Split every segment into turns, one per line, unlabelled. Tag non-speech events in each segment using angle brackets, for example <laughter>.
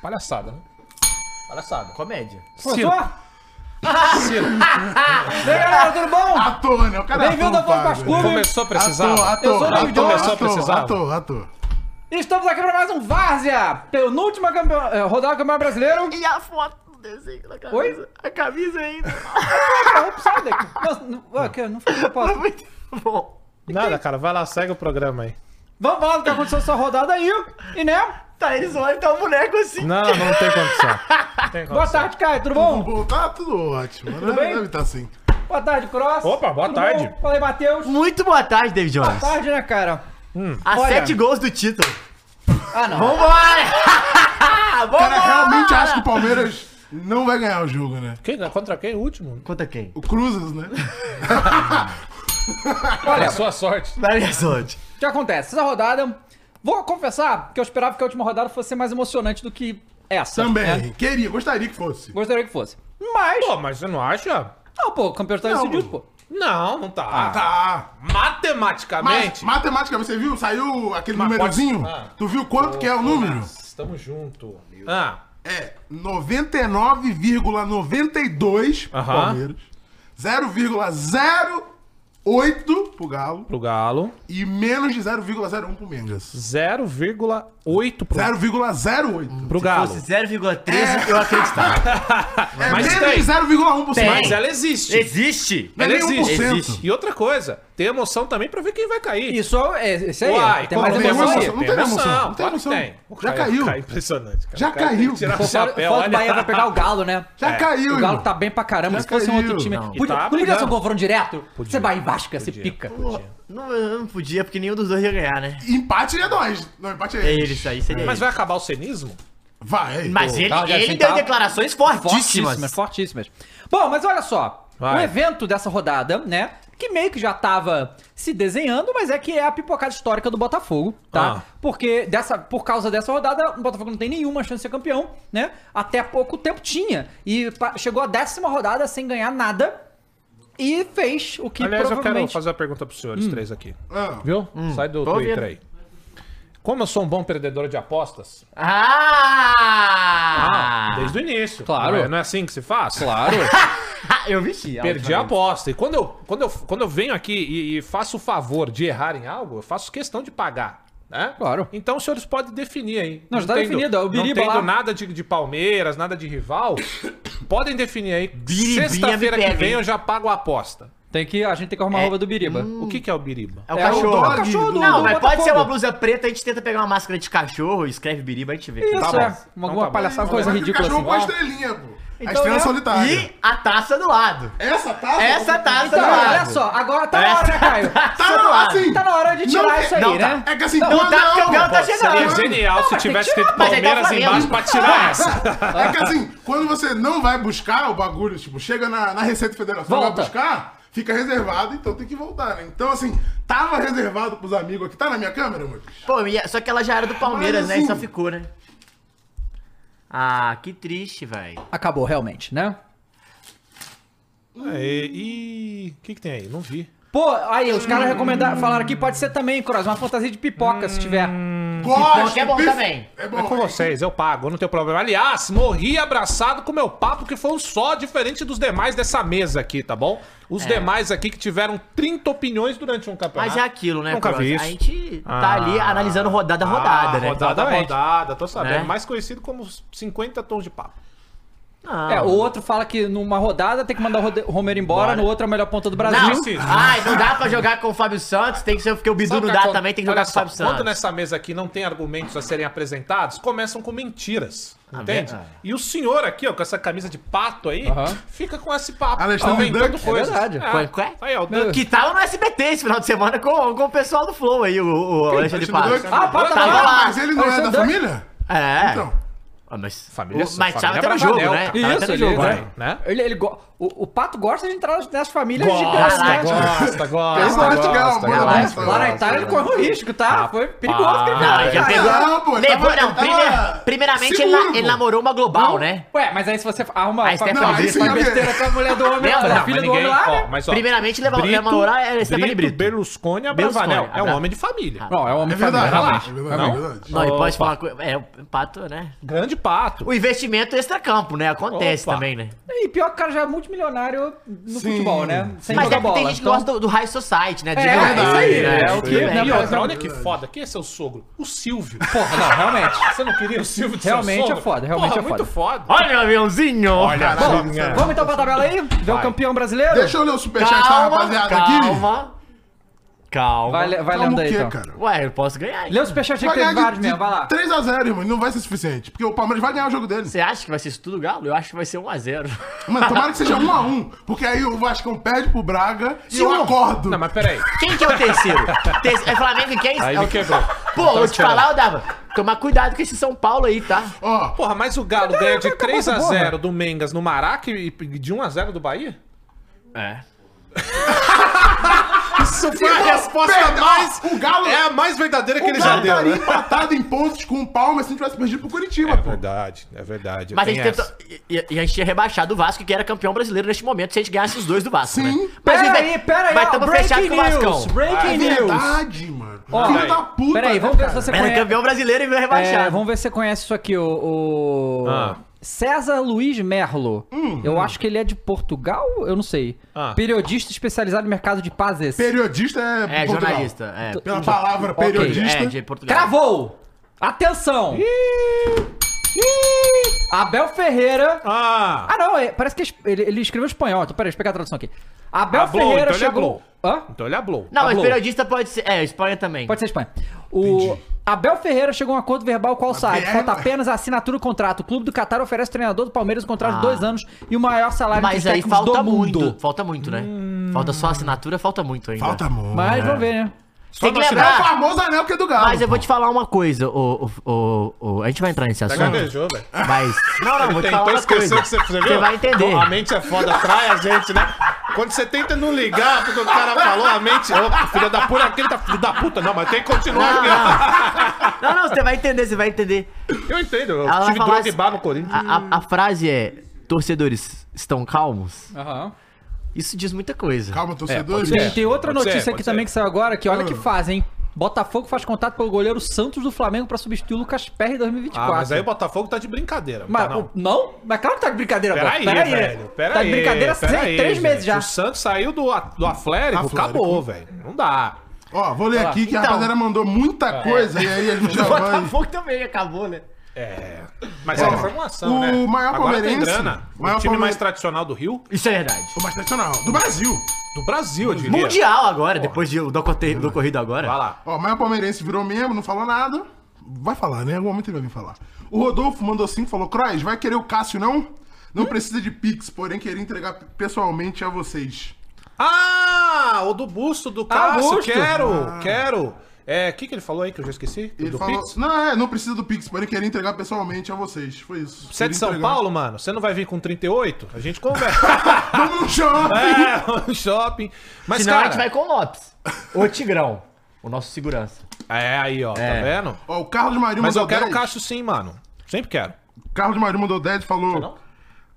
Palhaçada, né? Palhaçada.
Comédia.
Ciro.
Começou?
Ciro.
E aí, galera, tudo bom?
Ator, né? O cara é
Bem-vindo
ator,
ao Voz
Fábio.
Basculho.
Começou a precisar.
Ator,
Eu sou
ator,
o David
ator,
Jones.
ator,
Precisava.
ator, ator.
Estamos aqui para mais um Várzea, penúltima campe... eh, rodada do Campeonato Brasileiro.
E a foto do desenho da camisa?
Oi?
A camisa ainda.
Não, sai daqui. Nossa, não, ué, que- não foi
Tá
propósito.
muito bom.
Nada, cara. Vai lá, segue o programa aí.
Vamos falar do que aconteceu nessa rodada aí. E né?
Tá, eles olham e tá um boneco assim.
Não, não tem condição. <laughs> Não tem
Boa
condição.
tarde, Caio, tudo bom?
Bom, tá tudo ótimo. Tudo
bem?
Deve estar assim.
Boa tarde, Cross.
Opa, boa
Tudo
tarde.
bom? Fala aí, Matheus.
Muito boa tarde, David Jones.
Boa tarde, né, cara?
Há
Olha.
sete gols do título.
Ah, não.
Vambora!
Cara, É, realmente
Vambora!
acho que o Palmeiras não vai ganhar o jogo, né?
Quem, contra quem? O último?
Conta quem?
O Cruzes, né?
Olha, É a sua sorte.
Belo Horizonte.
O que acontece? Essa rodada, vou confessar que eu esperava que a última rodada fosse mais emocionante do que essa. né?
Também. Queria, gostaria que fosse.
Gostaria que fosse. Mas,
Pô, mas você não acha?
não, pô, o campeonato tá
Não.
decidido, pô.
Não, não tá.
Tá. Mas,
Matematicamente.
matematicamente, você viu? Saiu aquele
Mas pode-
númerozinho?
Ah.
Tu viu quanto que é o número?
Estamos junto. Ah,
É 99,92 pro
Aham.
Palmeiras, 0,08 pro Galo
pro Galo,
e menos de 0,01 pro Mengas.
0,8 pro,
0,08.
pro
Se
Galo. Ah,
fosse 0,13, eu acreditava.
É
Mas
menos
tem.
de 0,1%.
Mas ela um existe. um
Existe?
Não é
ela
nem 1%.
existe. E outra coisa, tem emoção também pra ver quem vai cair.
Isso é, isso aí.
Uai, é
tem
como
mais
não
emoção
tem
aí.
emoção? Não tem emoção, não
claro
tem
que
emoção.
O
Já
Caio-
caiu.
Caio é impressionante, cara.
Já
O Caio tem
caiu.
que tirar
Pô,
o
Fora,
chapéu,
fora do
olha.
Bahia vai pegar o Galo, né?
Já caiu,
O Galo
irmão.
tá bem pra caramba.
Já
Se fosse um outro
caiu.
time.
Não.
Podia,
E tá
não podia ser um
brigando.
confronto direto?
Podia.
Você vai em Vasca, você
Podia,
pica.
podia.
Não, eu não podia, porque nenhum dos dois ia ganhar, né?
Empate é nós. Não, empate é
É
eles.
ele, isso aí seria
Mas
Mas,
vai acabar o cenismo?
Vai. é
Mas é ele,
tá, já
ele
assim,
deu
tá-
declarações fortíssimas.
Fortíssimas, fortíssimas. Bom, mas olha só.
Vai.
O evento dessa rodada, né? Que meio que já tava se desenhando, mas é que é a pipocada histórica do Botafogo, tá?
Ah.
Porque dessa, por causa dessa rodada, o Botafogo não tem nenhuma chance de ser campeão, né? Até pouco tempo tinha. E pa- chegou a décima rodada sem ganhar nada. E fez o que
Aliás, eu quero
provavelmente... Hum.
fazer uma pergunta pros senhores três aqui.
Ah,
Viu? Sai do
tô
Twitter
ouvindo.
aí. Como eu sou um bom perdedor de apostas,
Ah!
desde o início.
Claro.
Não é, não é assim que se faz?
Claro.
Ah, eu vesti. a
Perdi a
última vez.
aposta. E quando eu, quando eu, quando eu venho aqui e, e faço o favor de errar em algo, eu faço questão de pagar. Né?
Claro.
Então os senhores podem definir aí.
Não, já tá
tendo-
definido, ó, o Biriba
Não tendo
lá.
nada de, de Palmeiras, nada de rival, <coughs> podem definir aí.
Biribinha
Sexta-feira
me
que
pega,
vem
hein?
eu já pago a aposta.
Tem que, a gente tem que arrumar a roupa do Biriba.
O que, que é o Biriba?
É o
É o tá
cachorro.
dog do-
Não, mas pode
Botafogo.
ser uma blusa preta, a gente tenta pegar uma máscara de cachorro, escreve biriba, a gente vê.
Isso
Tá bom.
é.
Então
Uma, alguma
tá bom.
palhaçada,
Então
coisa
mas é o
ridícula
cachorro
assim.
com a
Ó.
estrelinha, pô. a
Então,
estrela
né?
solitária.
E a taça do lado.
Essa tá taça?
Essa tá taça
Então,
do lado.
olha só, agora tá na hora, né, Caio?
Tá na hora, sim.
Tá na hora de tirar
Não,
isso aí,
não,
né?
É que assim,
Não
quando
tá, porque
é
o Galo tá
Pô,
chegando.
Seria
mano.
genial se
mas tem que
tivesse
tirar,
escrito
mas aí tá o
Palmeiras
Flamengo.
embaixo pra tirar
<laughs>
essa.
É que assim, quando você não vai buscar o bagulho, tipo, chega na, na Receita Federal, você não vai
Volta.
buscar, fica reservado, então tem que voltar, né? Então, assim, tava reservado pros amigos aqui. Tá na minha câmera, Mutis?
Pô, e- é- só que ela já era do Palmeiras,
Mas,
né? E só
assim-
ficou, né? Ah, que triste,
Tá.
velho.
Acabou, realmente, né?
E o que, que tem aí? Não vi.
Pô, aí, os caras recomendaram, falaram que pode ser também, Cross, uma fantasia de pipoca, se tiver.
Gosto!
é bom
bife-
também.
É
É com
bom.
vocês, eu pago, eu não tenho problema. Aliás, morri abraçado com meu papo, que foi um só, diferente dos demais dessa mesa aqui, tá bom? Os demais aqui que tiveram 30 opiniões durante um campeonato.
É. Mas é aquilo, né,
Nunca
Cross?
vi isso.
A gente tá ali analisando rodada a rodada,
Ah,
né?
Rodada a
Exatamente.
rodada, tô sabendo.
Né?
Mais conhecido como os 50 tons de papo.
Não.
É, o outro fala que numa rodada tem que mandar o Rode- Romero embora, no outro é o melhor ponta do
Não,
Brasil.
precisa.
ai, não dá pra jogar com o Fábio Santos, tem que ser porque o Bidu
Sabe
não
o que
dá
acon-
também, tem que
Olha
jogar com o
só,
Fábio
Quando
Santos.
nessa mesa aqui não tem argumentos a serem apresentados, começam com mentiras.
Ah,
Entende?
verdade.
E o senhor aqui, ó, com essa camisa de pato aí,
Aham.
fica com esse papo.
Alexandre
inventando
Duck.
coisas.
É verdade.
Qual- qual é?
Aí, ó, o
Meu-
Duck.
Que tava no SBT esse final de semana com, com o pessoal do Flow aí, o, o Alexandre de Pato.
Alexandre
Ah, pá, tá
Tava
lá.
lá.
Mas ele não é da
Alexandre-
família?
É.
Então.
Ah, Mas,
Família-
o, mas tava
família
até no jogo,
Bravanel,
né?
cara.
Tava até
Isso, ele,
no
é,
jogo,
vai,
né?
né?
ele, ele go- o, o Pato gosta de entrar nas
É
famílias gigantes,
Gosta,
Caraca.
né?
gosta, gosta,
Eu gosto de ganhar uma bola,
gosta,
mas-
gosta.
Lá na Itália ele correu o risco, tá? Foi perigoso que ele
Não,
fez,
Ah, ele
cara.
pegou.
Não, pô, ele
levou,
tava-
não,
ele tava
primeir- primeiramente ele,
seguro,
na- ele
pô.
namorou uma global, né?
Ué, mas aí se você arruma
Aí
uma
você
família,
fala
faz
isso, né?
besteira com a mulher do homem,
Não,
é
lá,
não,
da
mas
filha do homem lá, né?
mas,
Primeiramente, leva- leva a morar é Stephanie Brito.
Berlusconi
Berlusconi,
Abravanel. É um
Abra-
homem de família.
Ah,
Não, é um
É
homem
verdade,
família,
é
relaxa.
verdade, é verdade.
Não, e
Opa.
pode falar. co- É, o pato, né?
Grande pato.
O investimento extra-campo, né? Acontece
Opa.
também, né?
E pior que o cara já é multimilionário no
Sim.
futebol, né? Sem
Mas é
jogar
que
bola.
tem gente que
Então,
gosta do, do high society, né? De
É,
jogar,
é isso aí,
né?
é o
Tudo
que-
bem.
não,
E outra,
não,
olha que foda. Quem é seu sogro? O Silvio. Porra,
não, realmente.
Você não queria o Silvio de
Realmente
seu
é
sogro?
foda, realmente
Porra,
é
muito foda.
Olha o aviãozinho!
Olha,
Bom,
Sim, é.
vamos então pra tabela aí? Ver o campeão brasileiro?
Deixa eu ler o superchat da
Calma,
rapaziada aqui.
calma. Calma.
Vai, le- vai
Calma
lendo
o
aí,
quê,
então.
cara?
Ué, eu posso ganhar. hein?
Lê o superchat aí que teve vários mesmo, vai lá.
3x0, irmão. e Não vai ser suficiente. Porque o Palmeiras vai ganhar o jogo dele.
Você acha que vai ser isso tudo, Galo? Eu acho que vai ser 1x0.
Mano, tomara que seja 1x1. Porque aí o Vascão perde pro Braga e
Se um-
eu acordo.
Não, mas peraí.
<laughs> Quem que é o terceiro? Terce- É Flamengo e quem?
Aí
é o...
me quebrou. Então,
Pô, vou te falar, ô Dava. Tomar cuidado com esse São Paulo aí, tá?
Ó,
Porra, mas o Galo ganha de
acabou
3 a
essa porra.
0 do Mengas no Maraca e de 1 a 0 do Bahia?
É.
Isso foi a resposta
perdão,
mais...
o Galo-
É a mais verdadeira que
o
ele já
Galo
deu,
estaria
né?
empatado em pontos com o Palmeiras se não tivesse perdido pro Curitiba, pô.
verdade, é verdade.
Mas a gente,
tem essa.
tentou... e, e a gente tinha rebaixado o Vasco, que era campeão brasileiro neste momento, se a gente ganhasse os dois do Vasco,
Sim.
né? Mas
Pera
a
aí,
gente-
pera aí,
Mas
ó,
estamos fechados um com o Vascão.
breaking
É
news.
verdade, mano.
Ó,
Filho
peraí.
da puta.
Pera aí,
né,
vamos ver se
cara?
você
Era
conhece...
campeão brasileiro e veio rebaixado.
É, vamos ver se você conhece isso aqui, o... o-
Ah.
César Luiz Merlo. eu acho que ele é de Portugal, eu não sei.
Ah.
Periodista especializado no mercado de pazes.
Periodista é.
É,
Portugal.
jornalista. É,
Pela palavra
Ok,
periodista.
é de Portugal.
Cravou! Atenção! Abel Ferreira...
Ah,
Ah, não, é- parece que es- ele, ele escreveu espanhol. Então, peraí, deixa eu pegar a tradução aqui. Abel
Ah, blow,
Ferreira
então ele é
chegou... Hã?
então ele ablou.
Não, mas
Pablo.
periodista pode ser. É, Espanha também.
Pode ser Espanha. O Abel Ferreira chegou a um acordo verbal com o Al Saad.
Abel-
Falta apenas a assinatura do contrato. O clube do Catar oferece ao treinador do Palmeiras um contrato de
Ah.
dois anos e o maior salário
Mas
dos
aí
técnicos
falta
do mundo. Hum.
muito. Falta muito, né? Falta só a assinatura, falta muito ainda.
Falta muito.
Mas vamos ver, né?
Tem que
Só
É o
lembrar.
famoso anel que é do Galo.
Mas eu vou te falar uma coisa, o, o, o, o- a gente vai entrar nesse assunto.
Gaguejou, velho.
Mas. Não, não, vou te falar
Tentou
uma
esquecer o
coisa.
então que você, você viu?
vai entender.
A mente é foda, trai a gente, né? Quando você tenta não ligar porque o cara falou, a mente. Opa, filha da puta, aquele tá filho da puta. Não, mas tem que continuar
Não,
aqui.
não. não, não, você vai entender, você vai entender.
Eu entendo, eu
Ela vai
tive
falar
Drogba
assim-
bar no Corinthians.
A, a- a frase é: torcedores estão calmos?
Aham.
Isso diz muita coisa.
Calma, torcedores.
pode
Tem, tem outra
Pode ser,
notícia
pode
aqui
ser. Ah.
também que saiu agora, que olha o que fazem, hein? Botafogo faz contato pelo goleiro Santos do Flamengo pra substituir o Lucas Perry em 2024.
Ah, mas aí o Botafogo tá de brincadeira. não
Mas,
tá, não.
o- não? Mas claro que tá de brincadeira agora.
Peraí,
Pera aí,
velho. Pera
Tá
aí,
de brincadeira há
pera aí,
três
gente.
meses já.
O Santos saiu do, a- do Aflérico,
Aflérico.
acabou, velho. Não dá.
Ó, vou ler aqui que a
Então.
rapaziada mandou muita coisa e aí a gente já vai.
também acabou, né?
É. Mas
Ó,
é reformulação,
o
né?
maior
Agora tem
palmeirense-
grana. O
maior
time mais
palmeirense-
tradicional do Rio?
Isso é verdade.
O mais tradicional, então. do Brasil.
Do Brasil, eu diria.
Mundial agora, depois de, do, aconte- do ocorrido agora.
Vai lá.
Ó, mas o palmeirense virou membro, não falou nada. Vai falar, né? Em algum momento ele vai vir falar. O Rodolfo mandou cinco, falou: Crois, vai querer o Cássio, não? Não precisa de Pix, porém queria entregar pessoalmente a vocês.
Ah, o do busto do Cássio.
busto.
Quero, quero. É, o que, que ele falou aí que eu já esqueci?
Ah. Ele
do
falou:
Pix?
Não, é, não precisa do Pix, porém queria entregar pessoalmente a vocês. Foi isso.
Você é de
Queria
São
entregar.
Paulo, mano? Você não vai vir com 38? A gente
<laughs>
conversa. <laughs>
Vamos no shopping!
é, no shopping. Mas,
Senão
cara...
a gente vai com o <laughs> Lopes. O Tigrão. O nosso segurança.
É, aí, ó.
É.
Tá vendo?
Ó, o Carlos Marinho
Mas eu quero um o
10.
Cássio sim, mano. Sempre quero.
Carlos Marinho mandou 10 e falou.
não?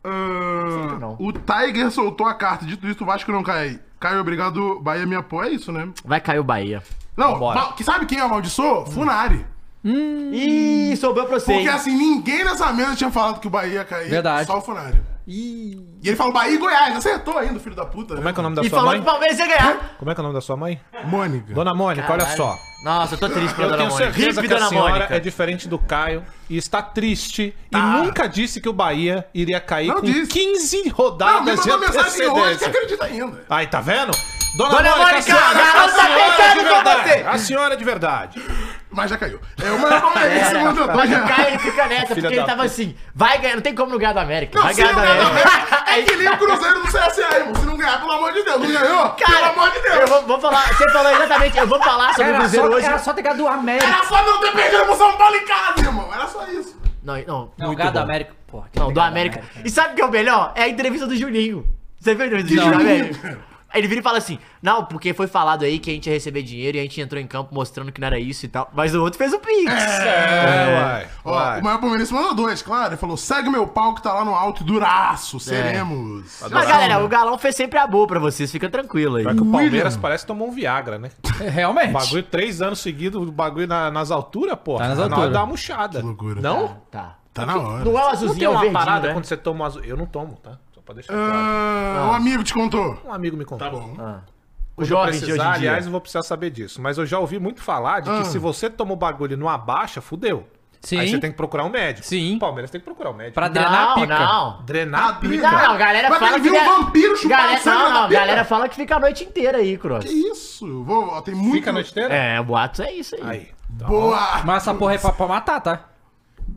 "Ah,
não.
o Tiger soltou a carta. Dito isso, o Vasco não cai. Caio, obrigado. Bahia me apoia. É isso, né?
Vai cair o Bahia.
Não,
Vambora. Hum.
mal- que sabe quem amaldiçoou? Funari.
Ih, sobrou pra você.
Porque
hein?
assim, ninguém nessa mesa tinha falado que o Bahia ia cair.
Verdade.
Só o Funari.
Ih.
E ele falou Bahia e Goiás. Acertou ainda, filho da puta. né?
Como é que é o nome da
E
sua
falando que
mãe?
o Palmeiras ia ganhar.
Como é que é o nome da sua mãe?
Mônica.
Dona Mônica, olha
Caralho.
só.
Nossa, eu tô triste pela
Eu
Dona
tenho
Mônica.
certeza
Hippie
que a
Dona
senhora
Mônica.
é diferente do Caio e está triste
Tá.
e nunca disse que o Bahia iria cair
Não
com
disse.
15
Não, me
rodadas de
Ah, mandou mensagem hoje que
antecedência.
acredita ainda.
Aí, tá vendo?
Dona Mônica,
a
ela tá
senhora, a senhora
pensando
de
com
verdade.
você.
A senhora é de verdade.
Mas já caiu. É o maior palmeirense
Era,
mandou
mas
dois
o
reais.
Caio fica nessa,
Filha
porque ele
da
tava
puta.
assim, vai ganhar, não tem como não ganhar do América,
Não,
vai
se não
ganhar do
ganhar do
América.
América, é que nem o Cruzeiro do CSA, irmão. Se não ganhar, pelo amor de Deus, não ganhou? pelo amor de
eu
Deus.
vou, vou falar, você falou exatamente, eu vou falar sobre o
Era
Cruzeiro
só,
hoje.
era só ter ganhado do América.
Era só não ter perdido pro São Paulo em casa, irmão. Era só isso.
Não, não,
Não,
muito
ganhar do
bom.
América. Porra, que
Não, do
ganhar
América. E sabe o que é o melhor? É a entrevista do Juninho. Você viu a entrevista do
Que
Juninho?
Juninho?
Juninho? Ele vira e fala assim, não, porque foi falado aí que a gente ia receber dinheiro e a gente entrou em campo mostrando que não era isso e tal. Mas o outro fez o Pix.
É, uai.
Ó,
uai.
o maior palmeirense mandou dois, claro. Ele falou, segue meu pau que tá lá no alto duraço. Seremos.
Mas galera, o Galão fez sempre a boa pra vocês, fica tranquilo aí.
Pior que o Palmeiras
William.
parece que tomou um Viagra, né?
<laughs> Realmente.
Bagulho três anos seguidos, o bagulho na- nas alturas, pô.
Tá nas
Na hora
alturas.
dá uma murchada.
loucura.
Não?
Tá.
Tá na hora.
Não é o
Não tem
azulzinho, é o
uma
verdinho,
parada
né?
quando você toma azul. Eu não tomo, tá? Só pra deixar claro.
Ah, Um amigo te contou.
Um amigo me contou.
Tá bom.
O
Vou
jovem de hoje
precisar,
em dia. Ah.
aliás, eu vou precisar saber disso. Mas eu já ouvi muito falar de que se você toma o bagulho numa baixa, fudeu.
Sim.
Aí você tem que procurar um médico.
Sim.
O Palmeiras tem que procurar um médico.
Pra
não,
drenar a pica.
não.
Drenar a
Ah,
pica.
Cara,
Não, não, galera
mas
fala
ele viu um vampiro chupar
galera,
o sangue
Não,
da
não,
pica.
galera fala que fica a noite inteira aí, Cross.
Que isso? Vou, ó, tem muito.
Fica na esteira?
É, boatos é isso aí.
Aí. Então,
Boa!
Mas essa porra é pra, pra matar, tá?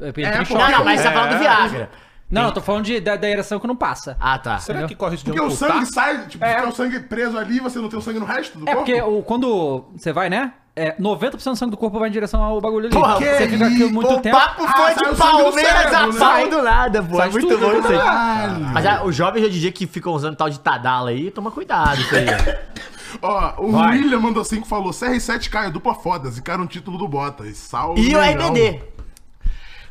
É, pra entrar em
pô.
choque.
Não, não, mas você tá falando do Viagra.
Não, eu tô falando de, da, da ereção que não passa.
Ah, tá.
Será que corre isso de
Porque o
amputar?
sangue sai, tipo,
É.
fica o sangue preso ali, você não tem o sangue no resto do
É
corpo?
porque o, quando você vai, né? É, 90% do sangue do corpo vai em direção ao bagulho ali.
Porra,
você
que
fica aqui
isso,
muito
o
tempo.
papo
Ah, sai
foi
o
de
sangue do
Palmeiras a
cérebro, né?
pau do nada, pô. É
Sai
muito
tudo
bom
do
isso aí.
Caralho.
Mas ah, os jovens hoje em dia que ficam usando tal de Tadala aí, toma cuidado isso aí.
Ó, o
Vai.
William mandou 5 falou: CR7 caiu dupla foda, zicaram o título do Bottas. Salve.
E o
Mengão.
EBD.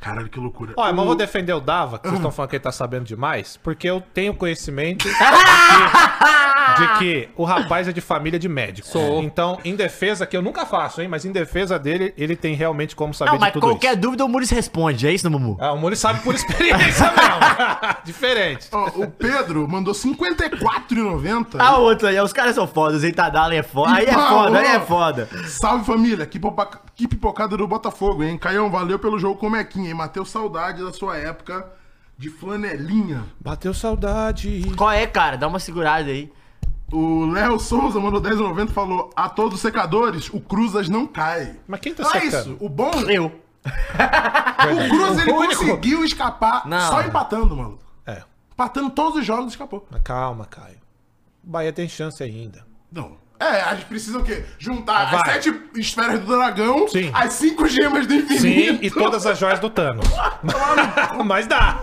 Caralho, que loucura.
Ó, mas eu vou defender o Dava, que vocês estão falando que ele tá sabendo demais, porque eu tenho
<laughs>
conhecimento de que, de que o rapaz é de família de médico. Então, em defesa, que eu nunca faço, hein, mas em defesa dele, ele tem realmente como saber
Não,
de
mas
tudo
qualquer
isso.
dúvida o Muris responde, é isso, Mumu?
Ah, o Muri sabe por experiência <laughs> mesmo. Diferente.
Ó, o Pedro mandou 54,90.
Ah, outro aí, os caras são fodas, hein? Tadala é foda. Aí é
Falou.
foda, aí é foda.
Salve família, que, popa- que pipocada do Botafogo, hein? Caião, valeu pelo jogo com o Mequinha, hein? Matheus, saudade da sua época de flanelinha.
Bateu saudade.
Qual é, cara? Dá uma segurada aí.
O Léo Souza mandou 10,90 e falou: A todos os secadores, o Cruzas não cai.
Mas quem tá
Não é
secando?
isso. O bom.
Eu.
O Cruz ele
O único.
conseguiu escapar
Não.
só empatando, mano.
É,
Empatando todos os jogos, escapou.
mas calma, Caio. O Bahia tem chance ainda.
Não. É, a gente precisa o quê? Juntar
Ah, Vai.
as sete esferas do dragão,
Sim.
as cinco gemas do
Sim,
infinito.
e todas as joias do Thanos. mas dá.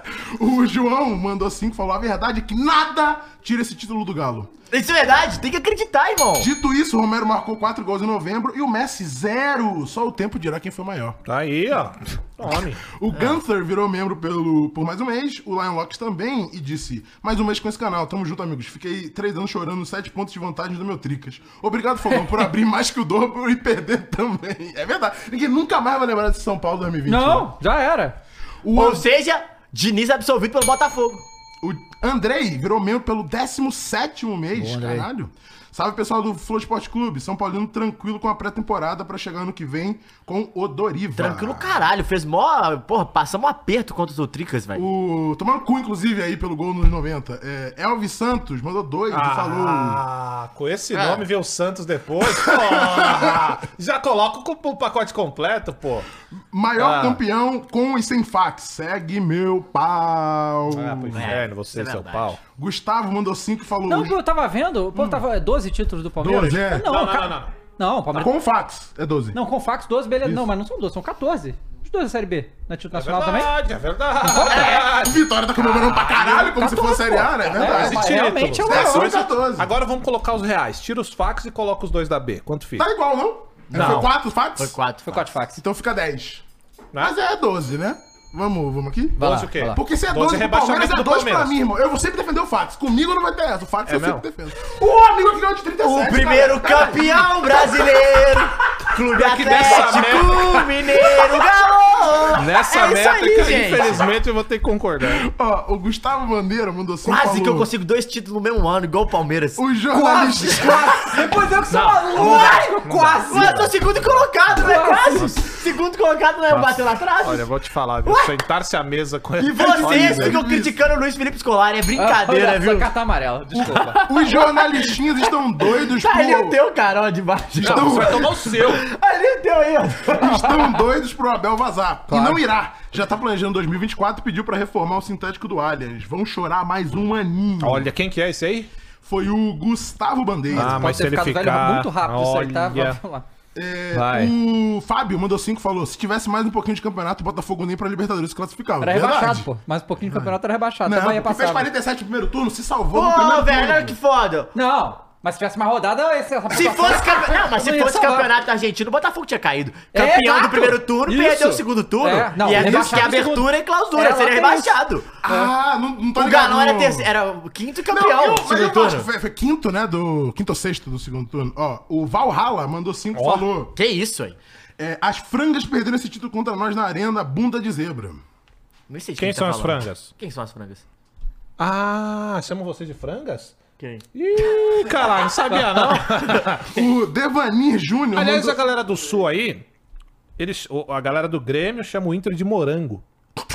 <laughs> O João mandou cinco, falou a verdade é que nada tira esse título do Galo.
Isso é verdade, tem que acreditar, irmão.
Dito isso, o Romero marcou quatro gols em novembro e o Messi zero. Só o tempo dirá quem foi maior.
Aí, ó. Homem.
É.
O Gunther virou membro pelo, por mais um mês, o Lion Locks também, e disse: Mais um mês com esse canal, tamo junto, amigos. Fiquei três anos chorando, sete pontos de vantagem do meu Tricas. Obrigado, Fogão, por abrir <laughs> mais que o dobro e perder também. <laughs> É verdade. Ninguém nunca mais vai lembrar desse São Paulo 2020. né?
Não, já era.
O,
Ou seja, Diniz absolvido pelo Botafogo.
O Andrei virou membro pelo 17 mês, caralho. Salve pessoal do Flow Esporte Clube. São Paulino tranquilo com a pré-temporada pra chegar ano que vem com o Doriva.
Tranquilo, caralho. Fez mó. Porra, passamos um aperto contra o Tricas, velho.
O... Tomando cu, inclusive, aí pelo gol nos 90. É, Elvis Santos mandou dois e falou.
Ah, com esse nome ver o Santos depois. <laughs> Porra! Já coloca o cu- o pacote completo, pô.
Maior
Ah.
campeão com e sem fax. Segue meu pau.
Ah, pro inferno, você
é
e seu
verdade.
pau.
Gustavo mandou cinco e falou.
Não, eu tava vendo, pô, tava é, 12 títulos do Palmeiras.
12, é.
Não,
Não, não,
ca-
não, não.
Não, o Palmeiras.
Com fax. É 12.
Não, com fax 12, beleza. Não, mas não são 12, são 14. Os 12 da Série B. Na título
É
nacional também.
verdade, é verdade.
Vitória tá comemorando pra caralho, como se fosse a Série A, né? É
Tá É,
verdade.
mas realmente é o
títulos.
É,
maior.
são 14.
Agora vamos colocar os reais. Tira os fax e coloca os dois da B. Quanto fica?
Tá igual, não?
Não. Né?
Foi quatro fax?
Foi quatro.
Foi 4 fax.
Então fica 10. Mas é 12, né? Vamos, vamos aqui?
Vai lá,
Doze o quê?
vai lá.
Porque
Então
se é
12
12 pro Palmeiras,
rebaixamento
é
do
2 pra
Palmeiras.
mim, irmão. Eu vou sempre defender o Fax. Comigo não vai ter essa. O Fax
É
eu sempre
mesmo?
defendo. O amigo aqui ganhou de 37,
O primeiro
cara.
<laughs>
campeão brasileiro. Clube
que dessa
Atlético Mineiro Galo.
Nessa
É isso aí,
métrica,
gente.
infelizmente, eu vou ter que concordar.
Ó, o Gustavo Bandeira mandou 5
Quase que eu consigo dois títulos no mesmo ano, igual o Palmeiras.
Os jornalistas...
Depois eu que sou
Não,
maluco.
não dá,
lógico,
não dá.
quase.
Ué, eu tô segundo colocado, né? Quase. Segundo colocado, né? Bateu lá atrás.
Olha, eu vou te falar, viu? Sentar-se à mesa com
E
ele.
Olha,
vocês ficam
velho.
criticando o Luiz Felipe Scolari, é
Ah,
Olha
brincadeira,
só,
viu?
Carta amarela, desculpa.
Os jornalistinhas estão doidos
<laughs> Tá ali o
pro...
teu, é cara, ó, de baixo.
Não, você vai tomar o seu.
Ali o teu aí, ó.
Estão doidos pro Abel vazar. E não irá. Já tá planejando 2024 e pediu pra reformar o sintético do Allianz. Vão chorar mais um aninho.
Olha, quem que é esse aí?
Foi o Gustavo Bandeira.
Ah, mas se ele ficar...
muito rápido isso aí, tá?
Olha.
Vamos lá.
É,
Vai.
O Fábio mandou 5 falou: se tivesse mais um pouquinho de campeonato, o Botafogo nem pra Libertadores se classificava.
Era
Verdade.
rebaixado, pô. Mas um pouquinho do campeonato era rebaixado.
Não,
Não, ia
porque fez
passar. né?
47 no primeiro turno, se salvou no
né? Pô,
primeiro
velho, olha
turno.
que foda.
Não, mas se tivesse uma rodada, esse- essa tá-
Se fosse campe... Não, mas se
Não ia
fosse
salvar.
campeonato argentino, o Botafogo tinha caído.
É,
Campeão do
exato.
primeiro turno,
Isso.
perdeu o segundo turno.
É, não,
e é isso que é
rebaixado no
abertura e clausura,
É, lá
seria
tem
rebaixado.
Ah, não, não tô
O
ligado.
Galão era,
no-
terce... era o quinto
Não,
campeão
eu,
do
mas
segundo
eu acho que
turno.
foi, foi quinto, né? Do quinto ou sexto do segundo turno. Ó, o Valhalla mandou 5
Ó.
falou:
Que isso, aí?
é, as frangas perderam esse título contra nós na arena, bunda de zebra.
Não sei de
Quem
tá
são as
falando.
frangas?
Quem são as frangas?
Ah, chamam vocês de frangas?
Quem?
Ih, caralho, não sabia não.
O <laughs> Devanir Júnior.
Aliás,
mandou-
a galera do Sul aí, eles, o- a galera do Grêmio chama o Inter de morango.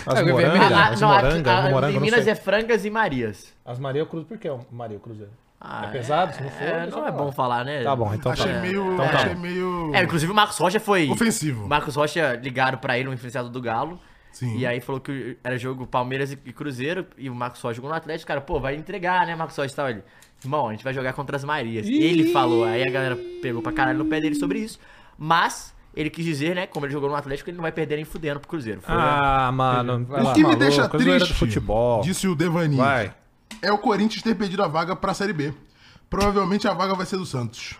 As
É, é
Ah,
morangas,
verdade.
as morangas, as
em
morangas, não
Minas
sei.
é frangas e marias.
As Maria Cruz, por que é o Maria Cruzeiro?
Ah,
é pesado? Se não for,
É,
deixa
não é
pra lá.
bom falar, né?
Tá bom, então tá.
Achei
bom.
meio.
Então tá
achei
bom.
meio.
É, inclusive o Marcos Rocha foi.
Ofensivo.
O Marcos Rocha ligaram pra ele, um influenciado do Galo.
Sim.
E aí falou que era jogo Palmeiras e e Cruzeiro. E o Marcos Rocha jogou no Atlético. Cara, pô, vai entregar, né, Marcos Rocha e tal. Ele, irmão, a gente vai jogar contra as Marias. Ele falou. Aí a galera pegou pra caralho no pé dele sobre isso. Mas ele quis dizer, né, como ele jogou no Atlético, ele não vai perder nem fudendo pro Cruzeiro. Foi, né?
Ah, mano. vai
O
lá,
que me
maluco,
deixa
zoeira do
triste,
futebol.
disse o Devanir,
Vai.
é o Corinthians ter perdido a vaga pra Série B. Provavelmente a vaga vai ser do Santos.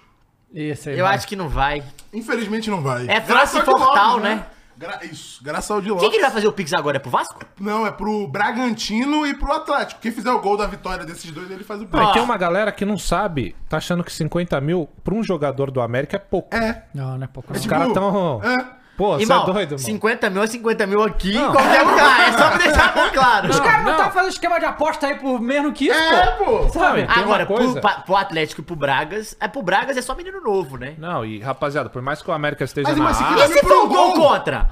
Isso aí.
Eu
vai.
acho que não vai.
Infelizmente não vai. Graças
É
ao
França e
de
Portal,
Lopes,
né?
Gra- Isso, graças ao de Lopes.
Quem que ele vai fazer o Pix agora? É pro Vasco?
Não, é pro Bragantino e pro Atlético. Quem fizer o gol da vitória desses dois, ele faz o
Mas
pênalti.
tem uma galera que não sabe, tá achando que 50 mil pra um jogador do América é pouco.
É.
Não, não é pouco.
Os
Não.
tipo,
caras tão.
é.
Pô, você é
Irmão,
doido, mano.
50 mil é 50 mil aqui em qualquer lugar. É só pra deixar bem claro.
Os caras não
não.
estão fazendo esquema de aposta aí por menos que isso,
É, pô.
Sabe?
Tem uma
Agora,
coisa-
pro, pa- pro Atlético e pro Bragas, é, pro Bragas é só menino novo, né?
Não, e rapaziada, por mais que o América esteja
Mas,
na
mas se
A,
E se
Ah, Pro
for um gol
gol.
contra?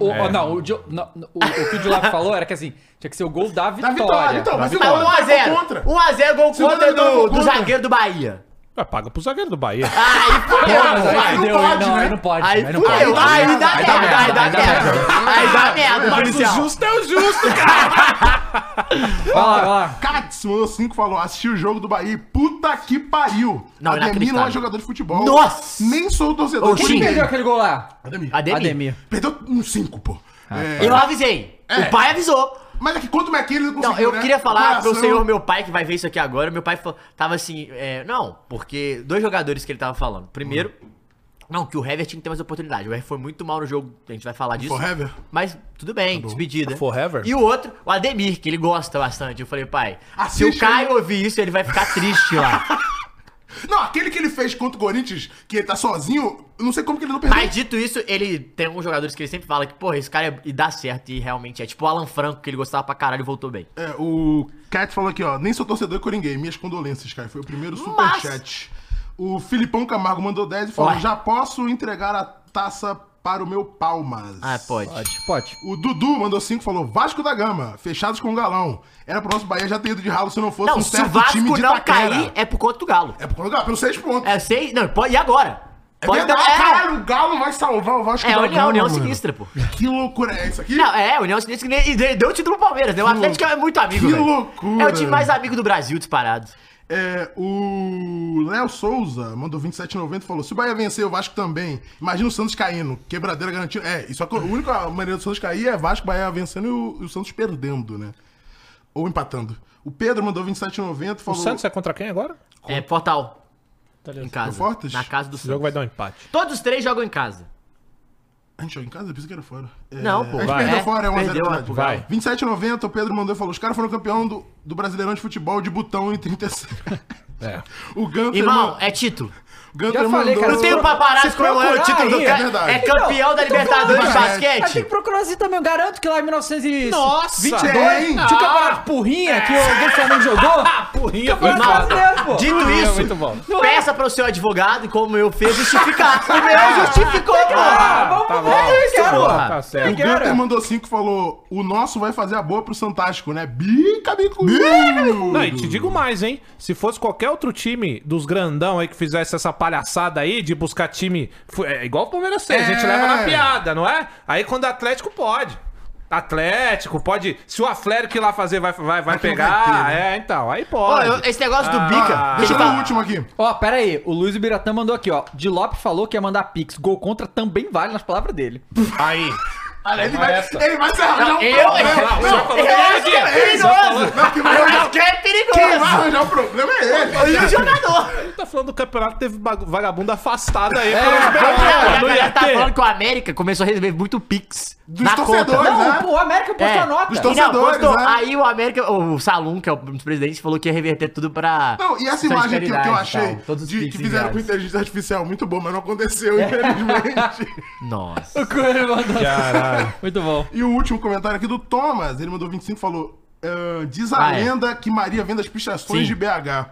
O, ó, não, o, Dio- não, o, o que o Dilap falou era que assim, tinha que ser o gol da
Da
vitória.
vitória, então. Mas se o
Mas
Lopes der gol
1x0.
contra.
1x0 gol
Se o
contra
Daniel
do,
gol
do
contra.
zagueiro do Bahia.
Ah, paga pro zagueiro do Bahia.
Aí fudeu,
Ah, mas aí
vai.
não
fudeu, aí
pode,
não,
né?
aí não pode.
Aí
não pode.
fudeu, aí dá
Aí dá
merda, aí dá
merda, aí dá merda.
merda. Aí dá merda, policial.
é o justo, cara.
Vai lá, vai lá.
Katz mandou 5 falou: assisti o jogo do Bahia. e Puta que pariu!
Não,
Ademir
inacreditável.
não é jogador de futebol.
Nossa!
Nem sou torcedor.
Ô,
Quem
Xing.
Quem
Sim.
perdeu aquele gol lá?
Ademir.
Ademir.
Ademir.
Perdeu um 5, pô. É,
Eu avisei.
É.
O pai avisou.
Mas é que quanto mais aquele ele conseguiu,
Não, eu
né?
queria falar pro
Coração.
senhor meu pai que vai ver isso aqui agora. Meu pai fa- tava assim, é, não, porque dois jogadores que ele tava falando. Primeiro,
Hum.
não, que o Hever tinha que ter mais oportunidade. O Hever foi muito mal no jogo, a gente vai falar disso.
For Hever?
Mas tudo
Tá
bem, despedida.
For Hever?
E o outro, o Ademir, que ele gosta bastante. Eu falei, pai, se o
Assiste
Caio ouvir isso, ele vai ficar triste
<laughs>
lá.
Não, aquele que ele fez contra o Corinthians, que ele tá sozinho, eu não sei como que ele não perdeu.
Mas dito isso, ele tem alguns jogadores que ele sempre fala que, porra, esse cara é- e dá certo e realmente é. Tipo o Alan Franco, que ele gostava pra caralho e voltou bem.
É, o Cat falou aqui, ó. Nem sou torcedor coringuei. Minhas condolências, cara. Foi o primeiro
Mas-
superchat. O Filipão Camargo mandou 10 e falou:
Ué.
já posso entregar a taça para o meu Palmas.
Ah, pode.
Pode, pode.
O Dudu mandou 5 falou: Vasco da Gama, fechados com o galão. Era pro nosso Bahia já ter ido de ralo se não fosse
Não,
um
se o
certo
Vasco
time de
não
Itaquera.
cair, é por conta do Galo.
É pro lugar, pelos 6 pontos.
É seis. Não, pode, e agora?
É
Pode
verdade,
dar- é,
caralho, o Galo vai salvar o Vasco
É, a
da
União,
Gama.
a União
mano.
Sinistra, pô.
Que loucura é isso aqui?
Não, é, a União Sinistra que nem- e deu- deu o título pro Palmeiras, né? O Atlético é muito amigo,
que
velho.
loucura.
É o time mais amigo do Brasil, disparado.
É, o Léo Souza mandou 27,90 e falou: se o Bahia vencer, o Vasco também. Imagina o Santos caindo. Quebradeira garantindo. É, isso é a única maneira do Santos cair é Vasco, Bahia vencendo e o, e o Santos perdendo, né? Ou empatando. O Pedro mandou 27,90 e
O
falou.
Santos é contra quem agora?
É, Portal.
Tá ligado.
Em casa.
Fortes?
Na casa do
Esse jogo
Santos.
vai dar um empate.
Todos os três jogam em casa.
A gente jogou em casa? Eu pensei que era fora. É,
Não, pô,
A gente
vai.
perdeu
É,
fora, é 1 a 0
perdeu,
verdade.
pô,
vai.
27,90 o Pedro mandou e falou: os caras foram campeão do, do Brasileirão de Futebol de botão em 36.
É.
<laughs> o Gunter.
Irmão,
man-
é título.
Gunter
Já falei, cara,
Não
Se
tem um
pro-
pra parar
se
de comemorar o
procurar
título do
aí,
é
cara.
verdade.
É, campeão
Então,
da
eu tô
Libertadores de
falando, mas-
Mas tem
basquete.
que procurar assim também. Eu garanto que lá em 1922
Tem.
tinha o campeonato de porrinha que o Augusto
<laughs>
Fernandes jogou.
Ah. Porrinha,
Campeonato brasileiro, pô.
Dito
É
isso,
muito bom.
peça pro seu advogado, como eu fiz, justificar. O meu é justificou,
Ah,
pô.
vamos
tá
ver
bom.
isso, cara,
Porra.
pô.
Tá
O
certo.
Quem É, era?
Gunter mandou 5 e falou: o nosso vai fazer a boa pro Santástico, né? Bica, bicudo!
Não, e te digo mais, hein? Se fosse qualquer outro time dos grandão aí que fizesse essa palhaçada aí de buscar time. fu- É igual o Palmeiras fez, a gente
É.
leva na piada, não é? Aí quando Atlético pode. Atlético, pode. Se o Atlético ir lá fazer, vai, vai, vai
Mas não
pegar.
vai ter, né?
É, então, aí
Pô,
pode.
eu- esse negócio do
Bica,
bica.
deixa
Deixa
eu
eu
Ah, tá.
dar o
falar.
último aqui.
Ó, pera aí. O Luiz Ibiratã mandou aqui, ó. Dilop falou que ia mandar pix. Gol contra também vale nas palavras dele.
Aí.
Olha, ele
Não é
vai,
essa.
ele vai se arranjar um
eu-
problema.
Não, só falou-
Eu acho que é perigoso.
Não, que vai arranjar-
Mas é perigoso.
Quem vai arranjar um problema é ele.
E o jogador?
Ele tá falando do campeonato que teve bagu- vagabundo afastado aí. É,
Não,
não
não,
ia
tá falando
ter.
que o América começou a receber muito pix
Dos
na
torcedores,
conta.
né?
Não, pô, o América postou
É,
a nota.
dos
E não,
torcedores,
postou-
né?
Aí o América, o Salum, que é um dos presidentes, falou que ia reverter tudo pra.
Não, Então, e essa
pra
imagem aqui que eu
caridade e
achei,
tal, todos os
de,
pix
que fizeram com
enviados.
inteligência artificial, muito bom, mas não aconteceu, infelizmente.
Nossa.
O Coelho mandou.
Caralho.
Muito bom.
E o último comentário aqui do Thomas, ele mandou 25 e falou: "Ah, Diz a
Ah, é.
lenda que Maria vem das pichações
Sim.
de BH.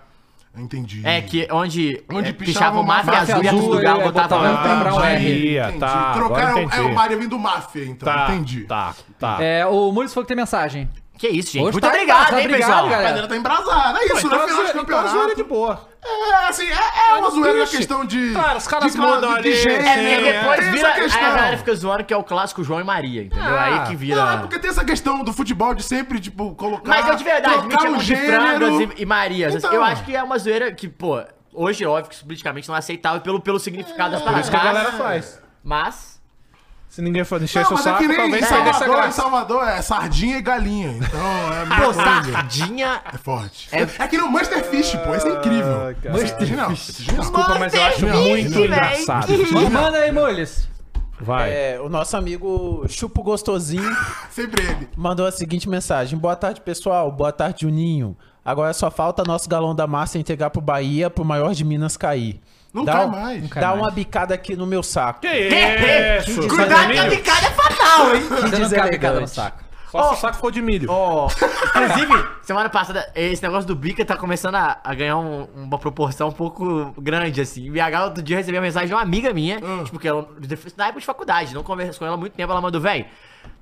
Entendi.
É que onde,
Onde
é,
pichava
pichava o máfia azul e a
azul,
do galo
é,
botava
botava
um
pra um R.
Maria, tá,
Trocaram.
agora entendi.
É o Maria vem do Máfia, então.
Tá,
entendi.
tá, tá.
É, o Muris falou que tem mensagem.
Que isso, gente.
Hoje
Muito
tá
obrigado,
embaçado,
hein,
obrigado,
pessoal.
A
galera.
galera tá embrasada. É
Então,
isso, né? Final
a
de
zoeira- então a zoeira
campeonato.
de boa.
É, assim, é, é uma zoeira na
triste.
questão de.
Claro, os caras
de,
mandam
de,
ali,
de gente.
É,
É, porque depois
tem
vira.
essa
Aí
questão.
a galera fica zoando que é o clássico João e Maria, entendeu?
Ah,
aí que
Não, é
vira.
porque tem essa questão do futebol de sempre, tipo, colocar.
Mas eu de verdade, me
trocar
chamam
o
de
gênero.
frangas e, e Marias.
Então.
Eu acho que é uma zoeira que, pô, hoje, óbvio que politicamente não é aceitável pelo, pelo significado das
Por
palavras.
isso que a
mas-
galera faz.
Mas.
Se ninguém for encher
Não,
seu
mas é
saco,
que nem em
talvez saia dessa
Salvador, em
graça.
Salvador é sardinha e galinha. Então é a
Pô,
mesma coisa.
sardinha.
É forte. É, que nem o Master Fish, pô. Isso é incrível.
Ah, cara.
Master Não, Desculpa.
Desculpa, mas eu acho
Não,
muito
velho.
engraçado.
Manda aí, Muris.
Vai.
É, o nosso amigo Chupo Gostosinho
Sempre ele.
mandou a seguinte mensagem: Boa tarde, pessoal. Boa tarde, Juninho. Agora só falta nosso galão da massa entregar pro Bahia, pro maior de Minas cair.
Não
dá
cai
um-
mais. Não
cai
dá
mais.
uma bicada aqui no meu saco.
Que isso?
Cuidado que a
Juninho?
picada é fatal, hein?
Que
é
deselegante.
no saco.
Só se o saco for de milho.
<laughs> Ó, inclusive, semana passada, esse negócio do bica tá começando a, a ganhar um- uma proporção um pouco grande, assim. Em BH, outro dia, eu recebi uma mensagem de uma amiga minha, tipo, que ela, na época de faculdade, não converso com ela há muito tempo, ela mandou, véi,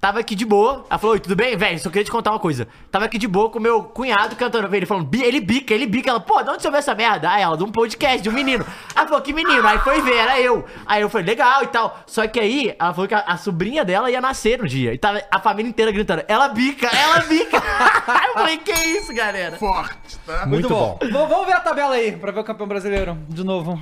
tava aqui de boa. Ela falou, oi, tudo bem? Véi, só queria te contar uma coisa. Tava aqui de boa com meu cunhado cantando, véi, ele falando, "Bi- ele bica, ele bica. Ela, pô, de onde você ouviu essa merda? Aí ela, de um podcast, de um menino. Ela falou, que menino? Aí foi ver, era eu. Aí eu falei, legal e tal. Só que aí, ela falou que a, a sobrinha dela ia nascer no dia. E tava a família inteira gritando, ela bica, ela bica. <laughs> Aí eu falei, que isso, galera?
Forte, tá?
Muito bom.
Vamos vamos ver a tabela aí pra ver o campeão brasileiro de novo.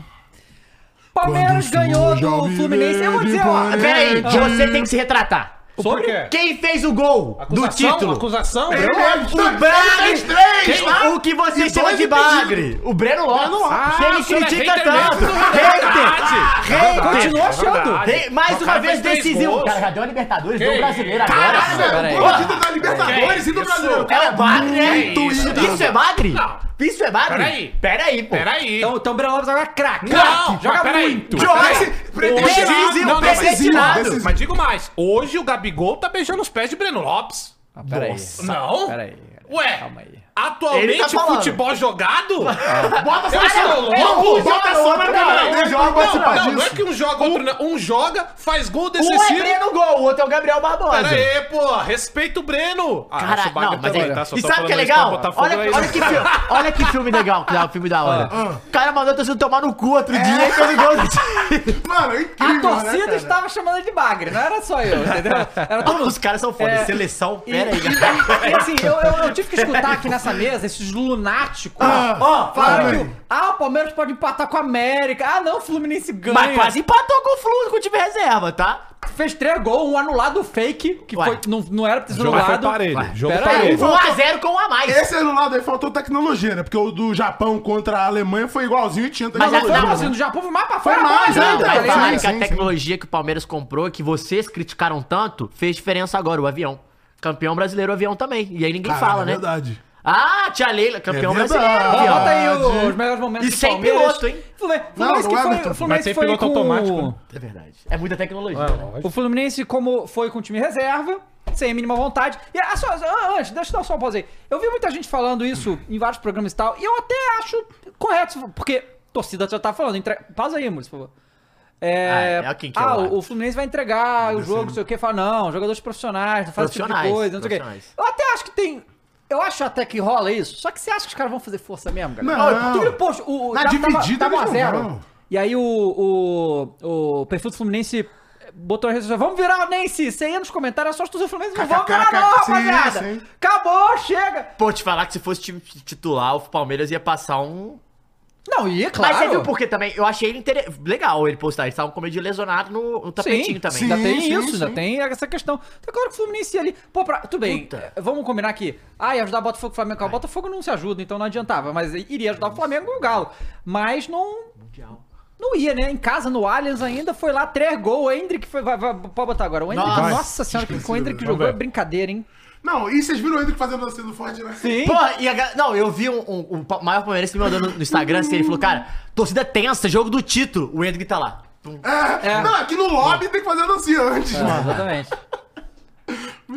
Palmeiras ganhou do Fluminense. Eu vou dizer, ó.
Pera aí, você tem que se retratar.
Sobre o quê?
Quem fez o gol do título?
Acusação? Tá
O Bagre!
tá
é
três, tá?
O que você
E
chama
dois
de
impedidos.
Bagre? O Breno Lopes.
Ah,
que ele
o senhor é
critica
hater
tanto.
mesmo.
Hater! É Hater!
Continua achando.
é verdade.
Hater! Mais
O
uma
cara
vez
fez três
decisivo.
gols.
Cara, já deu a Libertadores, deu o
Que
Brasileiro
isso?
agora.
Caralho, velho. Gol título da Libertadores e do Brasileiro.
Cara, é Bagre, né?
Que isso,
Isso é Bagre? Isso é Bagre?
Peraí.
Peraí, pô.
Peraí.
Então, então o Breno Lopes agora é craque.
Não,
Joga
mas um peraí.
muito.
Mas
Joga.
peraí.
Decisivo,
Não, não, mas-
predestinado.
decisivo.
Mas digo mais, hoje o Gabigol tá beijando os pés de Breno Lopes.
Ah, peraí.
Não?
Peraí.
Ué,
Calma aí.
Ele tá
atualmente
falando.
futebol jogado?
Bota
Eu estou louco?
Bota
Bota
só pra
outra,
galera.
não,
Eles vão participar
Não, não é
disso.
que um joga, outro não. Um joga, faz gol
Um é
decisivo.
Breno Gol, o outro é o Gabriel Barbosa.
Pera aí, pô, respeita o Breno. Ah,
Cara,
acho o bagulho
não, mas
também,
é,
tá? Só
E
tô
sabe o que é
falando isso pra
legal?
botar fogo
Olha,
aí,
olha,
né?
que filme, olha que filme legal, que dá, o filme da hora. O cara mandou a torcida tomar no cu outro dia e fez o gol do time.
Mano, é
A
incrível, né,
torcida
cara?
estava chamando ele de bagre, não era só eu, entendeu? Era todo
<laughs> Os caras são foda,
É.
seleção,
E,
pera aí,
e-
galera.
e assim, eu, eu- eu tive que escutar aqui nessa mesa esses lunáticos.
Ah,
ó, falaram
fala,
que
velho.
o- ah, o Palmeiras pode empatar com a América. Ah, não, o Fluminense ganha.
Mas quase empatou com o Fluminense com o time reserva, tá?
Fez três gols, um anulado fake, que
Uai.
foi, não, não era pra ter sido
Jogo foi
anulado.
parelho. Jogo
pera aí,
parelho.
1x0 com Tá um a mais.
Esse anulado aí faltou tecnologia, né? Porque o do Japão contra a Alemanha foi igualzinho e tinha
Mas é
Não,
tecnologia.
Não,
assim, do Japão foi mais pra
Foi
fora.
mais,
né?
né?
Não,
Tá
mas
ligado?
claro que
Sim,
a
sim,
tecnologia que o Palmeiras comprou, que vocês criticaram tanto, fez diferença agora, o avião. Campeão brasileiro, o avião também. E aí ninguém
Caralho,
fala,
é
né?
verdade.
Ah, tia Leila, campeão
É
brasileiro.
verdade.
Ó,
avião.
Bota aí o- os melhores momentos
E
do
sem
Palmeiras.
piloto, hein?
Fluminense,
Não, é
Fluminense
do
que foi,
Everton.
o Fluminense
Mas sem
foi
piloto
com-
automático, né?
É verdade. É muita tecnologia. né?
O Fluminense como foi com o time reserva, sem a mínima vontade. E ah, só, ah, antes, deixa eu dar só uma pausa aí. Eu vi muita gente falando isso em vários programas e tal, e eu até acho correto, porque a torcida já tá falando. Entre... Pausa aí, Muris, por favor. É,
Ah, é,
ah,
ó quem que é o lado.
o, o Fluminense vai entregar o jogo, não sei o que, fala, não, jogadores profissionais, não faz esse tipo de
Profissionais,
coisa, não sei o que.
profissionais.
Eu até acho que tem. Eu acho até que rola isso, só que você acha que os caras vão fazer força mesmo, galera?
Não.
Tu viu, poxa, o, o
Na
já tava,
dividida
tava
eles
a
não
zero.
vão.
E aí o, o, o perfil do Fluminense botou nas redes sociais, vamos virar o Nancy, você ia nos comentários, é só torcedores do Fluminense não vão virar não,
Sim,
rapaziada.
sim.
Acabou, chega.
Pô, te falar que se fosse time titular, o Palmeiras ia passar um.
Não, e é claro.
Mas você viu por quê também? Eu achei ele inter... legal ele postar. Ele tava com medo de lesionado no, no tapetinho também.
sim.
Tá Ainda tem
sim,
isso, ainda
sim.
tem essa questão. Então, claro que o Fluminense ia ali. Pô, pra- tudo bem,
Puta.
eh, vamos combinar aqui. Ah, ia ajudar o Botafogo e o Flamengo. Ah, O Botafogo não se ajuda, então não adiantava. Mas iria ajudar o Flamengo e o Galo. Mas não. Não ia, né? Em casa, no Allianz ainda, foi lá, três gols. O Hendrick foi. Vai, vai- pode botar agora. O Hendrick,
Nossa.
nossa senhora, que com o Hendrick
Vamos
jogou é
ver.
brincadeira, hein?
Não, e vocês viram o Hendrick fazendo assim do Forte, né?
Sim.
Porra, e a ga- Não, eu vi um, um- um pa- maior palmeirense me mandando no Instagram, assim, ele falou, cara, torcida tensa, jogo do título. O Hendrick tá lá.
É, Não, aqui no lobby tem que fazer assim antes, mano.
Exatamente.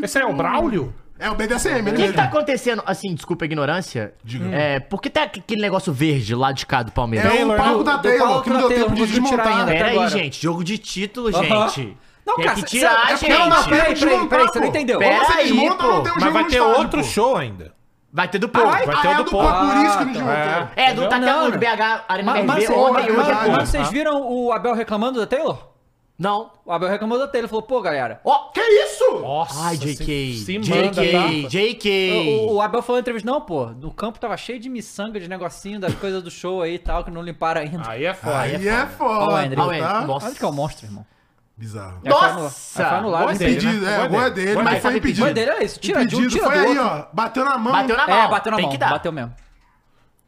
Esse é o Braulio?
É o BDSM,
O
ele
que, que
mesmo.
tá acontecendo? Assim, desculpa a ignorância.
Diga.
É, por que tá aquele negócio verde lá de cá do Palmeiras?
É
Taylor,
o palco
do-
da
do
Taylor,
palco
que não
da
deu
Taylor,
tempo de
não conseguiu tirar
desmontar.
ainda.
Pera aí,
um agora.
gente. Jogo de título,
Aham.
gente.
Não,
Tem
cara,
que
cê-
tirar,
é porque
gente.
ela não
Peraí,
Peraí, peraí, peraí, você não entendeu.
Pera
Ou você
aí,
desmonta,
pô.
não tem o
Mas
jogo
vai
no
ter
tá?
estádio,
outro
pô.
show ainda.
Vai ter do povo.
Ai,
Vai ter
ah,
o
é
do
do
povo.
povo, por isso que
Ah,
não
tá.
desmontou.
É, do tá até
Não,
o
não.
BH, Arena
Mas, mas,
RV,
vocês-
É, ontem e
mas-
hoje.
mas-
pô.
mas-
mas vocês viram o Abel reclamando da Taylor?
Não.
O Abel reclamou da Taylor, falou, pô, galera.
Ó.
Que isso?
Nossa,
Ai, JK.
se- se manda,
JK.
tá?
JK.
O, o Abel falou na entrevista, não, pô, no campo tava cheio de miçanga, de negocinho, das coisas do show aí e tal, que não limparam ainda.
Aí é foda.
Aí é
Ó,
foda,
André.
Ó, André.
tá?
Nossa.
Olha que é o monstro, irmão. É
Bizarro.
Aí foi anula-
Nossa!
aí Foi anulado.
Gol
hein?
dele,
Impedido,
né?
é,
Gol
gol é
dele.
dele,
Gol
mas
dele.
foi impedido.
Gol dele é isso, tira de um,
Impedido,
tira
foi
do
aí,
outro.
ó, bateu na mão.
Bateu na mão.
É, bateu na
Tem
mão,
que dar.
bateu mesmo.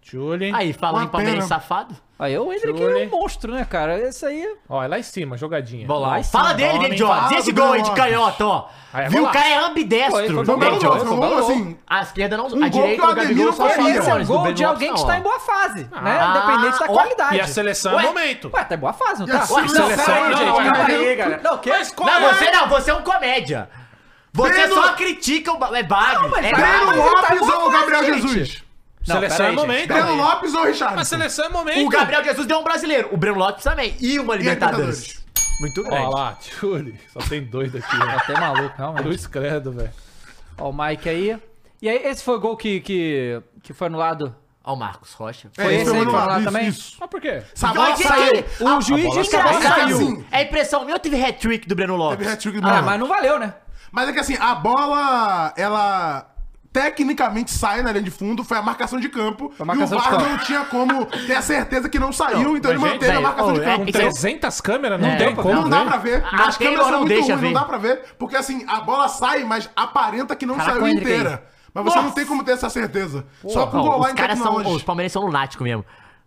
Julien.
Aí, falando
Uma
em Palmeiras
pena.
safado.
Aí o Hendrick
Júlio,
é um
hein?
monstro, né, cara? Esse aí...
Ó, é lá em cima, jogadinha.
Bolão.
Vai sim,
Fala dele,
bola,
David
hein?
Jones.
Fala
Esse
do
gol aí
David
de
Jones.
canhota, ó.
Aí é
Viu? O
golaço.
cara é
Foi,
ambidestro.
foi
Foi um
bom
David
gol,
Jones.
foi um gol,
Balão.
assim...
A esquerda
Um
não. a
gol
direita
que o
o Gabigol
Ademir
só
não
né?
faz,
sobe,
Esse é
olha,
um
do
gol
Breno
de alguém que
Lopes,
está
não,
em
ó.
boa fase, né?
Ah,
Independente da
ó,
qualidade.
E a seleção é
Ué?
o momento.
Ué, tá em boa fase, não
E a
tá? peraí,
seleção-
Não,
gente,
ué.
calma aí, galera. Não, que...
Não, você não, você é um comédia. Você
Breno-
só critica o. ba- É bagre.
mas
é
Breno
Breno
bagre.
mas ele tá
Lopes
bom
ou
fase,
Gabriel
gente.
Jesus?
Seleção é
peraí,
o
gente,
momento.
Breno Lopes ou Richard?
A seleção é o momento.
O Gabriel Jesus deu um brasileiro, o Breno Lopes também. E uma Libertadores.
Libertadores.
Muito
Ó
grande.
lá, Tchuli. Só tem dois daqui,
Tá
né?
até maluco, realmente.
<laughs> Dois credo, velho.
Ó o Mike aí. E aí, esse foi o gol que, que, que foi anulado?
Ó, o Marcos Rocha. É,
Foi esse
esse
aí que foi
anulado,
anulado
isso,
também?
Isso.
Mas por quê?
Essa
Olha
bola
que-
saiu.
O juiz
bola
desgraçado.
saiu.
Engraçado.
Assim.
É impressão minha ou teve hat-trick do Breno Lopes?
Teve hat-trick do
Ah,
Breno.
mas não valeu, né?
Mas é que assim, a bola, ela tecnicamente sai na linha de fundo, foi a marcação de campo.
a marcação
e o
de
VAR
campo.
não tinha como ter a certeza que não saiu, então ele
mas,
manteve
gente,
a marcação
velho,
de
ô,
campo.
é-
Com
Então-
300 câmeras, não
É,
tem
não
como.
não
ver.
dá pra ver.
A-
As
a Taylor
câmeras são
não
muito
deixa
ruins, não
ver.
dá pra ver. Porque assim, a bola sai, mas aparenta que não
Caraca, o
saiu
Hendrick
inteira. Mas você não tem como ter essa certeza. Só com o
Não,
gol lá então, tá
os
em
caras são. Os
Tecnologia.
palmeirenses são lunáticos mesmo.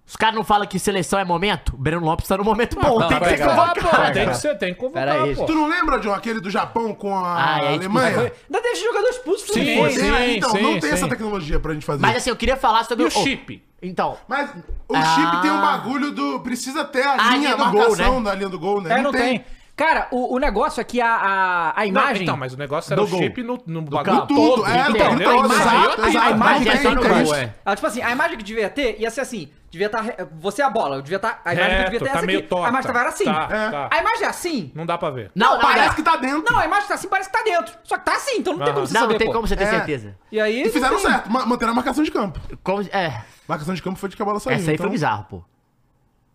Os caras não falam que seleção é momento? O Breno Lopes tá no momento bom.
não,
tem que
vai,
ser
galera.
convocado.
Vai,
Tem
cara.
que ser, tem que convocar,
Pera aí,
pô.
Tu não lembra, John, aquele do Japão com a
Ah, é, tipo,
Alemanha?
foi-
Ainda teve jogador expulso pro
Sim,
Fluminense.
sim.
então, não tem
sim.
essa tecnologia pra gente fazer.
Mas assim, eu queria falar sobre
E o chip?
Então,
Mas o
Ah.
chip tem um bagulho do. Precisa ter a
A
linha,
linha
a
do gol,
marcação
né?
da linha do gol, né?
É, não tem. Cara, o, o negócio aqui, a, a, a
Não,
imagem...
então, mas o negócio era
Do
o
gol.
chip no, no
campo.
bagulho
Tudo,
todo.
é, no
entendeu?
bagulho todo,
Mas
exato,
aí eu tenho-
exato.
a imagem
Mas é
tem
só no
que
gol,
isso.
é.
Ah, tipo assim, a imagem que devia ter ia ser assim, devia estar. você é a bola, devia estar. a imagem que devia
Reto,
ter é
tá
essa
meio
aqui.
torta.
A imagem tava era assim.
Tá,
É.
tá.
A imagem é assim?
Não dá pra ver.
Não, não,
Parece
não.
que tá dentro.
Não, a imagem tá assim, parece que tá dentro. Só que tá assim, então não tem como você
Não,
saber.
não tem
pô.
como você ter
É.
certeza.
E aí. assim.
E fizeram
não tem.
certo, ma- manteram a marcação de campo.
Como- é,
Marcação de campo foi de que a bola saiu.
essa aí foi
então-
bizarro, pô.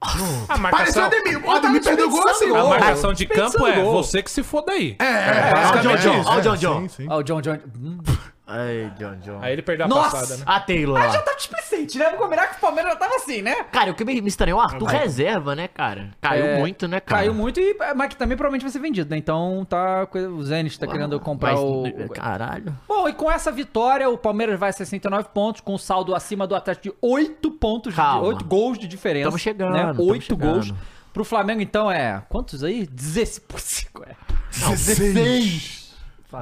A
Pareceu o
marcação,
Ademir. O Ademir perdeu o gol assim.
a
gol.
marcação de
Dispensando
campo é
gol.
você que se foda aí.
É,
Olha o John
basicamente
John,
isso,
olha o
é,
John John.
sim, sim.
Ó, o John John. Hum.
Ai, John John.
Aí ele perdeu a
Nossa!
passada, né?
A Ah, Taylor
Mas já
lá.
tava displicente, né? Vamos combinar que o Palmeiras já tava assim, né?
Cara, o que me me estranhou é o Arthur reserva, né, cara? Caiu
É,
muito, né, cara?
Caiu muito e. Mas que também provavelmente vai ser vendido, né? Então tá. coisa- O Zenit tá querendo comprar
Mas, é,
o. o-
Caralho.
Bom, e com essa vitória, o Palmeiras vai a 69 pontos, com um saldo acima do Atlético de 8 pontos,
Calma.
de 8 gols de diferença.
Tamo chegando,
Né?
tamo
8
chegando.
gols. Pro Flamengo, então, é. Quantos aí? 16 por 5. É.
16.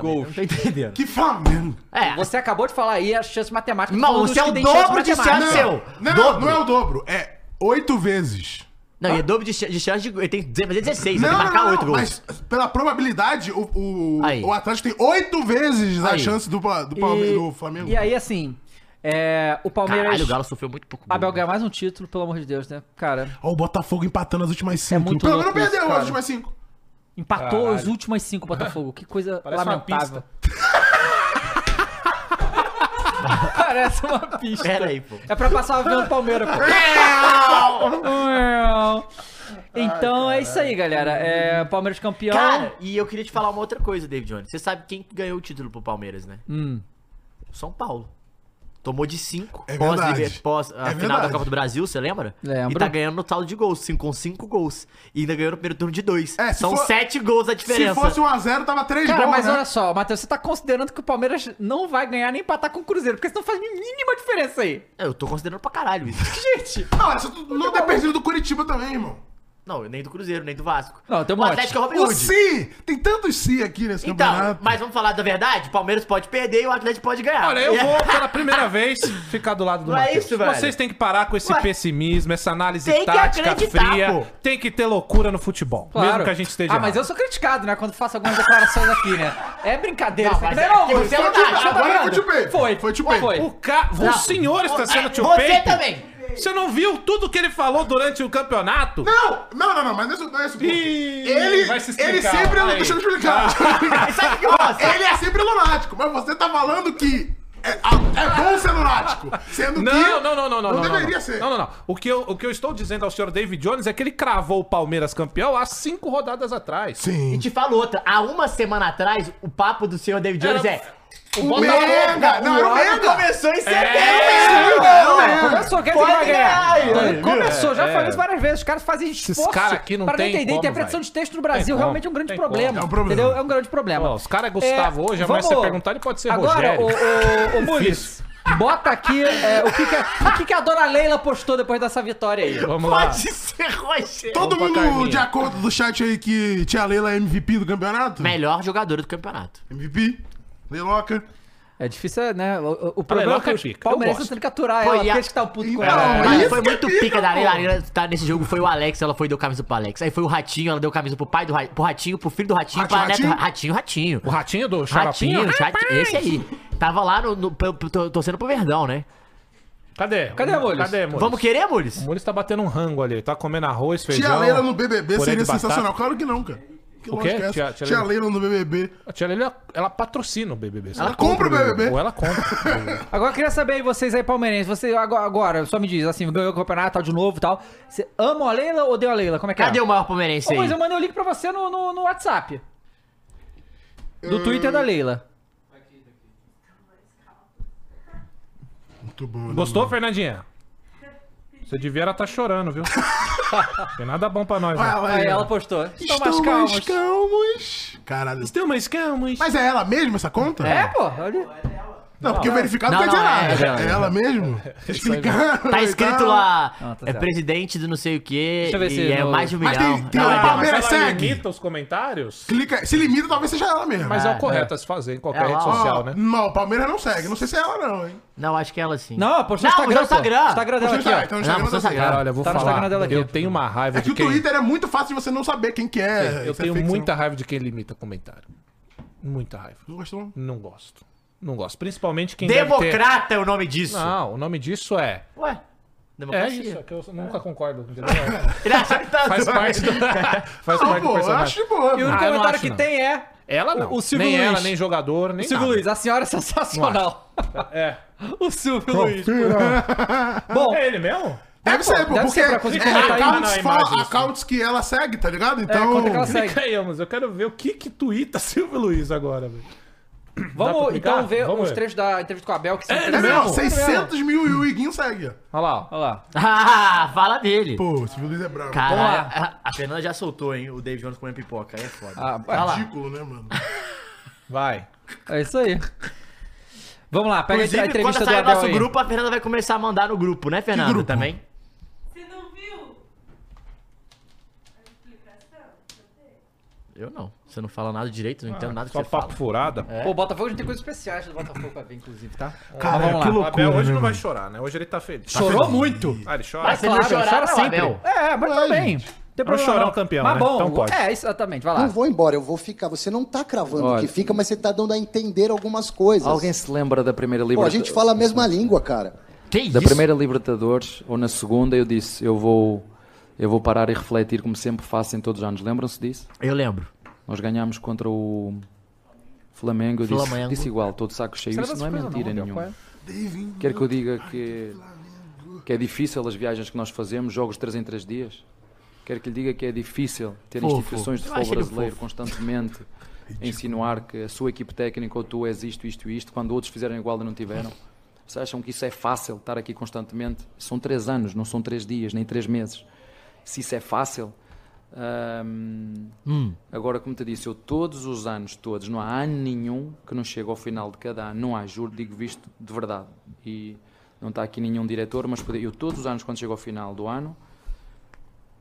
Gols.
Não tô entendendo.
Que Flamengo.
É,
Você acabou de falar aí as chances matemáticas.
Irmão,
Tô falando dos
você é
que
o
têm chance
dobro de
matemática.
chance- Seu,
Não, não,
dobro.
não é o dobro. É oito vezes.
Não, e é dobro de, ch- de chance de. Ele tem que fazer 16, ele
Não,
tem que
não,
marcar
não,
8
não,
gols.
mas pela probabilidade, o, o,
Aí.
o Atlético tem oito vezes a
Aí.
chance do, pa- do, Palme- do Flamengo.
E, e aí, assim, é, o Palmeiras.
Caralho, o Galo é sofreu muito pouco. gol.
Abel ganha mais um título, pelo amor de Deus, né? Cara,
Ó, o Botafogo empatando as
É
últimas cinco.
muito
Pelo menos
louco isso,
perdeu
cara.
as últimas cinco.
empatou
Caralho.
as últimas 5 Botafogo. Que coisa
Parece uma
lamentável. <laughs>
pista.
Parece uma pista.
Pera aí, pô.
É pra passar o avião do Palmeiras, pô.
<laughs>
Uau. Então é isso aí, galera. É Palmeiras campeão.
Cara, e eu queria te falar uma outra coisa, David Jones. Você sabe quem que ganhou o título pro Palmeiras, né?
Hum.
O São Paulo. Tomou de 5
É
pós,
verdade.
liber- pós
É
a final da
verdade.
Copa do Brasil, você lembra?
Lembro.
E tá ganhando no saldo de gols, cinco, com 5 gols. E ainda ganhou no primeiro turno de 2.
É, se
São
for-
7 gols a diferença.
Se fosse 1x0, tava 3
Cara,
gols,
mas
né?
olha só, Matheus, você tá considerando que o Palmeiras não vai ganhar nem empatar com o Cruzeiro, porque isso não faz a mínima diferença aí.
É, Eu tô considerando pra caralho isso. <laughs>
Gente,
Não, essa tu- não ter perdido do Curitiba também, irmão.
Não, nem do Cruzeiro, nem do Vasco.
Não, tem um
o
monte.
Atlético é o Robin
O
Hood.
Si! Tem tantos Si aqui nesse
Então,
campeonato.
mas vamos falar da verdade? O Palmeiras pode perder e o Atlético pode ganhar.
Olha, eu
É. <laughs>
vou pela primeira vez ficar do lado do
Não é
Matheus.
isso, velho.
Vocês têm que parar com esse
Ué.
pessimismo, essa análise
Tem que
tática
acreditar,
fria.
pô.
Tem que ter loucura no futebol,
Claro.
mesmo que a gente esteja
Ah, mas eu
errado.
sou criticado, né? Quando faço algumas declarações aqui, né? É brincadeira.
Não,
isso aqui.
mas é que você é
tá
eu
tá
tô-
um dado.
eu tô
Agora
dando.
foi tio Pepe.
Foi.
Foi tio Pepe.
O, ca... o
Não.
senhor está
É,
sendo tio
você
Pepe?
também.
Você não viu tudo que ele falou durante o campeonato?
Não, não, não, não, mas não é isso.
Ih,
Ele,
vai se explicar,
ele sempre.
fala aí.
Deixa eu explicar.
<laughs>
Sabe o que eu gosto?
ele é sempre lunático, mas você tá falando que é, é bom ser lunático. Sendo que.
Não, não, não, não, não, não.
deveria
não.
ser.
Não, não, não. O que, eu, o que eu estou dizendo ao senhor David Jones é que ele cravou o Palmeiras campeão há cinco rodadas atrás.
E
Sim.
te falo outra, há uma semana atrás, o papo do senhor David Jones
Era-
é.
O Menga! Não, era o
ano
Menga!
começou em setembro!
Era o
É,
Menga!
Começou, quer dizer
Pode
que vai
ganhar
ganhar.
aí, olha,
Começou, já
é.
falei isso várias vezes. Os caras fazem esforço
caras aqui não
para
tem
entender.
como,
Interpretação
velho.
de texto no Brasil
Tem
realmente é
como,
um grande
tem
problema.
como. É um problema.
Entendeu? É um grande problema.
Ó, os caras é Gustavo hoje, amanhã você perguntar, ele pode ser
Agora,
Rogério.
ô, ô, ô Mules, bota aqui é, o, que que a, o que que a dona Leila postou depois dessa vitória aí.
Vamos lá.
Pode ser Rogério!
Todo
Opa,
mundo
Carminha.
de acordo do chat aí que Tia Leila é MVP do campeonato?
Melhor jogadora do campeonato.
MVP? Leiloca.
É difícil, né? O, o- o problema é
Leila
que
é
os
pica, eu
palmeirenses
gosto.
estão tendo que aturar
Foi
ela,
a-
porque eles que tá o puto com
Então,
ela.
é
Mas
isso
foi
que é
muito
pica,
pica da Leila.
pô.
A Leila tá nesse jogo, foi o Alex, ela foi e deu camisa pro Alex. Aí foi o Ratinho, ela deu camisa pro pai do Ratinho, pro Ratinho, pro filho do Ratinho,
Ratinho,
pra neta.
Ratinho?
Ratinho, Ratinho.
O ratinho do xaropinho?
Ratinho, Ratinho, esse aí. Tava lá no, no- pro- pro- to- torcendo pro Verdão, né?
Cadê?
Cadê, Mules?
Cadê, Mules?
Vamos querer, Mules?
O Mules tá batendo um rango ali. Tá comendo arroz, feijão.
Tia Leila no BBB
purê
seria
de batata.
sensacional. Claro que não, cara. Que
O quê?
lógica é essa?
Tia- Tia
Tia,
Leila-
Leila no BBB.
A tia Leila, ela, patrocina o BBB. sabe?
Ela compra o BBB.
Ou ela
<laughs>
compra.
Agora eu queria saber aí, vocês aí, palmeirenses, você agora, agora só me diz, assim, ganhou o campeonato, tal, de novo e tal. Você ama a Leila ou deu a Leila? Como é que
Cadê
é?
o maior palmeirense
Ô,
aí?
mas eu mandei o link pra você no, no, no WhatsApp. Do Twitter da Leila.
Muito bom. né,
Gostou, Fernandinha? Você devia era tá chorando, <laughs> viu? Tem nada bom pra nós, né?
Vai, vai,
Aí
vai.
ela postou.
Estão
Estão mais calmos.
calmos. Caralho.
Tem umas camas.
Mas é ela mesma essa conta?
É, pô. olha.
Não, porque o verificado
Não,
quer dizer
não, é
nada.
ela,
É
é
ela mesmo? <laughs> Explicar.
Tá escrito
Então-
lá,
Não, tá
é
certo.
presidente do não sei o quê,
Deixa eu ver
e
se
é
no-
mais de um
Mas
milhão.
tem- tem
Não,
uma
é-
palavra- Palmeiras
mas ela
segue.
limita os comentários?
Clica, se limita, talvez seja ela mesmo.
Mas é,
É,
o correto a se fazer em qualquer
É,
rede
ó,
social,
Ó,
né?
Não, o Palmeiras não segue. Não sei se é ela, não, hein?
não, acho que é ela sim.
Não, postou no
Não,
Instagram.
postou no
pô.
Instagram.
Instagram dela
Postou no
aqui,
Instagram,
ó.
então
Não, postou no
tá
Instagram.
Cara, olha, eu vou
Tá no
falar.
Instagram dela aqui.
Eu tenho uma raiva
É que
de
o
quem...
Twitter é muito fácil de você não saber quem que é.
Eu
Isso é
tenho
ficção.
muita raiva de quem limita comentário. Muita raiva.
Não gostou? não?
Não gosto. Não gosto. Principalmente quem deve ter...
Democrata é o nome disso.
Não, o nome disso é...
Ué,
É
democracia.
isso, é que eu nunca concordo, entendeu?
<laughs>
É.
Ele achou que tá <laughs>
Faz
zoando.
parte do... Faz
Não,
parte do
pô, eu acho
personagem.
de boa.
E o
Ah,
único
mano.
eu não
comentário
acho,
que
não.
tem é...
Ela não.
O- o Silvio
nem
Luiz.
ela, nem jogador, nem
Silvio
nada.
Luiz, a senhora é sensacional.
É.
O Silvio Luiz. Bom,
É ele mesmo?
Deve ser, pô,
deve
porque
ser pra conseguir
é
comentar aí. assim.
accounts,
Ah, não,
fala-
imagem, isso.
accounts que ela segue, tá ligado?
é,
Então.
conta que ela segue.
Fica Tá aí, Amos. Eu quero ver o que que tuita Silvio Luiz agora, velho. pra
Vamos
clicar?
então ver
Vamos
os
ver.
trechos da entrevista com a Bel né? que são
é mesmo,
interessantes.
600 mil e o Iguinho segue. ó.
Olha lá, ó.
Olha lá.
Ah, fala dele.
Pô, esse Luiz é brabo.
Caralho, Ah, a- a Fernanda já soltou, hein, o David Jones comendo pipoca. Aí é foda.
Ah,
Olha lá.
Ridículo, né, mano?
Vai.
É isso aí. Vamos lá, pega a
Inclusive, quando
entrevista do
sair o
Abel
nosso
aí.
grupo, a Fernanda vai começar a mandar no grupo, né, Fernanda?
grupo?
Também.
Você não viu? A explicação?
Eu não. Você não fala nada direito, não entendo nada que
Só
você
papo
fala.
furada.
Pô, É. o Botafogo a gente tem coisas especiais do Botafogo pra ver, inclusive, tá?
Cara,
vamos lá.
que
O Abel
loucura,
hoje
né,
não vai
mano?
chorar, né? Hoje ele tá feliz.
Chorou muito.
Ah, ele chora?
Mas você não chorar, não, Abel.
É, mas
tá
tudo bem. Não tem problema.
chorar
não.
um campeão,
Mas
né?
bom,
Então pode.
É, exatamente, vai
Não
lá.
vou embora, eu vou ficar. Você não tá cravando
Olha.
que fica, mas você tá dando a entender algumas coisas.
Alguém se lembra da primeira
Pô, a
Libertadores?
gente fala a mesma língua, cara.
É. Que isso?
Da primeira Libertadores, ou na segunda, eu disse, eu vou, eu vou parar e refletir, como sempre faço em todos os anos. Lembram-se disso?
Eu lembro.
Nós ganhámos contra o Flamengo, eu disse,
Flamengo.
disse igual, todo saco cheio. Isso não é mentira nenhuma. Quer que é? eu diga que, que é difícil as viagens que nós fazemos, jogos de 3 em 3 dias? Quer que lhe diga que é difícil ter
Fofo.
instituições de
Eu
futebol
achei ele
brasileiro
fofo.
constantemente a insinuar que a sua equipe técnica ou tu és isto, isto, isto, quando outros fizeram igual e não tiveram? Vocês acham que isso é fácil, estar aqui constantemente? São 3 anos, não são 3 dias, nem 3 meses. Se isso é fácil... hum, Agora, como te disse, eu todos os anos, todos, não há ano nenhum que não chegue ao final de cada ano, não há, juro, digo visto de verdade. E não está aqui nenhum diretor, mas pode- eu todos os anos, quando chego ao final do ano,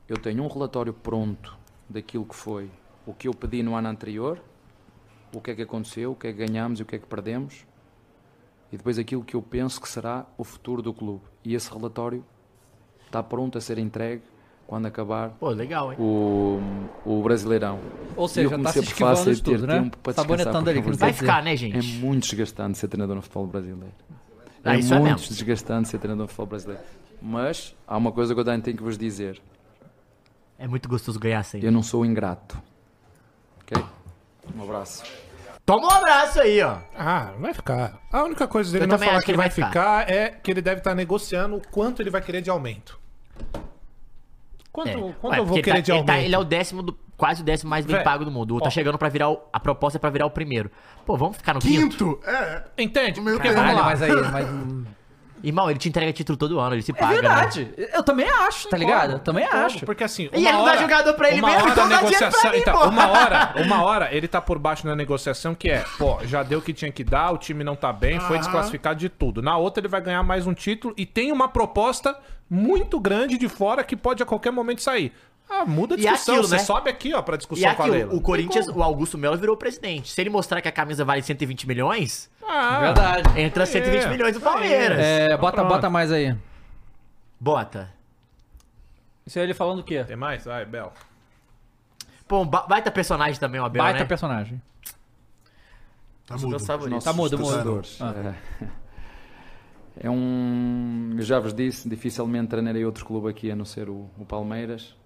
eu Eu tenho um relatório pronto daquilo que foi o que eu pedi no ano anterior, o que é que aconteceu, o que é que ganhamos e o que é que perdemos, e depois aquilo que eu penso que será o futuro do clube. E esse relatório está pronto a ser entregue quando acabar
Pô, legal, hein?
o, o Brasileirão.
Ou
E eu
seja, tá se
comecei por
esquivando
fácil
de tudo,
ter
né?
tempo para descansar,
Sabonetando
porque
ali, que não
a
Tá Vai
vai
ficar, né,
É
gente?
muito desgastante ser treinador no futebol brasileiro.
Ah,
é
isso é
muito
mesmo.
desgastante ser treinador no futebol brasileiro. Mas há uma coisa que eu também tenho que vos dizer.
É muito gostoso ganhar sem.
Eu não sou ingrato. Ok? Um abraço.
Toma um abraço aí, ó.
Ah, vai ficar. A única coisa dele
Eu
não
também
falar
acho
que ele vai ficar. é que ele deve estar negociando o quanto ele vai querer de aumento. Quanto,
É.
quanto
Ué,
eu vou
porque
querer
ele
de
tá, ele, tá-
aumento?
ele é o décimo do. Quase o décimo mais bem
Véi,
pago do mundo. O outro
ó.
tá chegando pra virar o. A proposta é pra virar o primeiro. Pô, vamos ficar no quinto?
Quinto? É.
Entende?
Meu
Porque
Deus.
vamos
Caralho,
lá.
mas aí, mas... né?
Irmão, ele te entrega título todo ano, ele se
É
paga. Né?
verdade. Eu também acho, tá ligado? Eu também
Como?
acho.
Porque assim.
E ele não dá jogador pra ele
uma
mesmo,
hora
então
da
não adianta pra
negociação,
mim,
então,
pô.
Uma
<laughs>
hora, uma hora ele tá por baixo na negociação, que é, pô, já deu o que tinha que dar, o time não tá bem, foi desclassificado de tudo. Na outra ele vai ganhar mais um título e tem uma proposta muito grande de fora que pode a qualquer momento sair. Ah, muda a
E
discussão.
aquilo,
Você
né?
sobe aqui, ó, pra
E
discussão com a
aqui,
Leila.
o, o Corinthians, o Augusto Melo virou presidente. Se ele mostrar que a camisa vale 120 milhões,
Ah,
Verdade.
entra 120
É,
milhões do Palmeiras.
É, bota,
pronto.
bota mais aí.
Bota.
Isso aí ele falando o quê?
Tem mais? Vai, Bel.
Pô, um ba- baita personagem também, o Abel,
Baita
né?
personagem.
Tá
Os meus
mudo.
favoritos.
Tá mudo, mudo.
Torcedores.
Ah.
É um. Eu já vos disse, dificilmente treinarei outro clube aqui a não ser o, o Palmeiras.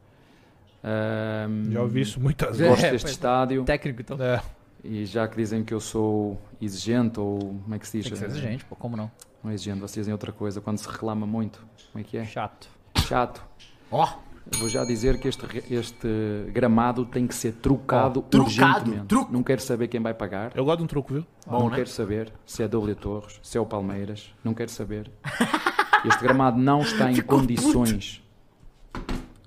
Ahm,
Já ouvi isso muitas vezes.
Gosto
É,
deste
pois é.
estádio
Técnico, então.
É.
e já que dizem que eu sou exigente ou como é que se diz?
Tem que ser exigente, pô, como não?
Não é exigente, vocês dizem outra coisa quando se reclama muito. Como é que é?
Chato.
Chato.
Ó,
Vou já dizer que este, re- este gramado tem que ser
Oh,
trucado
trucado,
urgentemente.
truco.
Não quero saber quem vai pagar.
Eu gosto de um truco, viu?
não
né?
quero saber se é W Torres, se é o Palmeiras. Não quero saber. Este gramado não está em condições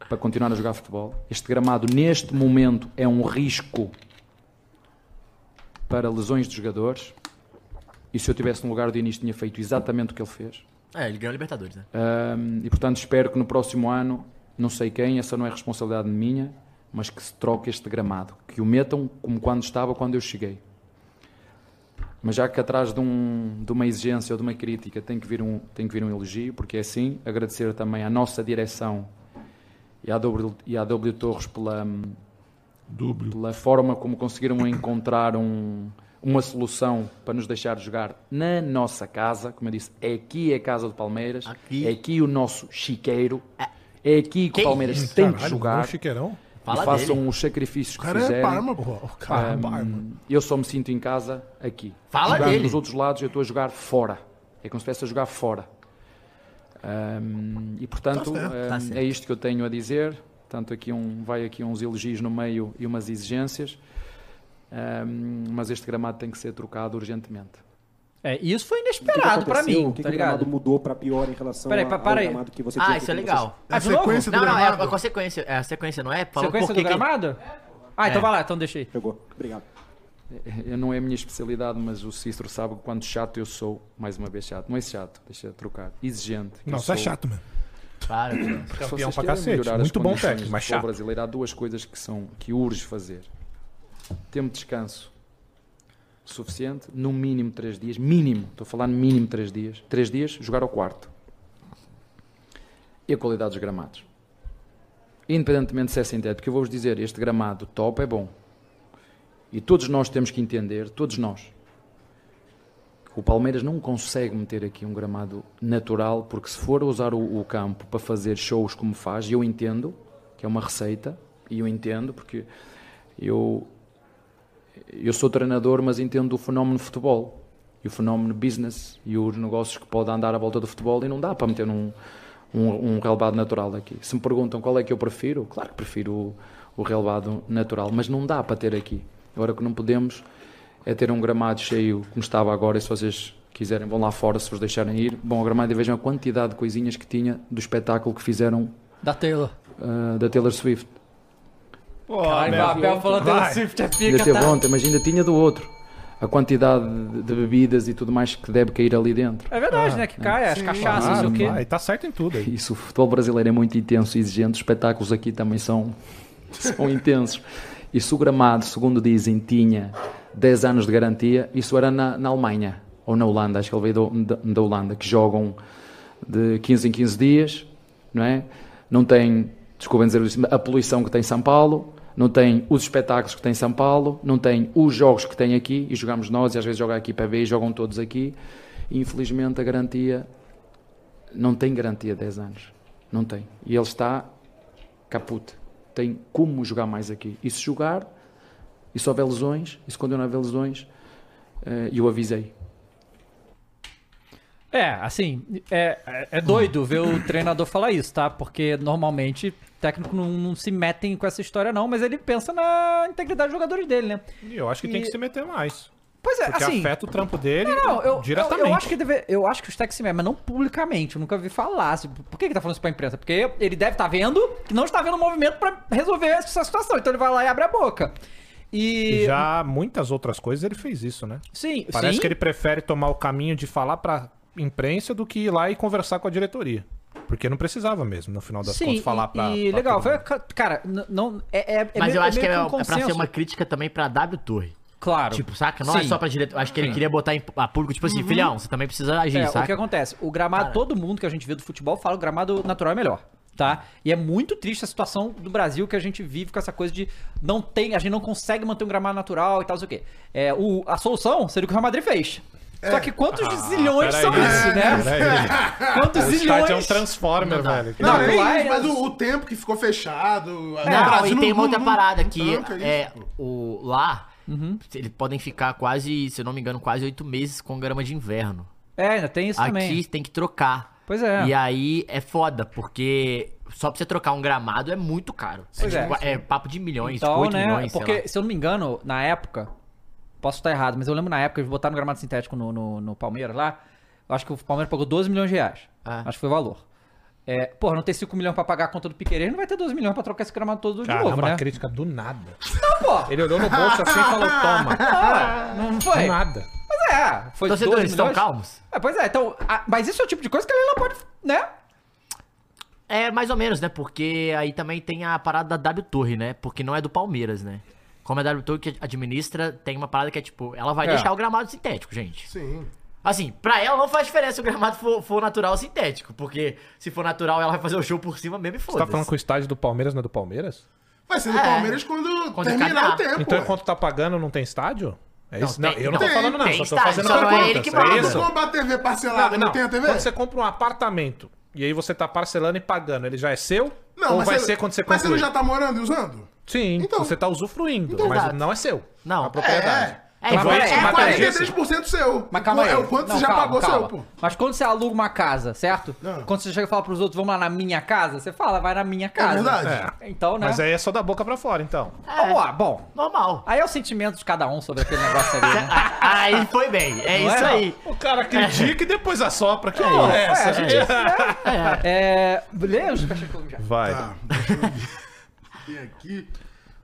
para continuar a jogar futebol. Este gramado, neste momento, é um risco para lesões de jogadores. E se eu tivesse no lugar do Inês, tinha feito exatamente o que ele fez.
É, ele ganhou a Libertadores, né?
Um, e portanto espero que no próximo ano, não sei quem, essa não é responsabilidade minha, mas que se troque este gramado, que o metam como quando estava quando eu cheguei. Mas já que atrás de, um- de uma exigência ou de uma crítica tem que, vir um, tem que vir um elogio, porque é assim, agradecer também à nossa direção e à W, e à W Torres pela, hum, pela forma como conseguiram encontrar um- uma solução para nos deixar jogar na nossa casa. Como eu disse, é aqui a casa do Palmeiras,
Aqui. Ah,
é aqui o nosso chiqueiro, é aqui que,
Que
o Palmeiras
isso,
tem que
Caralho, um
jogar.
chiqueirão.
E
Fala
façam
dele.
os sacrifícios
O
que
é cara é
fizerem.
Parma, pô. é
Pô,
É,
cara, barba.
hum.
Eu só me sinto em casa aqui.
Fala
Jogar
dele.
Nos outros lados eu estou a jogar fora. É como se estivesse a jogar fora. Ahm, e portanto ahm,
Tá certo.
é isto que eu tenho a dizer. Tanto aqui um vai aqui uns elogios no meio e umas exigências. Ahm, mas este gramado tem que ser trocado urgentemente. <laughs>
É, e isso foi
O que que
inesperado pra
aconteceu?
mim,
O que
tá
que o gramado
ligado?
mudou pra pior em relação
Peraí,
a-
pa-
ao
para aí.
gramado que você
Ah,
tinha
isso é
quando
legal.
É a
de novo?
sequência do
Não, não, é a,
gramado.
a consequência, é a sequência, não é? Fala
Sequência
por que
do
que-
gramado? Ah, então
É.
vai lá, então deixa aí.
você Jogou. Obrigado.
Eu não é a minha especialidade, mas o Cícero sabe o quanto chato eu sou. Mais uma vez chato. Não é chato, deixa eu trocar. Exigente. que eu
Não, isso é
sou.
chato mesmo.
Para, cara.
É
Se
Campeão
vocês
pra
querem
cacete.
melhorar as
Muito bom
condições
técnico,
do
mas
futebol
chato.
brasileiro, há duas coisas que são que urge fazer. Tempo de descanso suficiente, no mínimo três dias, mínimo, estou a falar no mínimo três dias. Três dias, jogar ao quarto. E a qualidade dos gramados. Independentemente se é sintético, eu vou-vos dizer, este gramado top é bom. E todos nós temos que entender, todos nós, o Palmeiras não consegue meter aqui um gramado natural, porque se for usar o, o campo para fazer shows como faz, e eu entendo que é uma receita, e eu entendo, porque eu, eu sou treinador, mas entendo o fenómeno futebol, e o fenómeno business, e os negócios que podem andar à volta do futebol, e não dá para meter um, um, um relevado natural aqui. Se me perguntam qual é que eu prefiro, claro que prefiro o, o relevado natural, mas não dá para ter aqui. Agora que não podemos é ter um gramado cheio como estava agora e se vocês quiserem vão lá fora se vos deixarem ir bom ao gramado e vejam a quantidade de coisinhas que tinha do espetáculo que fizeram
Da Taylor.
ah, da Taylor Swift
Caralho, o Abel falando
Vai.
Taylor Swift é
ainda
pica,
teve
tá?
ontem mas ainda tinha do outro a quantidade de- de bebidas e tudo mais que deve cair ali dentro.
É verdade, né? Que cai, as cachaças, não sei o quê.
Ah, e tá certo em tudo aí.
Isso, o futebol brasileiro é muito intenso e exigente, os espetáculos aqui também são, <laughs> são intensos. E se o gramado, segundo dizem, tinha 10 anos de garantia, isso era na, na Alemanha ou na Holanda, acho que ele veio do- da, da Holanda, que jogam de 15 em 15 dias, não é? Não tem, desculpem dizer isso, a poluição que tem São Paulo, não tem os espetáculos que tem São Paulo, não tem os jogos que tem aqui, e jogamos nós, e às vezes joga aqui para B e jogam todos aqui. Infelizmente a garantia não tem garantia 10 anos. Não tem. E ele está caput. Tem como jogar mais aqui. E se jogar, e se houver lesões, e se continuar a haver lesões, eh, eu avisei.
É, assim, é, é doido ver o treinador falar isso, tá? Porque normalmente técnico não, não se metem com essa história, não, mas ele pensa na integridade dos jogadores dele, né?
<laughs> E eu acho que tem que se meter mais.
Pois é,
Porque
assim.
afeta o trampo dele
Não, eu,
diretamente.
eu, eu acho que deve, eu acho que os técnicos se metem, mas não publicamente. Eu nunca vi falar. assim, por que, que tá falando isso pra imprensa? Porque ele deve estar vendo que não está vendo o movimento pra resolver essa situação. Então ele vai lá e abre a boca. E.
E já muitas outras coisas ele fez isso, né?
Sim,
Parece
sim.
que ele prefere tomar o caminho de falar pra imprensa do que ir lá e conversar com a diretoria. Porque não precisava mesmo, no final das contas, falar
e-
pra.
E
pra
legal,
todo
foi,
mundo.
ca- cara, n- não. É, é, é
Mas
meio-
eu acho que é,
meio
é pra ser
consenso.
uma crítica também pra W Torre.
Claro.
Tipo, saca? Não é
Sim. Uhum.
só pra diretor. Acho que ele queria botar em, a público, tipo assim, filhão, você também precisa agir,
É, o que
saca?
acontece? O gramado, todo mundo que a gente vê do futebol fala que o gramado natural é melhor, tá? E é muito triste a situação do Brasil que a gente vive com essa coisa de não tem, a gente não consegue manter um gramado natural e tal, não sei o quê. É, o, a solução seria o que o Real Madrid fez. Só que quantos zilhões
peraí,
são isso, né?
Peraí.
Quantos
O Start é um
zilhões?
Transformer, velho.
Não,
Não,
é isso,
lá é-
mas o, o tempo que ficou fechado. a-
Não,
o Brasil
e tem uma
não-
outra
não-
parada
não
que
tanca isso,
é
pô.
o lá,
Uhum.
eles podem ficar quase, se eu não me engano, quase oito meses com grama de inverno.
É, ainda tem isso
Aqui
também.
tem que trocar.
Pois é.
E aí é foda, porque só pra você trocar um gramado é muito caro.
Pois é.
tipo, é. papo de milhões,
Então,
8
né?
milhões, sei lá.
porque, se eu não me engano, na época, posso estar errado, mas eu lembro na época, eles botaram no gramado sintético no, no, no Palmeiras lá, eu acho que o Palmeiras pagou 12 milhões de reais.
Ah.
Acho que foi o valor. É, porra, não ter 5 milhões pra pagar a conta do Piqueires, não vai ter 12 milhões pra trocar esse gramado todo de
Ah,
Caramba,
novo, né?
a crítica do nada.
Não, pô!
Ele olhou no bolso assim e falou: toma.
Não
Do
foi?
nada. tá
Mas é, foi
Torcedores,
12
estão
milhões.
calmos?
É, pois é, então, ah, mas isso é o tipo de coisa que a Leila pode, né?
É, mais ou menos, né? Porque aí também tem a parada da W Torre, né? Porque não é do Palmeiras, né? Como é a W Torre que administra, tem uma parada que é tipo, ela vai
É.
deixar o gramado sintético, gente.
Sim.
Assim, pra ela não faz diferença se o gramado for, for natural ou sintético, porque se for natural ela vai fazer o show por cima mesmo e
Você
foda-se.
tá falando que o estádio do Palmeiras não é do Palmeiras?
Vai ser do
É.
Palmeiras quando,
Quando
terminar
acabar.
o tempo.
Então,
é.
enquanto tá pagando, não tem estádio? É
Não,
isso? Não,
tem-
eu não tô
não,
falando, não.
tem
Só tô
estádio,
fazendo
só não é ele
perguntas.
que
É
paga.
isso?
Quando compra a TV parcelada,
Não,
não,
não.
tem a TV?
Quando você compra um apartamento e aí você tá parcelando e pagando, ele já é seu?
Não,
ou
mas
vai
você-
ser quando você
Mas você não
concluir?
já tá morando e usando?
Sim,
Então-
você tá usufruindo,
Então-
mas
Exato.
não é seu.
Não.
É uma propriedade. Tá
É,
Mas
foi-
peraí,
é
mas
quase-
peraí.
43% seu.
Mas calma aí.
É o quanto
Não,
você já
calma,
pagou
calma.
seu, pô.
Mas quando você aluga uma casa, certo?
Ah.
Quando você chega e fala pros outros, vamos lá na minha casa, você fala, vai na minha
É
casa.
verdade.
Então, né?
Mas aí é só da boca pra fora, então.
Vamos lá, bom.
normal. <laughs>
Aí é o sentimento de cada um sobre aquele negócio ali, né?
Aí foi bem, é
Não é?
isso aí.
O cara critica e depois assopra. Que porra é essa?
É. Lê os cachorros já.
<laughs> Vai.
Tá, deixa eu ver. Tem aqui.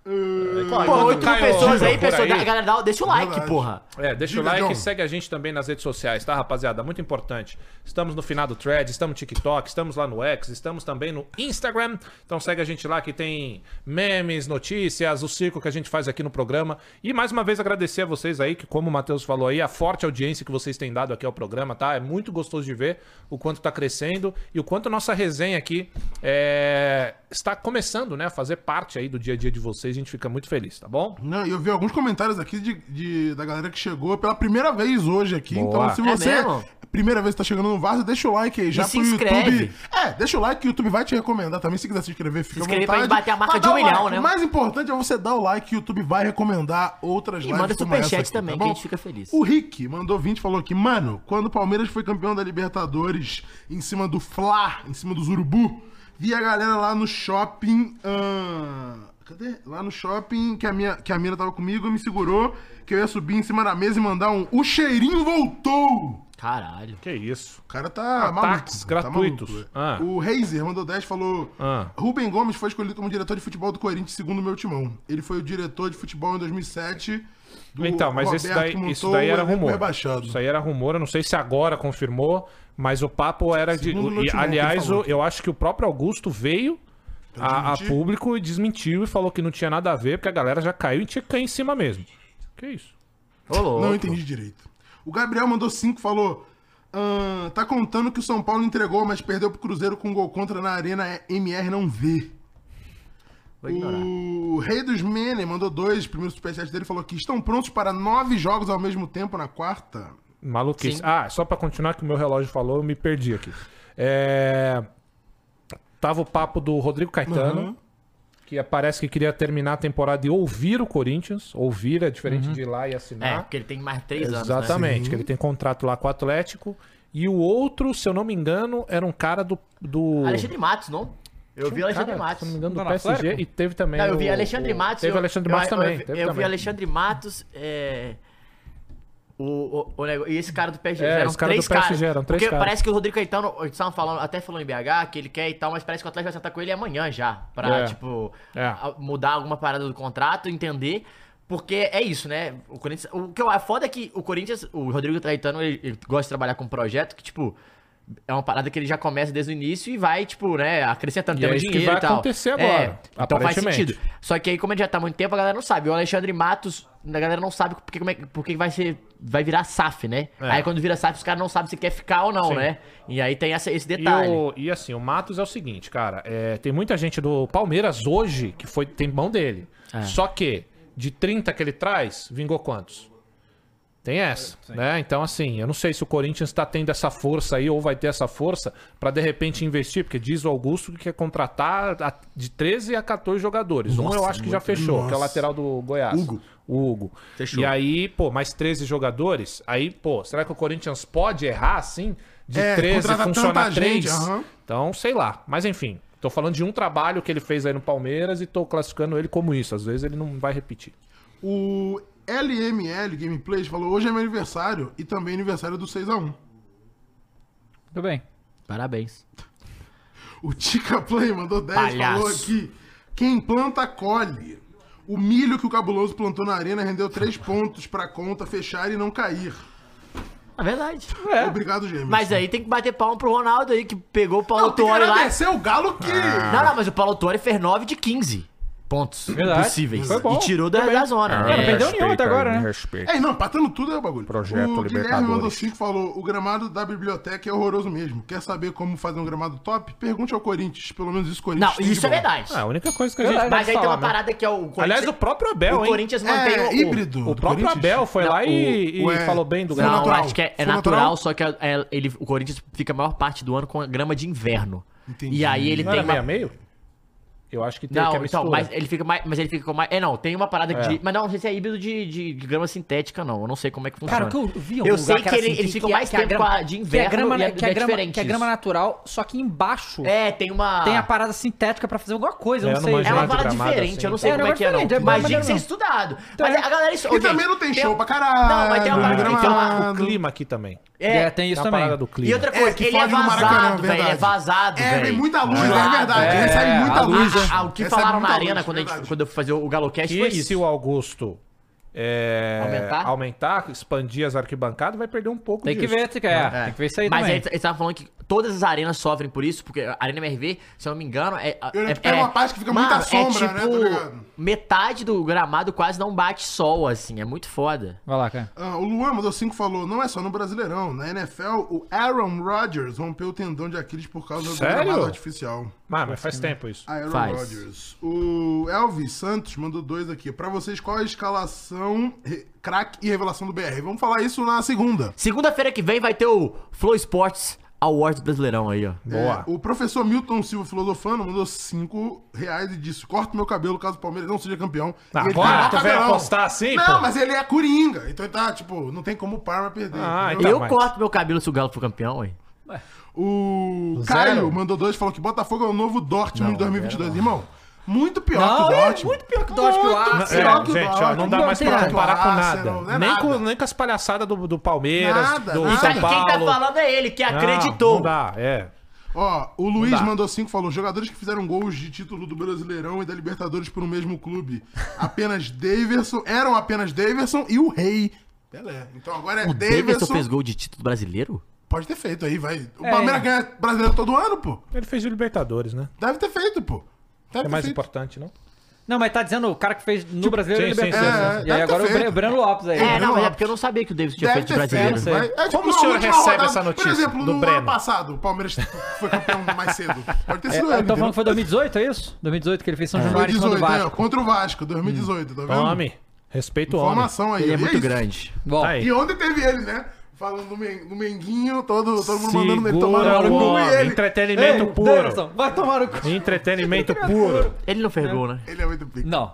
Uh,
Qual é?
Pô,
Quando
8 mil
cai o
pessoas
Gil
aí,
por
pessoa,
aí.
da- galera, dá- deixa o like,
Verdade.
porra.
É, deixa
Diga,
o like
John.
e segue a gente também nas redes sociais, tá, rapaziada? Muito importante. Estamos no final do thread, estamos no TikTok, estamos lá no X, estamos também no Instagram. Então segue a gente lá que tem memes, notícias, o circo que a gente faz aqui no programa. E mais uma vez agradecer a vocês aí, que como o Matheus falou aí, a forte audiência que vocês têm dado aqui ao programa, tá? É muito gostoso de ver o quanto tá crescendo e o quanto nossa resenha aqui é, está começando, né? A fazer parte aí do dia a dia de vocês. A gente fica muito feliz, tá bom?
Não, e eu vi alguns comentários aqui de, de- da galera que chegou pela primeira vez hoje aqui.
Boa.
Então, se
É
você é
mesmo?
a primeira vez que tá chegando no Vaso, deixa o like aí já
se
pro
inscreve.
YouTube. É, deixa o like que o YouTube vai te recomendar também. Se quiser se inscrever, fica à
inscreve pra
vontade.
gente bater a marca
Mas
de
dá
um
o
milhão,
like.
né?
O mais importante é você dar o like que o YouTube vai recomendar outras
E
lives
manda
como essa
superchat
aqui, tá
também, que a
bom?
gente fica feliz.
O Rick mandou 20 e falou aqui, mano, quando o Palmeiras foi campeão da Libertadores em cima do Fla, em cima dos Urubu, vi a galera lá no shopping. ahn, cadê? Lá no shopping que a, minha, que a Mira tava comigo, me segurou, que eu ia subir em cima da mesa e mandar um. O cheirinho voltou!
Caralho.
Que isso.
O cara tá
Ataques
maluco, tá maluco.
gratuitos. Ah.
O Reiser mandou 10 e falou:
Ah.
Rubem Gomes foi escolhido como diretor de futebol do Corinthians, segundo o meu timão. Ele foi o diretor de futebol em 2007. do
Então, mas esse
Roberto, um
daí,
que
isso
montou
daí
o
era
elenco
rumor.
é Rebaixado.
Isso aí era rumor, eu não sei se agora confirmou, mas o papo era de.
Segundo o meu
e,
timão,
aliás,
que ele
o- eu acho que o próprio Augusto veio a, a
desmentir?
público e desmentiu e falou que não tinha nada a ver, porque a galera já caiu e tinha que cair em cima mesmo. Que isso?
Ô, louco.
Não entendi direito. O Gabriel mandou 5 falou: "Ahn, tá contando que o São Paulo entregou, mas perdeu pro Cruzeiro com um gol contra na Arena MR não vê.
Vou ignorar.
O Rei dos Menem mandou dois, primeiro superchat dele falou que estão prontos para nove jogos ao mesmo tempo na quarta.
Maluquice.
Sim.
Ah, só pra continuar que o meu relógio falou, eu me perdi aqui. É, Tava o papo do Rodrigo Caetano, que parece que queria terminar a temporada e ouvir o Corinthians. Ouvir é diferente de ir lá e
É,
assinar.
porque ele tem mais três anos, né?
Né? Exatamente, que ele tem contrato lá com o Atlético. E o outro, se eu não me engano, era um cara do. do...
Alexandre Matos, não? Eu vi o Alexandre
cara,
Matos.
Se eu não me engano, do
Não, não,
PSG
Atlético?
e teve também.
Não, eu vi
o-
Alexandre
o-
Matos.
Teve
eu-
Alexandre
eu-
Matos
eu-
também.
Eu, vi-
teve
eu vi
também.
Alexandre Matos. É... O, o, o nego- E esse cara do PSG.
É,
eram
esse cara
três
do PSG,
caras.
eram três
Porque
caras.
parece que o Rodrigo Caetano, eles estavam falando, até falando em BH, que ele quer e tal, mas parece que o Atlético vai sentar com ele amanhã já. Pra,
É.
tipo,
É.
a- mudar alguma parada do contrato, entender. Porque é isso, né? O Corinthians. O que eu, a foda é que o Corinthians, o Rodrigo Caetano, ele, ele gosta de trabalhar com um projeto que, tipo. É uma parada que ele já começa desde o início e vai, tipo, né, acrescentando
E
tema
é
de
isso que
dinheiro
vai
e tal.
acontecer
É,
agora,
então faz
aparentemente.
sentido. Só que aí, como ele já tá há muito tempo, a galera não sabe. O Alexandre Matos, a galera não sabe porque, como é, porque vai ser. Vai virar SAF, né? Aí quando vira SAF, os caras não sabem se quer ficar ou não,
É. Sim.
né? E aí tem essa- esse
E,
detalhe.
o- e assim, o Matos é o seguinte, cara. é, tem muita gente do Palmeiras hoje que foi, tem mão dele.
É.
Só que, de 30 que ele traz, vingou quantos? Tem essa, né? Então, assim, eu não sei se o Corinthians tá tendo essa força aí ou vai ter essa força pra de repente investir, porque diz o Augusto que quer contratar a- de 13 a 14 jogadores. um eu acho que já fechou, que é o lateral do Goiás.
Hugo.
O Hugo.
Fechou.
E aí, pô, mais 13 jogadores. Aí, pô, será que o Corinthians pode errar assim? De
É,
13
contrata
funcionar
tanta gente,
3?
aham.
Então, sei lá. Mas enfim, tô falando de um trabalho que ele fez aí no Palmeiras e tô classificando ele como isso. Às vezes ele não vai repetir.
O LML Gameplays falou: "Hoje é meu aniversário e também aniversário do 6 a 1".
Tudo bem.
Parabéns.
O Tica Play mandou 10 falou
Palhaço.
aqui. Quem planta, colhe. O milho que o Cabuloso plantou na arena rendeu
<laughs>
3 pontos pra conta fechar e não cair.
É verdade.
Obrigado, Gêmeos.
Mas aí tem que bater palma pro Ronaldo aí, que pegou o Paulo
Não, tem que
Torre lá.
agradecer o Galo que...
Não, não, mas o Paulo Torre fez 9 de 15 pontos
Verdade.
possíveis.
Foi bom.
E tirou da,
Foi bem.
da zona.
É, não
né?
perdeu nenhum até agora, né?
Respeito.
É, não, empatando tudo é o bagulho.
Projeto
o Guilherme
Libertadores.
mandou 5 falou, o gramado da biblioteca é horroroso mesmo. Quer saber como fazer um gramado top? Pergunte ao Corinthians, pelo menos isso o Corinthians
um
Não,
tem de
isso é
bom.
verdade.
É a única coisa que a gente
Verdade,
mas
pode
aí tem
falar,
uma
né?
parada que é o Corinthians.
Aliás, o próprio Abel,
o
hein?
Corinthians mantém
É,
o- o,
híbrido.
O
do
próprio
Corinthians?
Abel foi lá e, e
o- é-
falou bem do
Foi
Galo.
Não,
natural.
acho que é, é
Foi
natural,
natural?
só que é- é- ele, o Corinthians fica a maior parte do ano com a grama de inverno.
Entendi.
E aí ele
Não
tem
era
uma...
meio a meio? Eu acho que tem que é
Não,
mistura.
então, mas ele fica mais. Mas ele fica com mais. É, não, tem uma parada de. Mas não, não sei se é híbrido de, de, de grama sintética, não. Eu não sei como é que
Cara,
funciona.
o que eu vi em algum
Eu
lugar
sei que,
era
ele,
assim,
eles ficam
que-
mais
que a
tempo
grama-
com a de inverno
que a grama,
e é,
que a
é
grama-
diferente.
que a grama
isso.
natural, só que embaixo
É, tem uma.
tem a parada sintética pra fazer alguma coisa, eu
É,
não
eu não
sei.
manjo
É uma
Gramado,
parada
gramado,
diferente,
assim.
eu não sei
É,
como é
não,
que é, não.
diferente, é
Mas
maneiro
tem que ser
não.
estudado.
Então,
mas
é.
a galera... um isso-
E
Ô, gente,
também não tem show pra
Não,
caralho.
mas tem uma parada que tem uma...
então O clima aqui também.
É,
É,
tem
Tem
isso
a
também.
parada do clima.
e outra coisa,
que
ele é
fode no Maracanã,
vazado, velho, ele é
verdade.
vazado,
É,
velho.
vem muita luz, é,
Vazado.
verdade. Ele sai muita
A-
luz.
a- a- o que
Recebe
falaram
muita
na
luz, é
arena quando, a gente-
verdade.
quando eu fazia o GaloCast foi
que se
isso.
o Augusto é,
Aumentar?
aumentar? expandir as arquibancadas, vai perder um pouco
Tem que
disso.
ver, tem que, é, tem que ver isso aí
Mas é-
também.
aí eles estavam falando que todas as arenas sofrem por isso, porque a Arena MRV, se eu não me engano, é.
Eu lembro
é, tipo
que tem uma parte que fica muita sombra, né? Tô ligado.
metade do gramado quase não bate sol, assim. É muito foda.
Vai lá, cara.
Ah, o Luan mandou 5 falou, não é só no Brasileirão. Na NFL, o Aaron Rodgers rompeu o tendão de Aquiles por causa
Sério?
do gramado artificial.
Ah,
Ah,
Mas, mas faz tempo isso.
Aaron
Faz.
Rodgers. O Elvis Santos mandou dois aqui. Pra vocês, qual a escalação, re- craque e revelação do BR? Vamos falar isso na segunda.
Segunda-feira que vem vai ter o Flow Sports Awards Brasileirão aí, ó.
Boa.
É, o professor Milton Silva Filosofano mandou 5 reais e disse: corta meu cabelo caso o Palmeiras não seja campeão.
Ah,
E ele
agora
tem um
tu vem
cabelão.
apostar assim,
Não,
pô?
mas ele é coringa. Então ele tá, tipo, não tem como o Parma perder.
Ah, então- Tá,
entendeu?
eu
mas-
corto meu cabelo se o Galo for campeão, hein?
O
Zero.
Caio mandou dois e falou que Botafogo é o novo Dortmund de 2022. Irmão, Muito pior
Não,
que o
é
Dortmund.
muito pior que o Dodge que o
Muito
É,
Arsenal.
Será que o
gente, ó, não
Dortmund
dá mais
tem
pra
nada?
comparar com nada.
Arsenal, não é
nem,
nada.
Com, nem com as palhaçadas do, do Palmeiras,
Nada,
do
nada.
São
Quem
Paulo.
tá falando é ele, que acreditou.
Não, não dá, é.
Ó, o Luiz
dá.
mandou cinco, falou: jogadores que fizeram gols de título do Brasileirão e da Libertadores por um mesmo clube. Apenas Daverson, eram apenas Daverson e o Rei. Pelé. Então agora é
O Davidson
Daverson.
fez gol de título brasileiro?
Pode ter feito aí, vai. O
É.
Palmeiras ganha brasileiro todo ano, pô.
Ele fez o Libertadores, né?
Deve ter feito, pô. Deve
É
ter
mais
feito.
importante, não?
Não, mas tá dizendo o cara que fez no Brasileiro
sim,
e
sim,
Libertadores.
sim, sim.
E aí
É,
agora
deve
o
ter
Bre-
feito.
Breno Lopes aí.
Tá É,
Breno
não, mas é
Lopes.
porque eu não sabia que o Davidson tinha
Deve
feito de
ter
brasileiro.
feito. vai. É,
Como o
na
senhor
última
recebe essa notícia
Por exemplo,
do
no
Breno?
ano passado, o Palmeiras <laughs> foi campeão mais cedo. Pode ter
É,
sido ele.
então
entendeu?
falando que foi 2018, é isso? 2018 que ele fez São Januário em cima do
2018, né?
Vasco.
Contra o Vasco, 2018, tá vendo?
um Homem. Respeito o homem.
Formação aí.
Ele é
e
muito
isso.
grande.
Bom,
Tá aí.
E ontem teve ele, né? Falando do, men do Menguinho, todo, todo
Tá
mundo mandando ele tomar
Segura
no
o
cu e
homem.
ele.
Entretenimento
Ei,
puro.
Davidson, vai tomar no cu.
Entretenimento puro.
Ele não fez gol, né?
Ele é muito pica.
Não.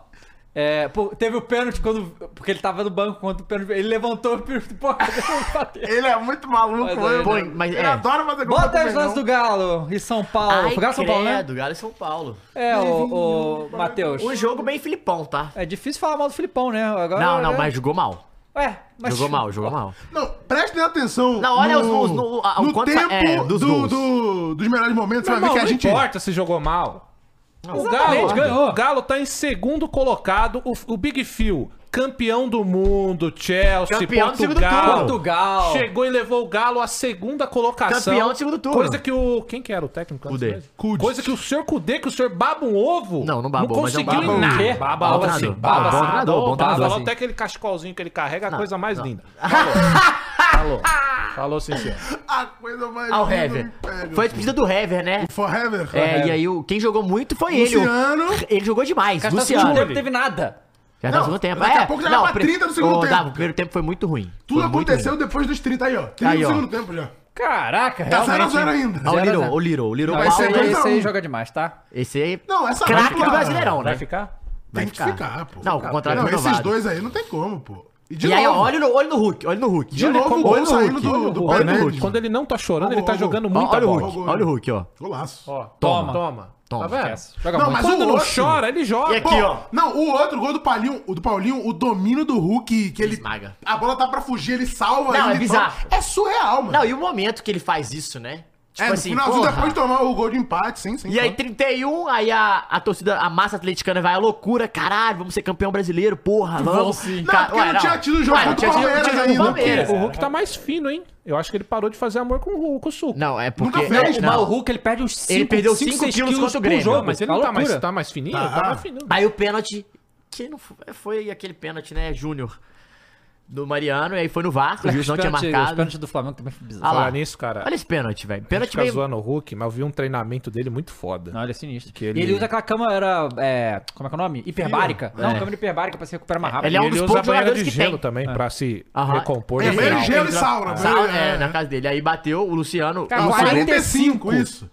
É, pô, teve o pênalti quando. Porque ele tava no banco quando o pênalti. Ele levantou o pênalti. Porra, bateu.
Ele é muito maluco,
Mas
mano.
aí,
Pô, mas
Ele
é.
adora fazer gol
<laughs> Bota
contra
aí
o
os lances
Mengão.
do Galo e São Paulo. Foi Galo e São Paulo, né?
Do Galo e São Paulo.
É, o, o Matheus.
Um jogo bem Filipão, tá?
É difícil falar mal do Filipão, né? Agora,
Não, não,
né?
mas jogou mal.
Ué, mas.
Jogou mal, jogou mal.
Não, prestem atenção.
Não, olha é os gols, no-
No,
a- o quanto-
tempo
é, dos
dos, do,
gols.
do- dos melhores momentos, você vai ver
Não,
que a
não
gente.
importa se jogou mal. Ah, O
Exatamente,
Galo,
ganhou.
o Galo tá em segundo colocado. O, o Big Phil, campeão do mundo, Chelsea,
Campeão do segundo
Portugal.
turno.
Portugal.
Chegou e levou o Galo à segunda colocação.
Campeão do segundo turno.
Coisa que o... Quem que era o técnico? antes
Cudê.
mesmo? Coisa que o senhor Cudê, que o senhor baba um ovo.
Não, não babou, mas é um
conseguiu
baba
em
um.
nada.
Quê?
Baba
Bom
ovo assim,
treinador,
baba
bom
assado,
treinador, bom treinador,
Falou
assim.
até aquele cachecolzinho que ele carrega, a coisa mais
não.
linda. Falou. Falou. Falou, sim, senhor.
A coisa mais.
Ah, o
linda
Hever.
me assim. pega. assim.
Foi a despedida do Hever, né?
Forever.
É, e aí o- quem jogou muito foi ele. o-
Luciano.
Ele jogou demais,
Cara, tá no segundo
Luciano.
tempo, não teve nada.
Já tá no
Não,
segundo tempo.
daqui a
é,
pouco já era pra
pri-
30 do segundo
Ô,
tempo.
Dava, o primeiro tempo foi muito ruim.
Tudo
Foi muito
aconteceu
ruim.
depois dos 30 aí, ó. 30
Aí, ó.
no segundo tempo já.
Caraca,
Tá
realmente.
0x0 ainda.
Ah, o
Zero a
Liro,
zero.
o Liro, o Liro
Não,
vai
esse aí
ser.
dois
Esse
a
aí é
um.
joga demais, tá?
Esse aí. é
Não, essa
Craque
dupla-
do Brasileirão,
Vai
né?
ficar?
Vai
Tem que ficar, pô.
Não, com o contrato
Não, esses
renovado.
dois aí não tem como, pô. E de
e aí, ó,
novo,
olha no, olha no Hulk, olha é no Hulk.
de novo o
Olha
gol
o
saindo
Hulk,
do,
olha
do
o Hulk.
pé dele.
Quando ele não tá chorando,
Ó,
ele tá
ó,
jogando
Ó,
muita
olha o
bola.
Hulk, olha o Hulk, ó.
Golaço.
Ó,
Toma.
toma, toma. Tá
Toma.
vendo?
Esquece. Joga
Não,
muito.
mas
Quando
o
não
outro-
chora, ele joga.
E aqui,
Pô,
ó.
Não, o outro gol do Paulinho, o do Paulinho, o domínio do Hulk, que ele.
Esmaga.
A bola tá pra fugir, ele salva.
Não,
ele
é bizarro.
toma. É surreal, mano.
Não, e o momento que ele faz isso, né? Tipo
é, no
assim,
finalzinho,
porra.
depois de tomar o gol de empate, sim, sim.
E aí,
claro.
31, aí a, a torcida, a massa atleticana vai à loucura. Caralho, vamos ser campeão brasileiro, porra, vamos.
sim.
Não, porque não tinha tido jogo
Ué, não
contra o
tinha tido-
Palmeiras
tinha tido
ainda.
o Palmeiras.
O Hulk tá mais fino, hein? Eu acho que ele parou de fazer amor com o Hulk, com o Suco.
Não, é porque...
Nunca fez, né?
é,
Mas o
não.
Hulk, ele perde uns 5
Ele perdeu cinco quilos contra o Grêmio.
mas ele não tá mais, tá mais fininho? Tá, mais fininho.
Aí o pênalti, que não foi, foi aquele pênalti, né, Júnior, do Mariano, e aí foi no VAR, o juiz é não tinha
é
Os
marcado.
pênaltis do Flamengo também foi bizarro.
Ah lá.
Falar nisso, cara.
Olha esse pênalti, velho.
a gente
Pênalti
fica
meio...
zoando o Hulk, mas eu vi um treinamento dele muito foda.
Não, ele é sinistro.
Que ele-
E ele usa aquela câmera. É, como é que é o nome? Hiperbárica. Não, câmera hiperbárica pra se recuperar mais rápido.
Ele é um
E ele
dos
usa
poucos
banheiro
jogadores
de
que
gelo
tem.
também, pra se
Aham.
recompor.
É,
no
banheiro de
final.
gelo e saura.
Sal-
né?
é, na casa dele. Aí bateu o Luciano.
Tá,
Cara,
Luci-
45, isso.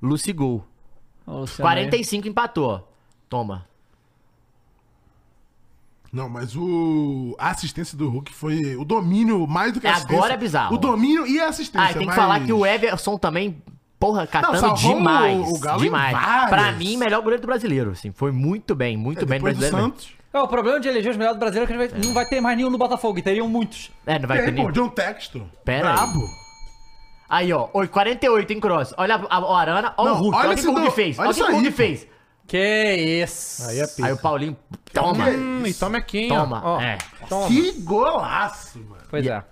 Luci Gol.
Ô, Luciano,
45 empatou, ó. Toma.
Não, mas o a assistência do Hulk foi o domínio mais do que a
É,
assistência.
agora é bizarro.
O domínio e a assistência.
Ah, e tem que
mas-
falar que o Everson também, porra, catando
salvou
demais.
o- o Galo em
demais.
várias.
Pra mim, melhor goleiro do brasileiro, assim. Foi muito bem, muito
É,
bem no
depois do
brasileiro. né?
Santos.
É, o problema de eleger os melhores do brasileiro é que a gente vai- não vai ter mais nenhum no Botafogo, e teriam muitos.
É, não vai ter
Tem, pô,
nem.
John Texto.
Pera aí. Aí, ó, oi, 48 em cross. Olha a, a- o Arana, olha o
Não,
Hulk,
olha
olha o que
esse
o Hulk
do-
fez.
olha
Olha o que
isso
o Hulk
aí,
fez.
Que isso.
Aí é
Aí o
pica.
Paulinho, toma.
Hum, e toma aqui, hein, ó.
Toma.
Ó,
É.
toma.
Que golaço, mano.
Pois é.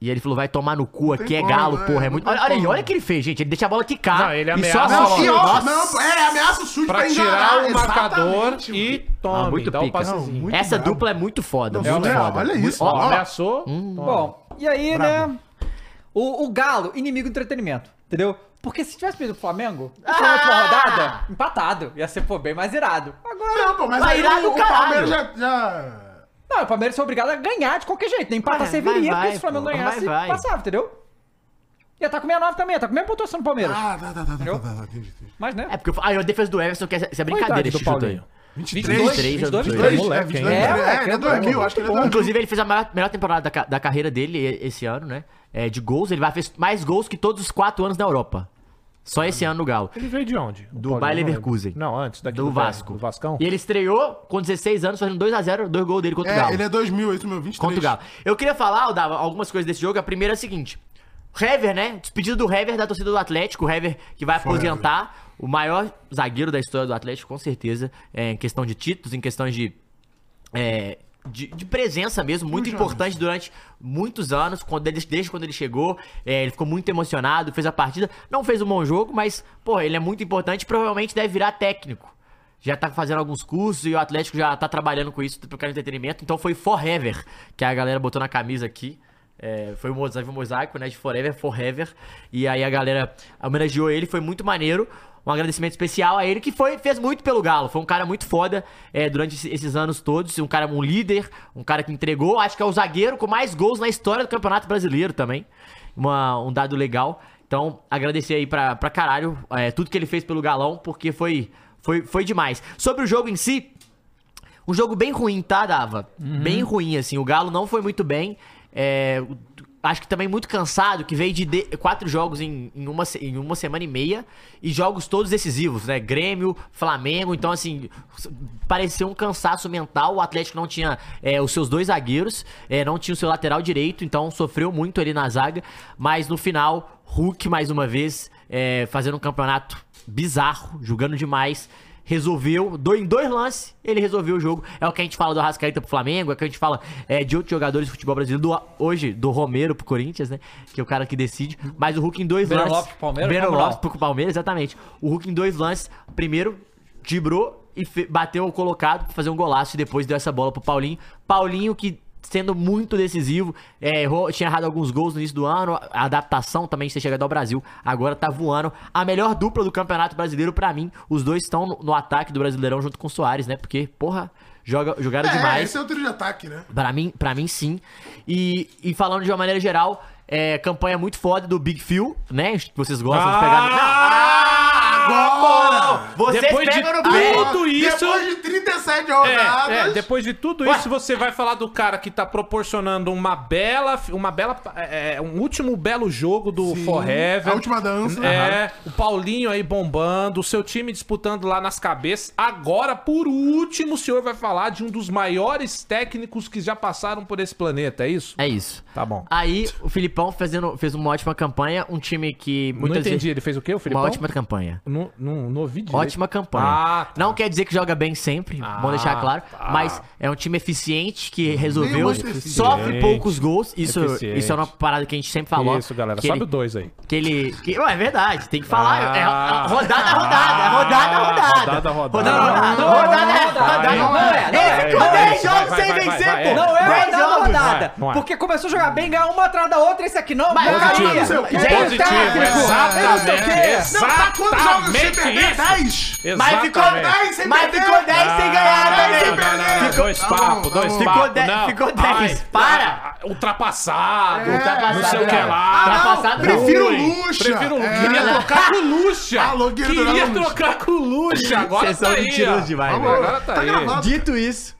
E ele falou, vai tomar no cu aqui, é
como,
galo,
né?
porra. É
Não
muito...
tem
Olha, olha aí,
como.
olha o que ele fez, gente. Ele deixa a bola quicar.
Não, ele
e só
ameaça
Não,
Nossa.
que
bola.
ó,
Nossa.
não, é, ameaça o chute pra,
Pra tirar
enganar.
o marcador
exatamente,
e
mano.
tome.
Ah, muito
dá o
pica.
passezinho.
Muito
Essa
brabo.
dupla é muito foda.
Não,
muito
surreal,
foda.
olha isso.
Ó,
Ó,
ameaçou.
Hum.
toma.
Bom, e aí, né? O, o Galo, inimigo do entretenimento, entendeu? Porque se tivesse perdido o Flamengo, na última rodada, empatado. Ia ser, pô, bem mais irado. Agora.
Não, pô, mas
Vai
aí
lá do
o, o
caralho.
Palmeiras já... já-
Não, o Palmeiras foi obrigado a ganhar de qualquer jeito. Nem empatar
Vai,
serviria,
vai,
porque
vai,
se o Flamengo
pô,
ganhasse,
vai, vai.
passava, entendeu? Ia tá com 69 também, ia tá com a mesma pontuação do Palmeiras.
Ah, tá, tá, tá, tá, tá,
Entendeu?
tá, tá, entendi, entendi.
Mas, né?
É porque eu falo, aí a defesa do Everson, que é- isso é brincadeira
Coitado
esse
do
chute aí.
Paulinho.
23,
23,
22,
23,
22.
Moleque,
é, 22,
hein?
é,
É,
ele é
moleque,
2000, acho que ele é 2000.
Inclusive, ele fez a maior, melhor temporada da, ca- da carreira dele e- esse ano, né? É, de gols. Ele vai fez mais gols que todos os quatro anos na Europa. Só esse ano no Galo.
Ele veio de onde?
Do
Paulinho,
Bayer
não lembro.
Leverkusen.
Não, antes daqui
Do Vasco.
Do Vascão?
E ele estreou com 16 anos, fazendo 2x0, dois gols dele contra o Galo.
É, ele é 2000, é isso meu, 23.
Contra o Galo. Eu queria falar, ó, Dava, algumas coisas desse jogo. A primeira é a seguinte: Hever, né? Despedida do Hever da torcida do Atlético. O Hever que vai aposentar o maior zagueiro da história do Atlético, com certeza. é, em questão de títulos, em questão de. é, de, de presença mesmo, muito importante durante muitos anos, quando ele- desde quando ele chegou, é, ele ficou muito emocionado, fez a partida, não fez um bom jogo, mas, pô, ele é muito importante, provavelmente deve virar técnico já tá fazendo alguns cursos e o Atlético já tá trabalhando com isso pro cara de entretenimento. Então foi Forever, que a galera botou na camisa aqui. É, foi o mosaico, o mosaico, né? De Forever, Forever. E aí a galera homenageou ele, foi muito maneiro. Um agradecimento especial a ele, que foi, fez muito pelo Galo. Foi um cara muito foda é, durante esse- esses anos todos. Um cara, um líder, um cara que entregou. Acho que é o zagueiro com mais gols na história do Campeonato Brasileiro também. Uma- um dado legal. Então, agradecer aí pra, pra caralho é, tudo que ele fez pelo Galão, porque foi, foi, foi demais. Sobre o jogo em si, um jogo bem ruim, tá, Dava? Bem ruim, assim. O Galo não foi muito bem. É, o- acho que também muito cansado, que veio de, de- quatro jogos em, em uma, se- em uma semana e meia. E jogos todos decisivos, né? Grêmio, Flamengo. Então, assim, s- pareceu um cansaço mental. O Atlético não tinha é, os seus dois zagueiros, é, não tinha o seu lateral direito. Então, sofreu muito ali na zaga. Mas no final, Hulk, mais uma vez, é, fazendo um campeonato bizarro, jogando demais resolveu, do- em dois lances, ele resolveu o jogo. É o que a gente fala do Arrascaeta pro Flamengo, é o que a gente fala é, de outros jogadores do futebol brasileiro, do- hoje, do Romero pro Corinthians, né? Que é o cara que decide. Mas o Hulk em dois
Breno
lances.
Lopes pro Palmeiras,
Breno
vamos lá.
Lopes pro Palmeiras, exatamente. O Hulk em dois lances, primeiro, dibrou e fe- bateu o colocado pra fazer um golaço e depois deu essa bola pro Paulinho. Paulinho que. Sendo muito decisivo, é, errou- tinha errado alguns gols no início do ano, a adaptação também de ter chegado ao Brasil, agora tá voando. A melhor dupla do Campeonato Brasileiro, pra mim, os dois estão no, no ataque do Brasileirão junto com o Soares, né? Porque, porra, joga, jogaram
É,
demais.
esse é o trio de ataque, né?
Pra mim, pra mim sim. E, e falando de uma maneira geral, é, campanha muito foda do Big Phil, né? Que Vocês
Ah,
gostam de pegar. no-
Agora!
Não, vocês
Depois de
pegam no
tudo
pé.
isso-
Depois de 37
É,
rodadas...
é, depois de tudo isso, você vai falar do cara que tá proporcionando uma bela. Uma bela é, é, um último belo jogo do Forever.
a última dança.
É, o Paulinho aí bombando, o seu time disputando lá nas cabeças. Agora, por último, o senhor vai falar de um dos maiores técnicos que já passaram por esse planeta, é isso?
É isso.
Tá bom.
Aí o Filipão fazendo, fez uma ótima campanha, um time que
Não
muitas
entendi,
vezes.
ele fez o quê, o Filipão?
Uma ótima campanha.
Não, não, não ouvi direito.
Ótima campanha.
Ah, tá. Ah,
Não quer dizer que joga bem sempre, bom deixar claro. Mas é um time eficiente que resolveu.
Manchester City.
Sofre
é Eficiente.
poucos gols. Isso,
Eficiente.
isso é uma parada que a gente sempre falou.
Isso, galera.
que
Sobe
ele-
o dois aí.
Que ele. Que, ué, é verdade, tem que falar.
Ah.
é, é, rodada, é rodada, é rodada, é
Ah,
rodada.
rodada, rodada.
Rodada, rodada.
Não, não,
Rodada, é
não, não,
rodada.
não,
Não é, não é.
não é.
Rodei
Vai,
jogo
vai,
sem
vai, vai,
vencer,
vai,
pô.
Não é
Dez
rodada,
jogos.
rodada.
Não é.
Porque começou a jogar bem, ganhou uma atrás da outra, esse aqui não,
Mas
não
positivo,
caía.
seu
Quem
cara.
é o
Positivo,
técnico?
exatamente.
Eu não sei o quê.
Não, tá quantos jogos sem perder?
isso.
10!
Mas ficou
Exatamente.
10
sem
Mas
perder.
ficou 10 sem ganhar
Ah,
também.
não, não, não, não.
né, Dois
Não,
papos,
não.
dois
Ficou
papos.
dez-
não.
ficou dez,
Ai,
para.
ah, Ultrapassado. Ah,
ultrapassado,
Não sei o que
é.
lá.
Ultrapassado,
Ruim.
Prefiro Lucha.
Prefiro Lucha.
É.
Queria trocar com o Lucha.
Alô, Guido
Queria
Ramos.
trocar com o Lucha. Agora
Vocês
tá
são
aí, ó.
mentirosos demais,
Vamos,
velho.
Agora tá
Tá
aí.
gravado.
Dito isso,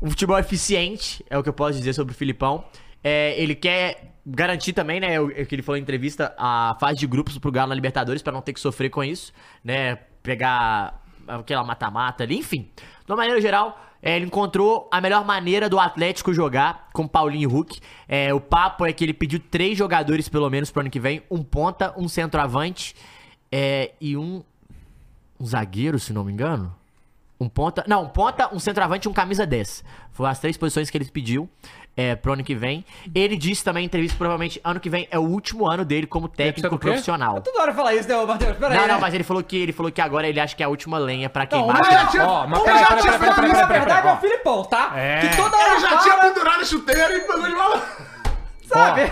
o futebol eficiente é o que eu posso dizer sobre o Filipão. É, ele quer garantir também, né? O o que ele falou em entrevista, a fase de grupos pro Galo na Libertadores pra não ter que sofrer com isso, né? Pegar aquela mata-mata ali, enfim. De uma maneira geral, é, ele encontrou a melhor maneira do Atlético jogar com Paulinho e Hulk. É, o papo é que ele pediu três jogadores, pelo menos, pro ano que vem: um ponta, um centroavante é, e um um zagueiro, se não me engano. Um ponta. Não, um ponta, um centroavante e um camisa 10. Foram as três posições que ele pediu é, pro ano que vem. Ele disse também em entrevista, provavelmente, ano que vem é o último ano dele como
precisa
técnico
do quê?
profissional.
Toda hora fala isso, né, ô, Matheus? Peraí.
Não,
né?
não, mas ele falou que ele falou que agora ele acha que é a última lenha pra
Não,
queimar.
mas já tinha-
Ó, mas
um
peraí,
já
peraí,
tinha
peraí,
falado
peraí,
isso, na
peraí,
verdade, é
peraí,
o Filipão, tá?
É.
Que toda hora
Ele já tinha
fala,
pendurado a chuteira e pegou de volta.
sabe?
Ele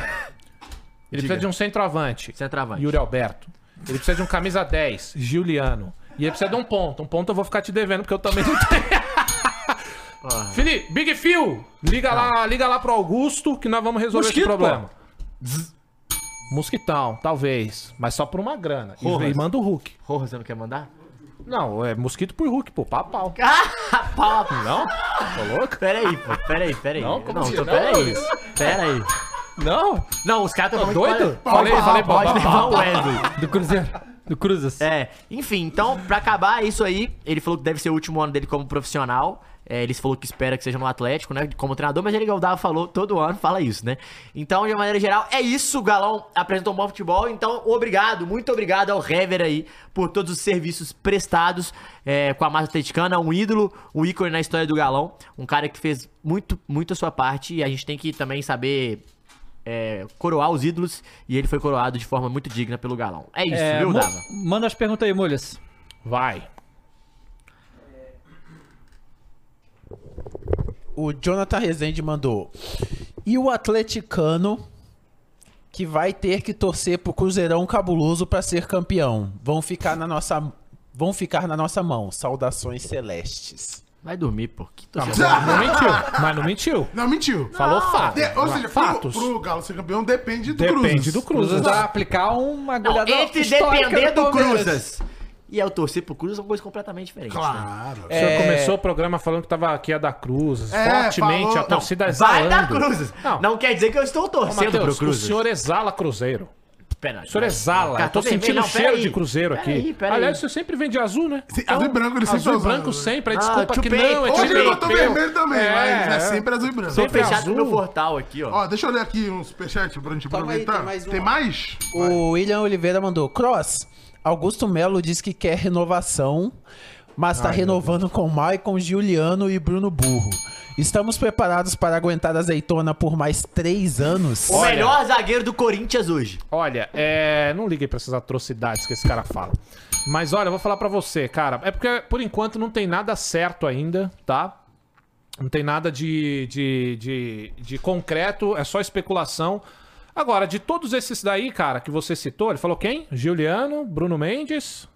precisa de um centroavante.
Centroavante.
Yuri Alberto. Ele precisa de um camisa 10, Giuliano. E ele precisa de um ponto. Um ponto eu vou ficar te devendo, porque eu também não tenho. Felipe, Big Phil, liga lá, liga lá pro Augusto que nós vamos resolver
Mosquito,
esse problema. Zzz. Mosquitão, talvez, mas só por uma grana. E,
Porra.
e manda o Hulk.
Porra, você não quer mandar?
Não, é mosquito por Hulk, pô, pau a pau.
Ah, pau.
Não? Tá louco?
Peraí, pô, peraí, peraí.
Não, como assim?
tô-
Não,
peraí.
Luiz.
Peraí.
Não?
Não, os caras
Tá
estão
doido? Falei, falei, pau,
Pode
pau,
levar
pau.
o Wesley.
Do Cruzeiro. Do Cruzas.
É, enfim, então, pra acabar isso aí, ele falou que deve ser o último ano dele como profissional. É, ele falou que espera que seja no Atlético, né? Como treinador, mas ele, igual o Dava falou, todo ano fala isso, né? Então, de uma maneira geral, é isso. O Galão apresentou um bom futebol. Então, obrigado, muito obrigado ao Hever aí por todos os serviços prestados é, com a massa atleticana. Um ídolo, um ícone na história do Galão. Um cara que fez muito, muito a sua parte. E a gente tem que também saber é, coroar os ídolos. E ele foi coroado de forma muito digna pelo Galão. É isso,
É,
viu,
Mo-
Dava?
Manda as perguntas aí, Molhas.
Vai.
O Jonathan Rezende mandou. E o atleticano que vai ter que torcer pro Cruzeirão cabuloso pra ser campeão. Vão ficar na nossa vão ficar na nossa mão. Saudações celestes.
Vai dormir, pô. Que
Não, mas não mentiu. Mas não mentiu.
Não, mentiu.
Falou fato.
De- ou seja, pro,
fatos.
pro Galo ser campeão depende do
Depende
Cruzes.
do Cruzas.
Cruzas vai aplicar uma
Não,
goleada
entre
histórica
depender
no
do
Palmeiras.
Cruzas e eu torcer pro Cruzas são coisas completamente diferentes. né?
Claro.
O senhor começou o programa falando que tava aqui a da Cruzes.
É,
fortemente,
falou.
a torcida
Vai
exalando.
dar Cruzas.
Não,
é Não. quer dizer que eu estou
Ô,
torcendo
Matheus,
pro
o
Cruzas.
senhor exala Cruzeiro.
Pera,
O
É.
senhor exala. Eu tô sentindo o cheiro de Cruzeiro aqui.
Peraí, peraí.
Aliás, você sempre vem de azul, né?
Sim, azul e branco, ele sempre
Azul e
usa,
branco
né?
sempre. Aí
Ah,
desculpa que
tupê.
não, é
Hoje ele
time
botou
europeu.
vermelho também,
É,
mas é
é.
sempre azul e branco.
Tô fechado
azul.
no meu portal aqui, ó.
Ó, deixa eu ler aqui uns superchats pra gente
Calma aí,
aproveitar.
tem mais um.
Tem mais?
O William Oliveira mandou. Cross. Augusto Melo diz que quer renovação, mas tá renovando com Maicon, Juliano e Bruno Burro. Estamos preparados para aguentar a azeitona por mais três anos?
o melhor zagueiro do Corinthians hoje.
Olha, é, não liguei pra essas atrocidades que esse cara fala. Mas olha, eu vou falar pra você, cara. É porque por enquanto não tem nada certo ainda, tá? Não tem nada de, de, de, de concreto, é só especulação. Agora, de todos esses daí, cara, que você citou, ele falou quem? Juliano, Bruno Mendes.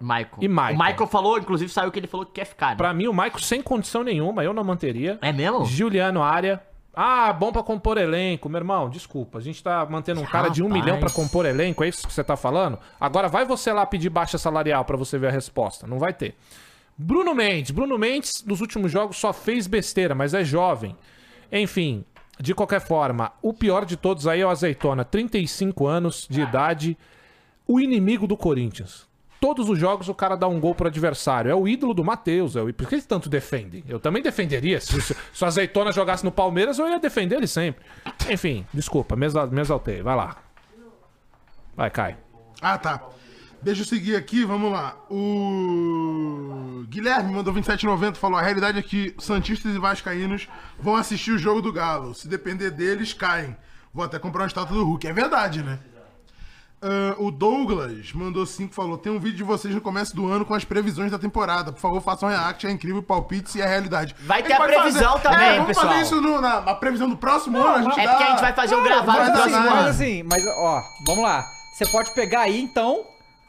Michael.
E Maicon.
O Michael falou, inclusive saiu que ele falou que quer ficar. Né?
Pra mim, o Maico sem condição nenhuma, eu não manteria.
É mesmo?
Juliano Área. Ah, bom pra compor elenco. Meu irmão, desculpa. A gente tá mantendo um cara de um
Rapaz.
milhão pra compor elenco, é isso que você tá falando? Agora vai você lá pedir baixa salarial pra você ver a resposta. Não vai ter. Bruno Mendes. Bruno Mendes, nos últimos jogos, só fez besteira, mas é jovem. Enfim, de qualquer forma, o pior de todos aí é o Azeitona. 35 anos de idade, o inimigo do Corinthians. Todos os jogos o cara dá um gol pro adversário. É o ídolo do Matheus. É o... Por que eles tanto defendem? Eu também defenderia. Se, se, se o Azeitona jogasse no Palmeiras, eu ia defender ele sempre. Enfim, desculpa, me exa- me exaltei. Vai lá. Vai, cai.
Ah, tá. Deixa eu seguir aqui, vamos lá. O Guilherme mandou 27,90 falou: a realidade é que Santistas e Vascaínos vão assistir o jogo do Galo. Se depender deles, caem. Vou até comprar uma estátua do Hulk. É verdade, né? Ah, o Douglas mandou 5 falou: tem um vídeo de vocês no começo do ano com as previsões da temporada. Por favor, façam react, é incrível, palpite e é realidade.
Vai ter
gente
a
pode É,
previsão também,
vamos
pessoal.
fazer isso no- na a previsão do próximo ano. A gente
É
dá-
porque a gente vai fazer o gravado
vai
Mas
do
dar
assim,
próximo
nada.
mas
ano.
assim, mas ó, vamos lá. Você pode pegar aí, então,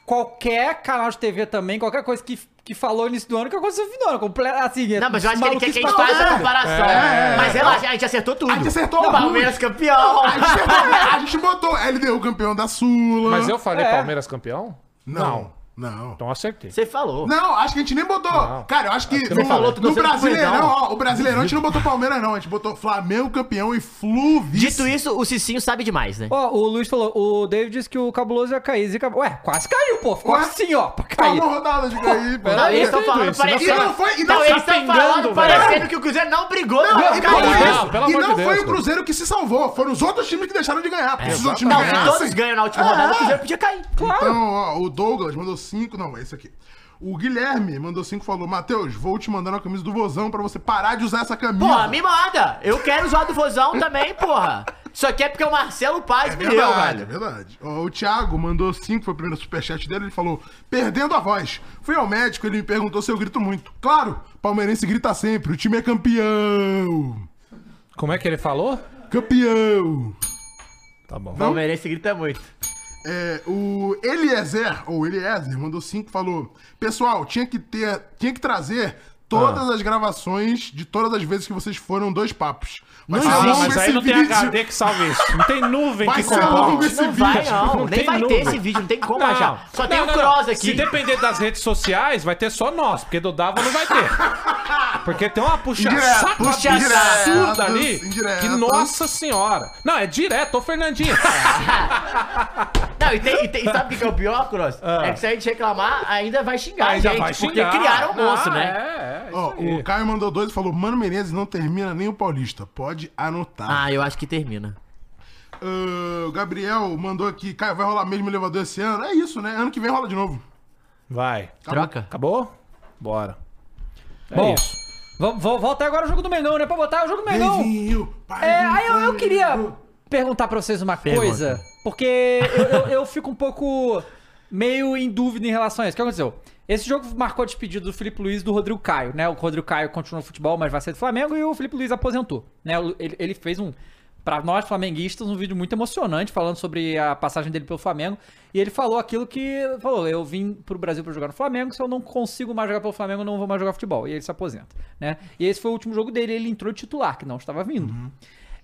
qualquer canal de TV também, qualquer coisa que, que falou início do ano, que aconteceu no fim do ano. Completa, assim,
Não, mas eu acho que ele quer que a
maluquice
gente
pra
faça essa
caralho.
comparação. Mas relaxa, é, a gente acertou tudo.
A gente acertou
o
tudo.
Palmeiras <laughs> campeão.
A gente, a gente botou LDU campeão da Sula.
Mas eu falei
É.
Palmeiras campeão?
Não, não.
Então acertei.
Você falou.
Não, acho que a gente nem botou. Cara, eu acho que
não
no,
falou, tu
no
torceu pro
Brasileirão,
Coringão.
ó, o Brasileirão a gente não botou Palmeiras, não. A gente botou Flamengo campeão e Flu vice.
Dito isso, o Cicinho sabe demais, né?
Ó, o Luiz falou, o David disse que o cabuloso ia cair. Zica... Ué, quase caiu, pô. Ficou
Ué?
assim, ó, pra cair.
Calma, rodada de cair,
Não, Então, é eles
peraí.
estão falando
isso, não
parecendo.
foi- não foi- não
Não,
tá
eles estão
pingando,
falando
velho.
parecendo que o Cruzeiro não brigou.
Não,
Não,
e não,
Deus,
caiu.
isso,
pelo
e
amor
não
de
foi
Deus,
o
cara.
Cruzeiro que se salvou, foram os outros times que deixaram de ganhar. Porque se os outros times
Não, se todos
ganhassem.
ganham na última rodada, o Cruzeiro podia cair.
Então, ó, o Douglas mandou cinco. Não, é isso aqui. O Guilherme mandou cinco e falou: Matheus, vou te mandar uma camisa do Vozão pra você parar de usar essa camisa.
Porra, me manda. Eu quero zoar do Vozão também, porra. Isso aqui é porque o Marcelo Paz me deu,
Verdade, é
velho.
verdade. Ó, O Thiago mandou 5, foi o primeiro superchat dele, ele falou, perdendo a voz. Fui ao médico, ele me perguntou se eu grito muito. Claro, palmeirense grita sempre, o time é campeão.
Como é que ele falou?
Campeão.
Tá bom.
Palmeirense grita muito.
É, o Eliezer, ou Eliezer, mandou 5 falou, pessoal, tinha que ter, tinha que trazer
Ah.
todas as gravações de todas as vezes que vocês foram dois papos. Vai
Ah,
longo
mas aí
esse
não tem
vídeo.
HD que salve isso. Não tem nuvem que
Vai ser um longo
comporte.
esse
Não vai,
vídeo.
não.
Não
Nem
tem
vai
nuvem.
ter esse vídeo, não tem como
Não,
achar. Só
não,
tem o
não,
Cross
não. Se
aqui.
depender das redes sociais, vai ter só nós, porque do Dava não vai ter. <laughs> Porque tem uma
Indireto,
puxa-saco
puxa- indiretos,
absurda ali,
indiretos.
que nossa senhora. Não, é direto, ô Fernandinho.
Não, e, tem, e tem- e sabe o que que é o pior, Cross? É que se a gente reclamar, ainda vai xingar a
Ah. Ainda
gente,
vai
porque
xingar.
criaram o monstro,
Ah,
né?
É, é.
Ó, o Caio mandou dois e falou: Mano Menezes não termina nem o Paulista. Pode anotar.
Ah, eu acho que termina.
Ah, o Gabriel mandou aqui: Caio, vai rolar mesmo o elevador esse ano? É isso, né? Ano que vem rola de novo.
Vai.
Troca?
Acabou? Bora. É
Bom,
isso.
Vamos, vamos- volta agora o jogo do Mengão, né? Pra botar o jogo do Mengão. É, aí eu, eu queria perguntar pra vocês uma
Pergunta.
coisa. Porque eu, eu- eu fico um pouco meio em dúvida em relação a isso. O que aconteceu? Esse jogo marcou a despedida do Felipe Luiz e do Rodrigo Caio, né? O Rodrigo Caio continuou no futebol, mas vai ser do Flamengo e o Felipe Luiz aposentou, né? O- Ele, ele fez um, pra nós flamenguistas, um vídeo muito emocionante falando sobre a passagem dele pelo Flamengo. E ele falou aquilo que falou: eu vim pro Brasil pra jogar no Flamengo, se eu não consigo mais jogar pelo Flamengo, eu não vou mais jogar futebol. E ele se aposenta, né? E esse foi o último jogo dele, ele entrou titular, que não estava vindo.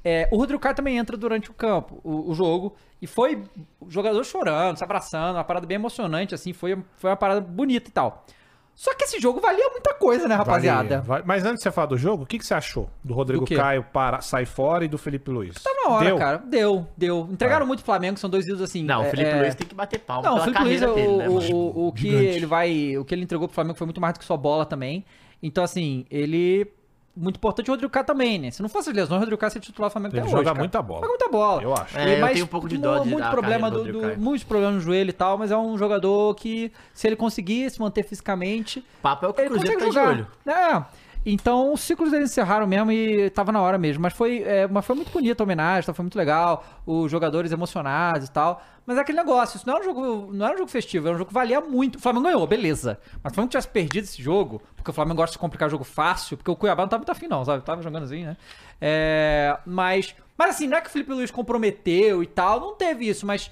É, o Rodrigo Caio também entra durante o campo, o, o jogo, e foi o jogador chorando, se abraçando, uma parada bem emocionante, assim, foi, foi uma parada bonita e tal. Só que esse jogo valia muita coisa, né, rapaziada?
Valia, vale. Mas antes de você falar do jogo, o que, que você achou do Rodrigo
Do quê?
Caio para sai fora e do Felipe Luiz? Tá
Na hora, cara. Deu, Tá. deu. Entregaram muito o Flamengo, são dois ídolos assim.
Não, o
é,
Felipe
é,
Luiz tem que bater palma
Não, o
pela
Felipe Luiz,
carreira
o,
dele, né,
o,
mano?
o, o que
Gigante.
ele vai. O que ele entregou pro Flamengo foi muito mais do que só bola também. Então, assim, ele. Muito importante o Rodrigo Caio também, né? Se não fosse as lesões, o Rodrigo Caio seria titular do Flamengo
Ele
até
joga
hoje. cara.
muita bola.
Joga muita bola.
Eu acho.
É,
E-
eu tenho um pouco de dó de
muito
dar a
problema
carreira do
do,
Rodrigo
do-
Caio.
muitos problemas no joelho e tal, mas é um jogador que se ele conseguir se manter fisicamente,
O papo é o que o
ele
Cruzeiro
consegue
tá
jogar.
de olho.
É. Então os ciclos dele encerraram mesmo e tava na hora mesmo. Mas foi, é, mas foi muito bonita a homenagem, tá? foi muito legal. Os jogadores emocionados e tal. Mas é aquele negócio, isso não era um jogo, não era um jogo festivo, era um jogo que valia muito. O Flamengo ganhou, beleza. Mas se o Flamengo tivesse perdido esse jogo, porque o Flamengo gosta de complicar jogo fácil, porque o Cuiabá não tava muito afim, não, sabe? Tava jogando assim, né? É, mas. Mas assim, não é que o Felipe Luiz comprometeu e tal, não teve isso, mas.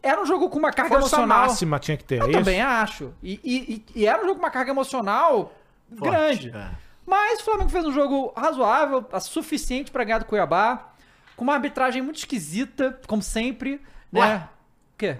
Era um jogo com uma carga
Força
emocional.
máxima tinha que ter, é
Eu
isso?
também acho. E, e- e- e era um jogo com uma carga emocional grande.
Forte, é.
Mas o Flamengo fez um jogo razoável, a suficiente pra ganhar do Cuiabá, com uma arbitragem muito esquisita, como sempre. Né?
Ué.
O quê?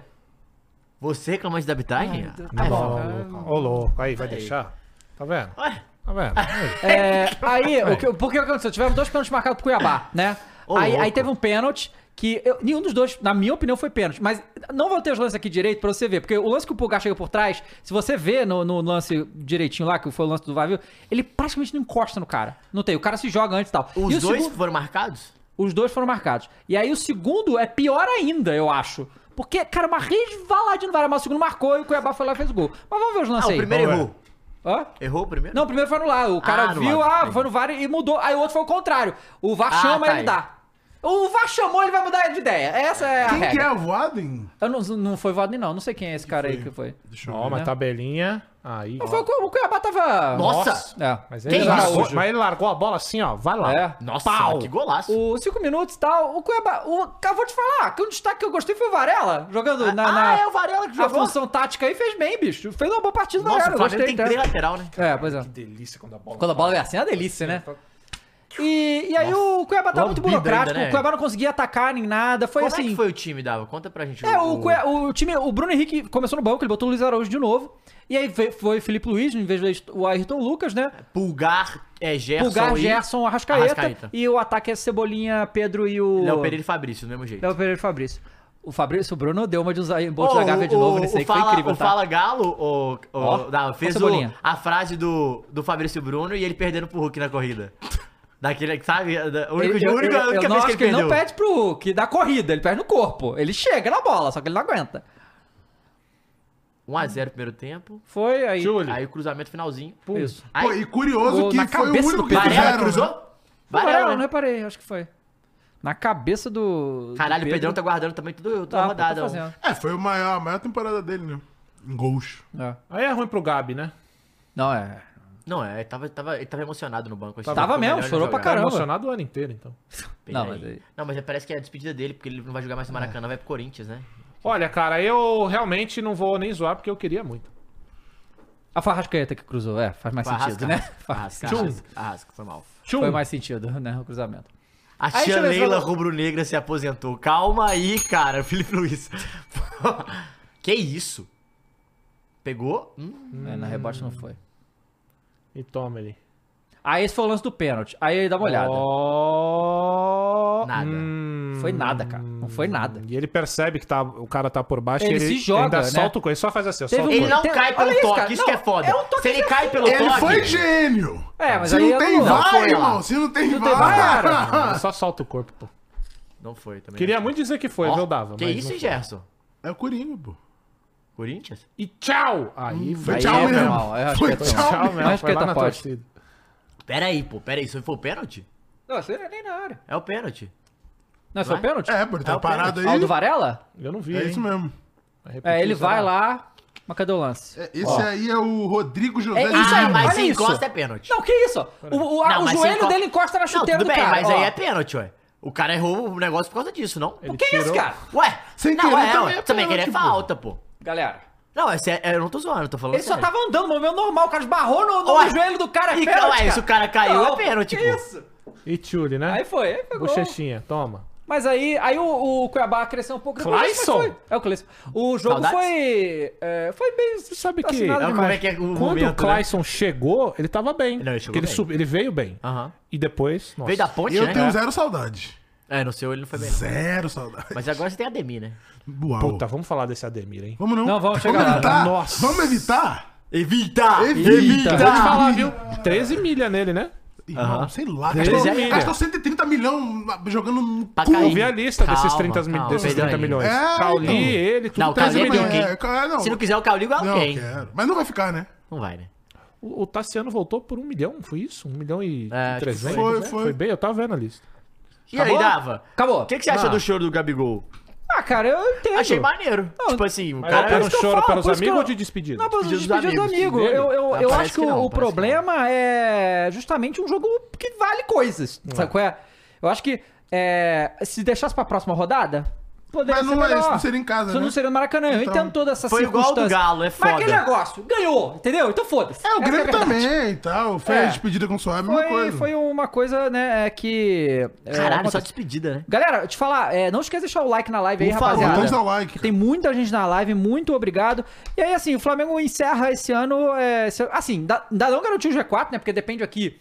Você reclamante da arbitragem?
Tá bom.
Ô, Ô, louco. Aí, vai deixar? Tá vendo?
Ué,
Tá vendo? <laughs> Aí.
É,
<laughs>
aí, o que, porque o que aconteceu? Tiveram dois pênaltis marcados pro Cuiabá, né?
Ô,
aí,
louco.
aí teve um pênalti que eu- nenhum dos dois, na minha opinião, foi pênalti. Mas não vou ter os lances aqui direito pra você ver, porque o lance que o Pulgar chega por trás, se você vê no, no lance direitinho lá, que foi o lance do Vavio, ele praticamente não encosta no cara. Não tem, o cara se joga antes e tal.
os
e o
dois
segundo-
foram marcados?
os dois foram marcados. E aí o segundo é pior ainda, eu acho. Porque, cara, uma resvaladinha no VAR, mas o segundo marcou e o Cuiabá foi lá e fez o gol. Mas vamos ver os
Ah,
lances
o
aí.
primeiro
vamos
errou.
Hã?
Errou o
é.
primeiro?
Não, o primeiro foi anulado. O cara
Ah,
viu,
anulado.
ah, foi no VAR e mudou. Aí o outro foi o contrário. O VAR
Ah,
chama e
tá
ele
aí.
dá. O VAR chamou, ele vai mudar de ideia. Essa é a
Quem que
regra.
é o Voaden?
Eu não, não foi Vodney, não. Não sei quem é esse cara aí que foi.
Ó, uma tabelinha. Aí, ó.
Não, foi o Cu- o Cuiabá tava...
Nossa!
É.
Mas
Quem
ele, largou,
isso?
mas ele largou a bola assim, ó. Vai lá.
É.
Nossa, que golaço.
O cinco minutos e tal, o Cuiabá... O, eu vou te falar, que um destaque que eu gostei foi o Varela, jogando na...
ah,
na-
é o Varela que
A
jogou.
função tática aí fez bem, bicho. Fez uma boa partida
Nossa,
na
o Flamengo tem três lateral, né?
É, pois é.
Delícia quando a bola.
Quando a bola vem assim, é uma delícia, né? E, e aí o Cuiabá tá muito
Lambida
burocrático,
ainda, né?
o Cuiabá não conseguia atacar nem nada, foi
Como é
assim...
que foi o time, Dava? Conta pra gente.
É, o, Cue- o time, o Bruno Henrique começou no banco, ele botou o Luiz Araújo de novo. E aí ve- foi Felipe Luiz, em vez do Ayrton Lucas, né?
Pulgar, é Gerson
Pulgar,
e-
Gerson, Arrascaeta,
Arrascaeta.
E o ataque é Cebolinha, Pedro e o.
Léo Pereira e Fabrício, do mesmo jeito.
Léo Pereira e Fabrício. O Fabrício, o Bruno deu uma de usar
Ô,
botar a Gávea de
o-
novo
o
nesse aí, que foi
Fala-
incrível,
O
tá?
Fala Galo o, o,
Ó,
não, fez
ó,
o-
Cebolinha.
a frase do, do Fabrício Bruno e ele perdendo pro Hulk na corrida. Daquele, que sabe? Da- O único,
Ele- eu-
a única,
eu-
a única
eu não
vez
acho
que
que
ele perdeu.
não perde pro Hulk da corrida, ele perde no corpo. Ele chega na bola, só que ele não aguenta.
1x0 primeiro tempo.
Foi aí.
Júlio.
Aí o cruzamento finalzinho.
Isso.
Aí,
Pô, e curioso
Gol
que
na
foi o
cabeça
único
do
que
Pedro.
Varela
fizeram,
cruzou?
né?
Varela, eu
Varela,
não
né?
reparei, acho que foi. Na cabeça do.
Caralho, o
do
Pedrão tá guardando também tudo, toda
Tá,
rodada. um-
tá
ó.
fazendo.
É, foi o maior, a maior temporada dele, né? Em gols.
É.
Aí é ruim pro Gabi, né?
Não, é.
Não, é, ele tava, tava, ele tava emocionado no banco. assim. Tava,
Tava mesmo, chorou pra
Tá
Caramba.
emocionado o ano inteiro, então.
Não,
Não,
mas
mas aí- É.
Não, mas parece que é a despedida dele, porque ele não vai jogar mais no Maracanã, vai pro Corinthians, né?
Olha, cara, eu realmente não vou nem zoar porque eu queria muito.
A Farrascaeta que cruzou, é, faz mais
Foi
sentido,
<laughs>
né? Faz,
Arrasca,
Tchum.
arrasca, arrasca, foi mal.
Tchum.
foi mais sentido, né? O cruzamento.
A
Aí,
tia
deixa eu ver se
Leila
eu-
rubro-negra se aposentou. Calma aí, cara, <laughs> Felipe Luiz. que isso? Pegou? Hum,
É, na rebote não foi.
E toma ele.
Aí esse foi o lance do pênalti. Aí dá uma olhada.
Ó, Hum.
só.
Nada.
Foi nada, cara. Não foi nada.
E ele percebe que tá, o cara tá por baixo
Ele
e ele
se joga,
ainda
né?
solta o coelho. Só faz assim, ó,
Teve
solta o
um-
Ele
<laughs>
coelho.
não
Tem-
cai
olha
pelo
isso,
toque,
cara.
isso
Não,
que é foda.
é um toque
Se ele
de-
cai pelo
Ele
toque.
foi gênio!
É, mas
Se
aí
não
eu
tem
não-
não
vai,
foi lá.
irmão! Se não tem
Não tem
vai!
VAR,
Ele Só solta o corpo, pô.
Não foi também.
Queria muito dizer que foi,
Ó,
viu, Dava?
Que
mas
isso,
não
hein,
foi.
Gerson?
É o Coringa, pô.
Corinthians?
E tchau! Aí foi
Foi
Aí
tchau
é, foi
mesmo.
mal, eu acho
Foi
que é foi
tchau
mal.
tchau mesmo.
Acho
Foi
que
lá
tá
na
forte.
torcida.
Pera aí, pô, pera aí. Isso foi o pênalti?
Não, isso não é nem na área.
É o pênalti.
Não, foi o
Vai?
pênalti?
É, pô, ele
É
tá
o
parado aí.
Ah, o do Varela?
Eu não vi,
É
hein?
isso mesmo.
Repetiu,
É, ele
sei
vai lá, mas cadê o lance?
É, Esse aí é o Rodrigo José
É
de
isso aí,
Ah,
Lima.
mas
olha
se
isso.
encosta é pênalti.
Não, que isso? O, o, a-
Não,
o
mas se
joelho
enco-
dele encosta na
Não,
chuteira
tudo
do
bem,
cara.
mas
ó.
aí é pênalti, ué. O cara errou o negócio por causa disso, não?
O que é isso,
tirou.
cara?
Ué,
Sem
não,
querer
é,
também
ué,
é
também querer é
pênalti, pô.
falta, pô.
Galera,
Não, esse é, é- eu não tô zoando, eu tô falando
ele só
sério.
tava andando no momento normal, o cara esbarrou no, no
Ué,
joelho do cara, é
e,
pênalti,
ué, se o cara caiu, é pênalti,
que
pô.
isso?
lá. E Tchuli, né?
Aí foi, aí pegou.
Bochechinha, toma.
Mas aí, aí o, o Cuiabá cresceu um pouco. depois, mas
Clayson!
foi- É o Clayson. O jogo
Saudades?
foi... é, foi bem...
Você sabe que...
Assinado
É,
demais.
como é que é o
Quando o
momento, né?
Clayson chegou, ele tava bem.
Não, ele chegou
Porque ele,
bem.
subiu- ele veio bem.
Aham.
E depois... Nossa.
Veio da ponte,
Eu
né?
tenho zero saudade.
É, no seu ele não foi bem. não.
Zero saudade.
Mas agora você tem a Demi, né?
Buau.
Puta, vamos falar desse Ademir, hein?
Vamos não?
Não, vamos chegar lá.
evitar?
Nossa.
Vamos evitar?
Evita!
Evita.
Vou te falar, viu? 13 milha nele, né?
Irmão, sei lá.
Três
Gastou,
milha.
gastou 130 milhão na- jogando no
Pra
cu.
cair.
Eu vi a lista
Calma,
desses 30, mil-
calma,
desses
perdão
30
aí.
milhões.
É,
Cauli,
então.
ele, tudo.
Não, o Cauli é
13 milhões.
ninguém.
É, cara, não.
Se não quiser o Cauligo, é
Não,
alguém.
quero. Mas não vai ficar, né?
Não vai, né?
O, o Tassiano voltou por um milhão, foi isso? Um milhão e
É, acho que
300?
foi.
né?
Foi, foi.
Foi bem, eu tava vendo a lista.
E aí, Dava?
Acabou.
O que, que você acha
Ah.
do choro do Gabigol?
Ah, cara, eu entendo.
Achei maneiro.
Não,
tipo assim, o
Mas era
cara...
um
isso que eu
choro
falo,
pelos
por isso que
amigos
eu-
ou de despedida?
Não, mas
Despedidos
despedido do
do
amigo.
amigo,
Eu, eu,
dele?
eu
Ah,
acho que,
parece que não,
o
parece que
problema é justamente um jogo que vale coisas. Sabe qual é? Eu acho que é, se deixasse pra próxima rodada, poderia
Mas
ser
não é
melhor.
isso, não seria em casa,
Isso
né?
não seria no Maracanã. Eu
Então,
entendo toda essa
foi igual ao do
circunstância.
Galo, é foda.
Mas aquele negócio, ganhou, entendeu? Então foda-se.
É, o
Essa
Grêmio
a verdade.
também e tal. Foi
É.
a despedida com o Suave, a mesma
Foi,
coisa.
foi uma coisa, né, é, que... é,
Caralho, só
acontece.
despedida, né?
Galera, te falar, é, não esqueça de deixar o like na live aí,
Por favor, um
rapaziada.
Importante dar o like.
Que tem muita gente na live, muito obrigado. E aí, assim, o Flamengo encerra esse ano. é, se- assim, ainda ainda não garantiu o G4, né? Porque depende aqui.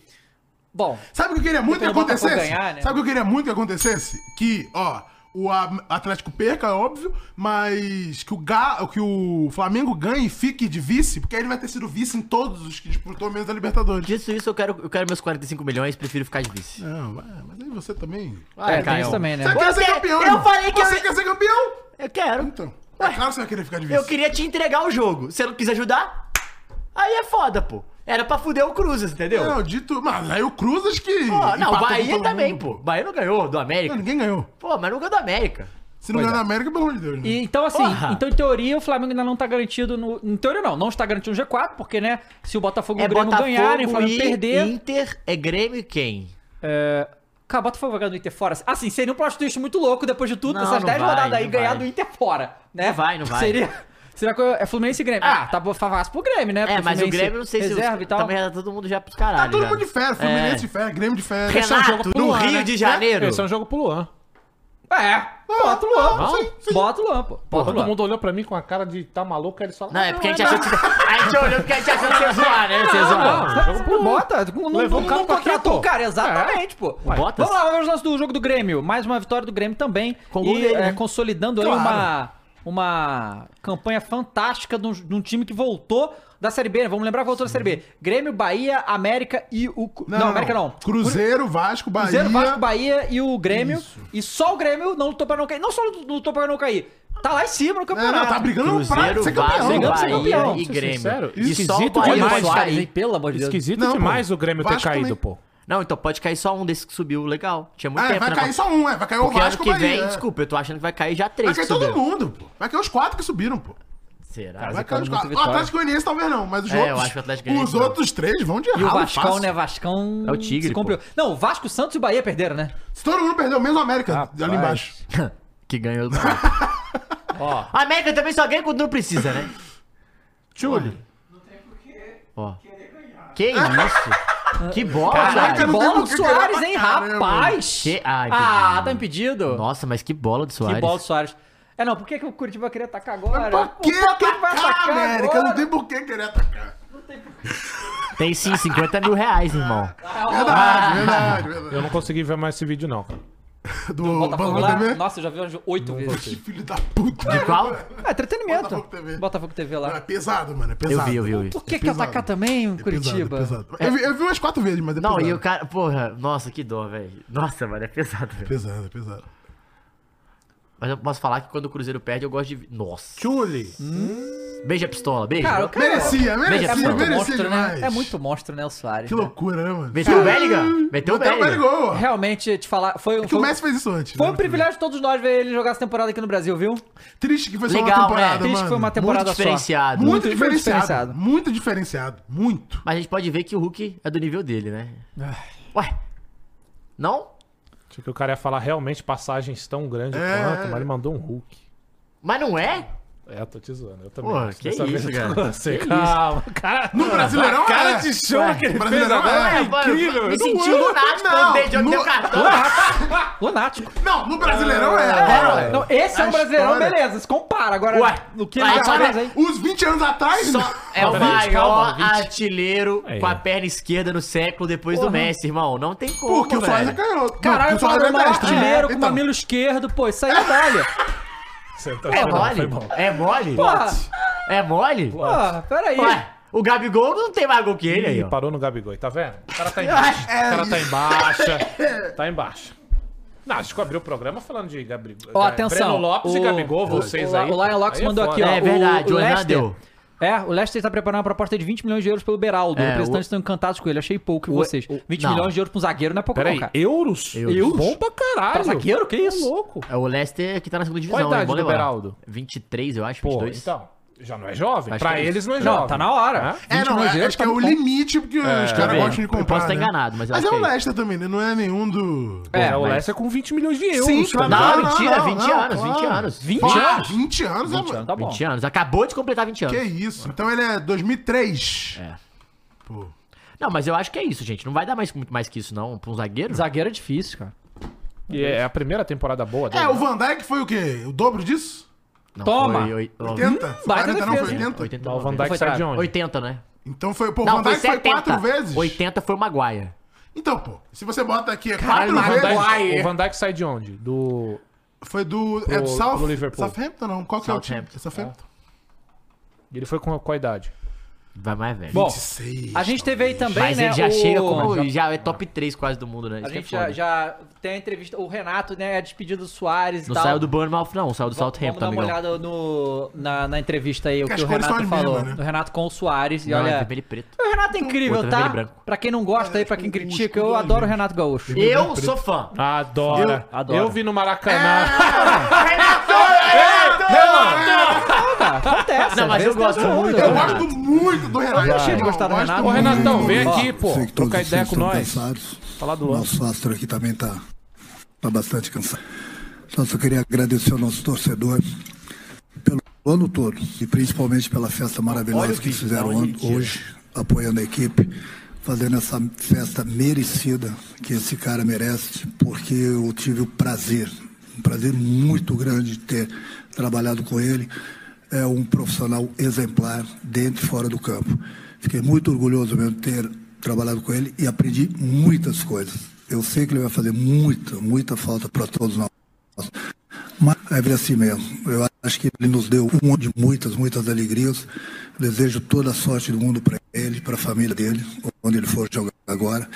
Bom,
Sabe o que eu queria muito que
Depende do Botafogo
acontecesse?
ganhar, né?
Sabe o que eu queria muito que acontecesse? Que, ó, o A- Atlético perca, é óbvio, mas que o, Ga... que o Flamengo ganhe e fique de vice, porque aí ele vai ter sido vice em todos os que disputou, menos a Libertadores.
Dito isso, eu quero, eu quero meus 45 milhões, prefiro ficar de vice.
Não, é, mas aí você também.
Vai,
é, tem isso também, né?
Você quer ser
quero-
campeão?
eu
irmão.
falei que
Você
eu-
quer ser campeão?
Eu quero.
Então. É claro que você vai querer ficar de vice.
Eu queria te entregar o jogo. Você não quis ajudar? Aí é foda, pô. Era pra fuder o Cruzes, entendeu?
Não, dito. Mas aí o Cruzas que.
Pô, não,
empatou
o
com
Bahia
todo
também,
mundo.
pô. Bahia não ganhou do
Não,
América.
ninguém ganhou.
Pô, mas não ganhou do América.
Se não
Pois
ganhar na
é.
América, pelo amor de Deus. Né?
E, então, assim,
Porra!
então em teoria o Flamengo ainda não tá garantido no. Em teoria não, não está garantido no G4, porque, né, se o Botafogo e o Grêmio ganharem, o Flamengo
É e
perder.
Inter é Grêmio e quem?
É... Cara, Botafogo vai ganhar do Inter fora. Assim, seria um plot twist muito louco depois de tudo,
Não,
essas
não
10
vai,
rodadas aí,
não
ganhar
vai.
do Inter fora. Né?
Não vai, não vai.
Seria. Será que é Fluminense e Grêmio? Ah,
Ah.
tá bom, fácil pro Grêmio, né?
É,
Porque
mas o
Fluminense
Grêmio não sei se
reserva
os,
e tal.
também já tá todo mundo já pros caralho.
Tá todo
já.
mundo de férias, Fluminense
É.
de férias, Grêmio de férias.
Esse é um jogo
Renato,
pro
no
Luan,
Rio
né?
de Janeiro.
Esse é um jogo pro Luan.
É, bota o Luan.
Não?
Bota o Luan, pô. Bota o
Todo
Luan.
mundo olhou pra mim com a cara de tá maluco, aí eles falam.
Não, é porque a gente achou que você... A gente olhou porque a gente achou que você ia zoar, né? Você ia
Ah,
não,
zoar.
não, jogo pro Luan.
Bota, não, não,
Levou
não,
o cara
não
pra
contratou
quê,
o
pô?
um. cara, exatamente, pô.
O Bottas?
Vamos lá, vamos ver os lances do jogo do Grêmio. Mais uma vitória do Grêmio também.
Com o gol
e
dele,
é,
né?
consolidando aí uma, uma campanha fantástica de um, de um time que voltou da Série B, né? Vamos lembrar que voltou da Série B. Grêmio, Bahia, América e o... Cu- Não, América não.
Cruzeiro, Vasco, Bahia.
Cruzeiro, Vasco, Bahia e o Grêmio. E só o Grêmio não lutou pra não cair. Não só lutou pra não cair. Tá lá em cima no
Não,
campeonato.
não, tá brigando pra
Cruzeiro,
ser campeão. É,
Vasco,
Brigando pra ser
Bahia
campeão,
e
ser
Grêmio.
sincero.
E só o
Esquisito
Bahia
demais,
pode
cara,
cair.
pelo amor
Esquisito
Não, pô.
demais o Grêmio ter
Vasco também.
caído, pô.
Não, então pode cair só um desses que subiu, legal. Tinha muito
Ah,
tempo,
vai
né?
cair só um, é. Vai cair o
Porque ano
Vasco,
que
Bahia.
vem,
é.
desculpa, eu tô achando que vai cair já três
Vai
que
cair todo
subiram.
mundo, pô. Vai cair os quatro que subiram, pô.
Será?
Vai
Mas
cair
acaba
os
muito
quatro. O
vitória.
Atlético Goianiense talvez não, mas os
É, eu
outros.
acho que o Atlético Goianiense
Os
não.
outros três vão de
E o
ralo
Vascão,
fácil.
né? Vascão.
É o Tigre,
Se complicou. Não, o Vasco, Santos e o Bahia perderam, né?
Se todo mundo perdeu, menos o América, ali embaixo.
que <laughs> ganhou do
<laughs>
A América também só ganha quando não precisa, né?
Tchuli.
Ó. Que isso? que bola,
Caraca, não
cara.
né, tem
bola
por
do
que ganhar
Soares,
pra
hein,
caramba.
rapaz!
Que- ah, impedido.
Ah, tá impedido.
Nossa, mas que bola do Soares.
que bola do Soares. É, não, por que, que o Curitiba queria atacar agora?
Pra que
Por que vai
atacar,
atacar
América? Não
agora?
tem por que querer
<laughs>
atacar.
Tem sim, 50 mil reais, irmão.
Verdade, verdade, verdade.
Eu não consegui ver mais esse vídeo, não, cara.
do
Botafogo
Balão
lá.
TV?
Nossa, eu já vi umas oito
Que
vezes.
filho da puta.
De qual?
É entretenimento.
Botafogo TV.
Botafogo TV
Não, é
lá.
pesado, mano. É pesado.
vi, eu vi, eu vi.
Por que
É
que
pesado.
atacar também o
É
Curitiba?
pesado, é pesado. Eu, vi, eu vi umas quatro vezes, mas é
Não,
pesado.
e o cara. Porra, nossa, que dó, velho. Nossa, mano, é pesado, velho.
Pesado, é pesado.
Mas eu posso falar que quando o Cruzeiro perde, eu gosto de. Nossa.
Chuli.
Beija a pistola, beija.
Cara, o cara
Merecia, merecia,
é muito
merecia
monstro,
demais.
né? É muito monstro, né, o Soares.
Que
né?
loucura, né, mano?
Meteu o Bellingham? Meteu o
Até o
Bellingham.
Berigol, ó.
Realmente, te falar, foi, um-
É Que
É, foi,
o
um-
Messi fez isso antes.
foi
né?
um privilégio de todos nós ver ele jogar essa temporada aqui no Brasil, viu?
Triste que foi só
Legal,
uma temporada,
né?
mano.
Triste que foi uma
Muito
temporada só.
diferenciado.
Muito,
muito
diferenciado.
diferenciado.
Muito diferenciado. Muito.
Mas a gente pode ver que o Hulk é do nível dele, né? Ué. Não?
Achei que o cara ia falar realmente passagens tão grandes
É.
quanto, mas ele mandou um Hulk.
Mas não é?
É, tô te zoando. Eu também.
Pô, que
Dessa vez
isso,
eu tô
cara.
com tá você. Calma, cara.
No Brasileirão,
a cara
é.
de chão que ele fez
Brasileirão,
agora é
Ué, mano,
incrível.
Me
Eu não é.
senti
ando.
lunático
não,
quando o Dejan
no-
é.
deu cartão.
<laughs> Lunático.
Não, no Brasileirão é.
Não, esse é
A
um brasileirão,
história-
beleza. Se compara. Agora,
Ué,
o que
aí
ele já
para-
fez aí?
Os 20 anos atrás,
Só
não.
é o
Calma, gente,
maior
calma, gente.
artilheiro
Aí,
com a
ó.
perna esquerda no século depois do
Porra.
Messi, irmão. Não tem como.
Porque o Soares é
velho.
canhoto. Não,
Caralho,
porque
o Soares é o maior
mestre, né?
artilheiro com o
Então,
mamilo esquerdo, pô, isso aí é
<laughs>
medalha.
Sentou,
É
foi bom,
mole?
tá foi bom.
É mole?
Porra,
É mole?
porra, peraí.
Ué, o Gabigol não tem mais gol que ele aí,
Ih,
ó. É
parou no Gabigol, tá vendo? O cara
<laughs>
tá embaixo. O cara tá embaixo. Tá embaixo. Não, a gente abriu o programa falando de Gabigol.
Ó,
é,
atenção.
Breno Lopes e
O-
Gabigol, vocês
o-
aí.
O Lion Locks
Aí é
mandou
foda.
aqui, ó.
É
o-
verdade, o Hernan
Leicester-
deu.
É, o Leicester está preparando uma proposta de 20 milhões de euros pelo Beraldo.
É,
os representantes
o-
estão encantados com ele. Achei pouco e
O-
vocês.
o-
20
não.
milhões de euros pra um zagueiro não é pouco,
Peraí,
não, cara.
euros?
Euros.
Bom pra caralho.
Pra zagueiro? Tá
Tá
Que isso?
É louco.
É o Leicester que tá na segunda divisão.
Qual a idade
hein? Bom
do
lembrar.
Beraldo?
23, eu acho,
Pô,
22.
então, já não é jovem.
Acho
pra
que é
eles
isso.
não é
Não,
jovem.
tá na hora.
É?
É, não,
milhões de
acho
euros
que é
tá
o
bom.
limite porque os caras
também.
gostam de
Eu
comprar.
posso estar enganado, mas eu
Mas é
acho
o
que é isso.
Leicester também, né? Não é nenhum do...
Pô, é, o
mas-
Leicester com 20 milhões de euros.
Sim,
tá
claro.
ligado?
Não,
Não,
mentira,
não,
20
não,
anos,
claro.
20 anos.
20
Pô,
anos?
20 anos, é,
20
mano.
anos, tá bom.
20 anos. Acabou de completar 20 anos.
Que isso. Então ele é 2003.
É.
Pô.
Não, mas eu acho que é isso, gente. Não vai dar mais, muito mais que isso, não. Pra um zagueiro?
Zagueiro é difícil, cara.
E é a primeira temporada boa dele.
É, o
né?
Van Dijk foi o quê? O dobro disso?
Não,
Toma!
Foi, oi- ó,
80?
baita
40 não, foi
defesa, hein?
80?
80
Mas o Van
não,
Dijk
Foi
sai de
trás.
onde?
80, né?
Então foi, pô, o
Não,
Van
foi
Dijk foi
70.
quatro vezes.
80 foi o Maguire.
Então, pô, se você bota aqui é
Caralho,
quatro
o Van
vezes.
Dijk- o Van Dijk sai de onde? Do...
Foi do. é do
Pro-
South,
pro Liverpool.
Southampton, não. Qual que é o time? É
Southampton.
Southampton.
Ele foi com qual idade?
Vai mais velho.
Bom,
26.
a gente teve aí também,
mas
né?
ele já
o...
chega como. Já é top 3 quase do mundo, né? Isso
A
que é
gente já,
foda.
já tem a entrevista. O Renato, né? A despedida do Soares e
Não
tal.
saiu do Bournemouth, não. Saiu do
Vamos
Southampton,
dar uma
amigão.
olhada no, na, na entrevista aí, o
Que
que,
as
o
cores são
Renato
as
falou.
mesmas, né?
Do Renato com o Soares. E
Não, é
olha.
vermelho e preto.
O Renato é incrível,
Outro
tá?
vermelho e branco.
Pra quem não gosta aí, pra quem
o- o
critica,
escudo
eu
é
adoro o
lindo.
Renato Gaúcho.
Eu sou fã.
Adora.
Eu- adoro.
Eu vi no Maracanã.
Acontece.
<laughs> Não,
Tá,
mas
às vezes
eu
tá
gosto
tem todo
muito.
mundo.
Eu gosto muito do Renato.
Eu achei de
irmão,
gostar do
gosto
Renato.
Ô,
muito.
Renatão, vem aqui, pô.
Sei que todos
Trocar
vocês
ideia com
estão
nós.
cansados.
Falar do ano.
Nosso astro aqui também está tá bastante cansado. Só só queria agradecer ao nosso torcedor pelo ano todo e principalmente pela festa maravilhosa que fizeram on- hoje, apoiando a equipe, fazendo essa festa merecida que esse cara merece, porque eu tive o prazer, um prazer muito grande de ter trabalhado com ele. É um profissional exemplar dentro e fora do campo. Fiquei muito orgulhoso mesmo de ter trabalhado com ele e aprendi muitas coisas. Eu sei que ele vai fazer muita, muita falta para todos nós. Mas é bem assim mesmo. Eu acho que ele nos deu um de muitas, muitas alegrias. Desejo toda a sorte do mundo para ele, para a família dele, onde ele for jogar agora.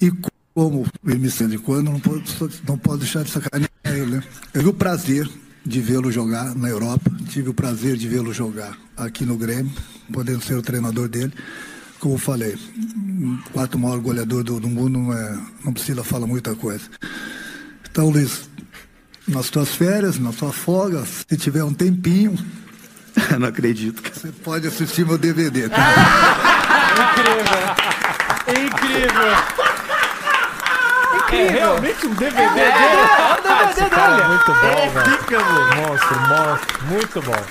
E como ele me sente quando, não posso, não posso deixar de sacanear ele. Né? Eu tive o prazer de vê-lo jogar na Europa, tive o prazer de vê-lo jogar aqui no Grêmio, podendo ser o treinador dele. Como eu falei, o quarto maior goleador do, do mundo não, é, não precisa falar muita coisa. Então, Luiz, nas tuas férias, na tua folga, se tiver um tempinho. <laughs> Não acredito. Você pode assistir meu DVD. Tá?
É realmente um DVD.
Olha,
Muito bom, velho. Monstro, monstro. Muito bom.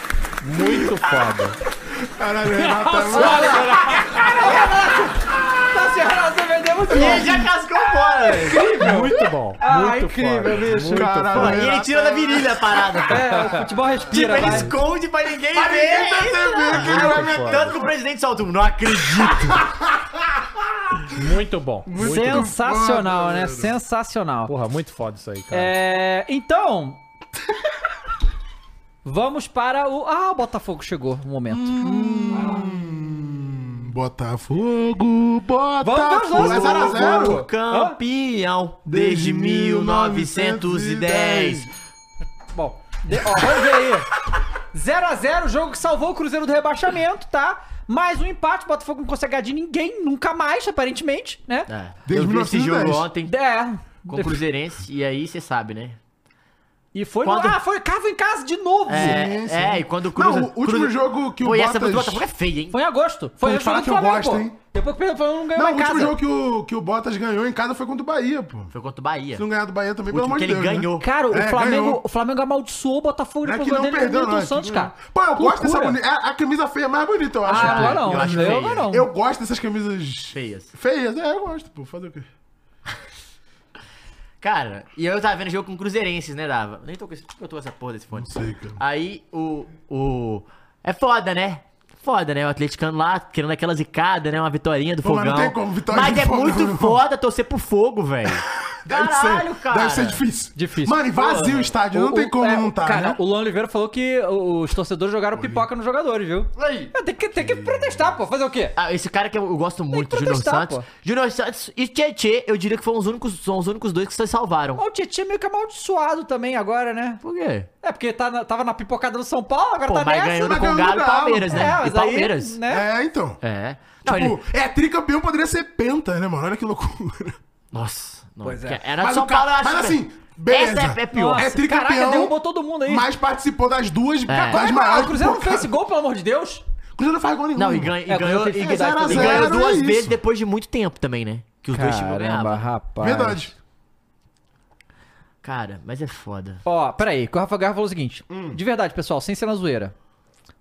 Muito foda.
Caralho, o Renato é maravilhoso.
Nossa senhora, tá você vendeu muito bom.
Ele já cascou fora, velho.
Muito bom.
Ah,
muito
incrível,
foda.
bicho.
Muito
Caralho.
foda.
E ele tira da virilha a parada.
É, o futebol
<laughs> Tipo,
respira,
ele
vai.
esconde pra ninguém ver.
tá
Ah,
Você vê que ele vai me-
Tanto que o presidente solta um. Não acredito.
Muito bom. Muito
Sensacional,
bom,
né?
galera.
Sensacional.
Porra, muito foda isso aí, cara.
É, então. vamos para o. Ah, o Botafogo chegou o momento.
Botafogo,
Vamos,
Botafogo.
vamos,
É
vamos,
0 a
vamos, vamos.
0
Campeão desde 1910.
Bom, de- ó, vamos ver aí. 0x0, jogo que salvou o Cruzeiro do rebaixamento, tá? Mais um empate, o Botafogo não consegue ganhar de ninguém, nunca mais, aparentemente, né?
É,
Desde
eu vi esse jogo
1910.
ontem
É.
com o Cruzeirense, e aí você sabe, né?
E foi
Quando-
no... Ah, foi cavo em casa de novo.
É,
sim.
é, e quando o Cruza...
Não, o último
Cruza-
jogo que o
Pô, e essa
Botas-
do Botafogo é feia, hein?
Foi em agosto. Foi
Vou
o
te
jogo
falar
do
que eu
Flamengo,
gosto,
pô.
hein?
Depois que perdeu o Flamengo, não ganhou
Não, o
mais
último
casa.
jogo que o, que o Bottas ganhou em casa foi contra o Bahia, pô.
Foi contra o Bahia.
Se não ganhar do Bahia também,
O
pelo
último
amor
que
de
ele
Deus.
ganhou.
Né?
Cara,
É,
o, Flamengo,
ganhou.
o Flamengo amaldiçoou o Botafogo
Não é
depois
que
do gol
não
dele com o
perdeu, não.
Milton
é que
Santos,
ganhou.
cara.
Pô, eu gosto dessa
Loucura.
bonita. A, a camisa feia é mais bonita, eu
Ah,
acho. cara.
agora não.
eu acho
Eu
feio.
agora não.
Eu gosto dessas camisas
Feias.
Feias, é, eu gosto, pô. Fazer o quê?
Cara, e eu tava vendo jogo com Cruzeirenses, né, Dava? Nem tô com esse... Por que eu tô com essa porra desse fone? Não
sei, cara.
Aí, o... o... É foda, né? Foda, né? O atleticano lá, querendo aquela zicada, né? Uma vitorinha do
Pô, mas
fogão.
não tem como, vitória
Mas
do
é
fogão,
muito
irmão.
foda torcer pro fogo,
<laughs>
velho.
Deve
Caralho,
ser,
cara.
Deve ser difícil.
Difícil.
Mano, e vazio o estádio, não
O-
tem
o-
como
é,
não tá,
Cara,
né?
o Luan Oliveira falou que os torcedores jogaram pipoca nos jogadores, viu?
Aí.
É, Tem que, tem que protestar, pô. Fazer o quê?
Ah, esse cara que eu eu gosto muito, Junior
protestar,
Santos.
pô.
Junior Santos e Tietê, eu diria que foram os únicos, são os únicos dois que se salvaram.
Ó, O Tietchan é meio que amaldiçoado também agora, né?
Por quê?
É, porque tá na- tava na pipocada do São Paulo, agora
Pô,
tá
mas
nessa.
ganhou
mas
no
ganhou
Congalo
do
e
Galo.
Palmeiras, né?
É,
e
mas aí,
Palmeiras.
né?
É, então.
É. Não, ele-
Tipo, é tricampeão, poderia ser penta, né, mano? Olha que loucura.
Nossa. não,
Pois é.
que- Era
Mas,
São
o cara-
Paulo, eu acho
mas
que-
assim, beleza.
Essa é- é pior.
É
Nossa,
tricampeão.
caraca, derrubou todo mundo aí.
Mas participou das duas, das
Mas,
maiores.
mas o é Cruzeiro
Pô,
não fez esse
cara,
gol, pelo amor de Deus.
O Cruzeiro não faz gol nenhum.
Não, e,
mano.
ganha- e
É,
ganhou,
tem que
e
ficar
ganhou-
zero a
e ganhou
zero,
duas
é
vezes
isso.
depois de muito tempo também, né? Que os dois times ganhavam.
rapaz.
Verdade.
Cara, mas é foda.
Ó, peraí, que o Rafa Garra falou o seguinte.
Hum.
De verdade, pessoal, sem ser na zoeira.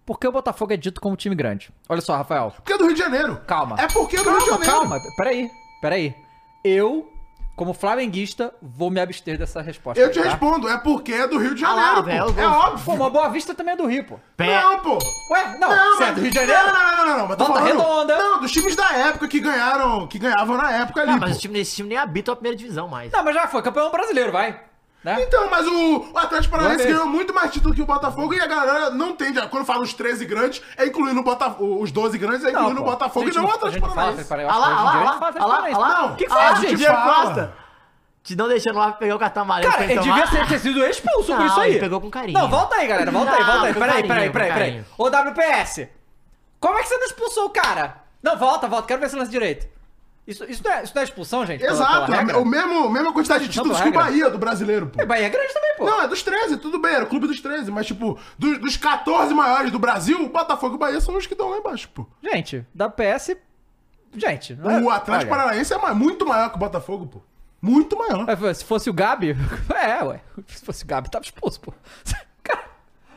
Por que o Botafogo é dito como time grande? Olha só, Rafael.
Porque é do Rio de Janeiro.
Calma.
É porque é do
calma,
Rio de Janeiro.
Calma, peraí, peraí. Eu, como flamenguista, vou me abster dessa resposta.
Eu
aí,
te
tá?
respondo, é porque é do Rio de
Ah lá,
Janeiro,
velho,
pô.
eu
É
gosto.
óbvio.
Pô, mas Boa Vista também é do Rio, pô.
Pé.
Não, pô.
Ué, não,
Não,
você é
mas-
do Rio de Janeiro?
Não, não, não, não, não. Mas tô
Volta
falando-
Redonda. Tá,
Não, dos times da época que ganharam, que ganhavam na época ali.
Ah, mas
pô.
os times desse time nem habitam a primeira divisão mais.
Não, mas já foi campeão brasileiro, vai. Né?
Então, mas o, o Atlético Paranaense
Boa
ganhou muito mais título que o Botafogo e a galera não tem. já- Quando fala os 13 grandes, é incluindo o Botafogo. Os 12 grandes, é incluindo o
pô.
Botafogo e
Gente,
não o
a gente
Atlético
fala,
Paranaense.
peraí, eu
Ah
acho que
lá,
hoje em dia a gente fala
ah lá,
Atlético
ah lá,
Paranaense.
ah lá.
Não, o que
Ah,
foi,
o
gente?
Diego
fala.
Costa. Te não deixando lá pegar o cartão amarelo.
Cara,
pra
então
ele
tomar.
devia ser- ter sido expulso por
Não,
isso aí.
ele pegou com carinho.
Não, volta aí, galera. Volta aí,
Não,
volta aí.
com
Peraí, peraí,
carinho,
peraí,
com
peraí.
carinho.
Ô, WPS. Como é que você não expulsou o cara? Não, volta, volta. Quero ver esse lance direito. Isso, isso, não, é, isso não é expulsão, gente? pela-
Exato,
pela
é
regra?
o mesmo, mesma quantidade de
Não, pela
títulos que o
regra.
Bahia do brasileiro, pô.
É, Bahia é grande também, pô.
Não, é dos 13, tudo bem, era o clube dos 13, mas tipo, do- dos 14 maiores do Brasil, o Botafogo e o Bahia são os que estão lá embaixo, pô.
Gente, WPS. Gente. não é-
O Atlético
olha.
Paranaense é ma- muito maior que o Botafogo, pô. Muito maior.
É, Se fosse o Gabi. <laughs> É, ué. Se fosse o Gabi, tava expulso, pô. <laughs> Cara,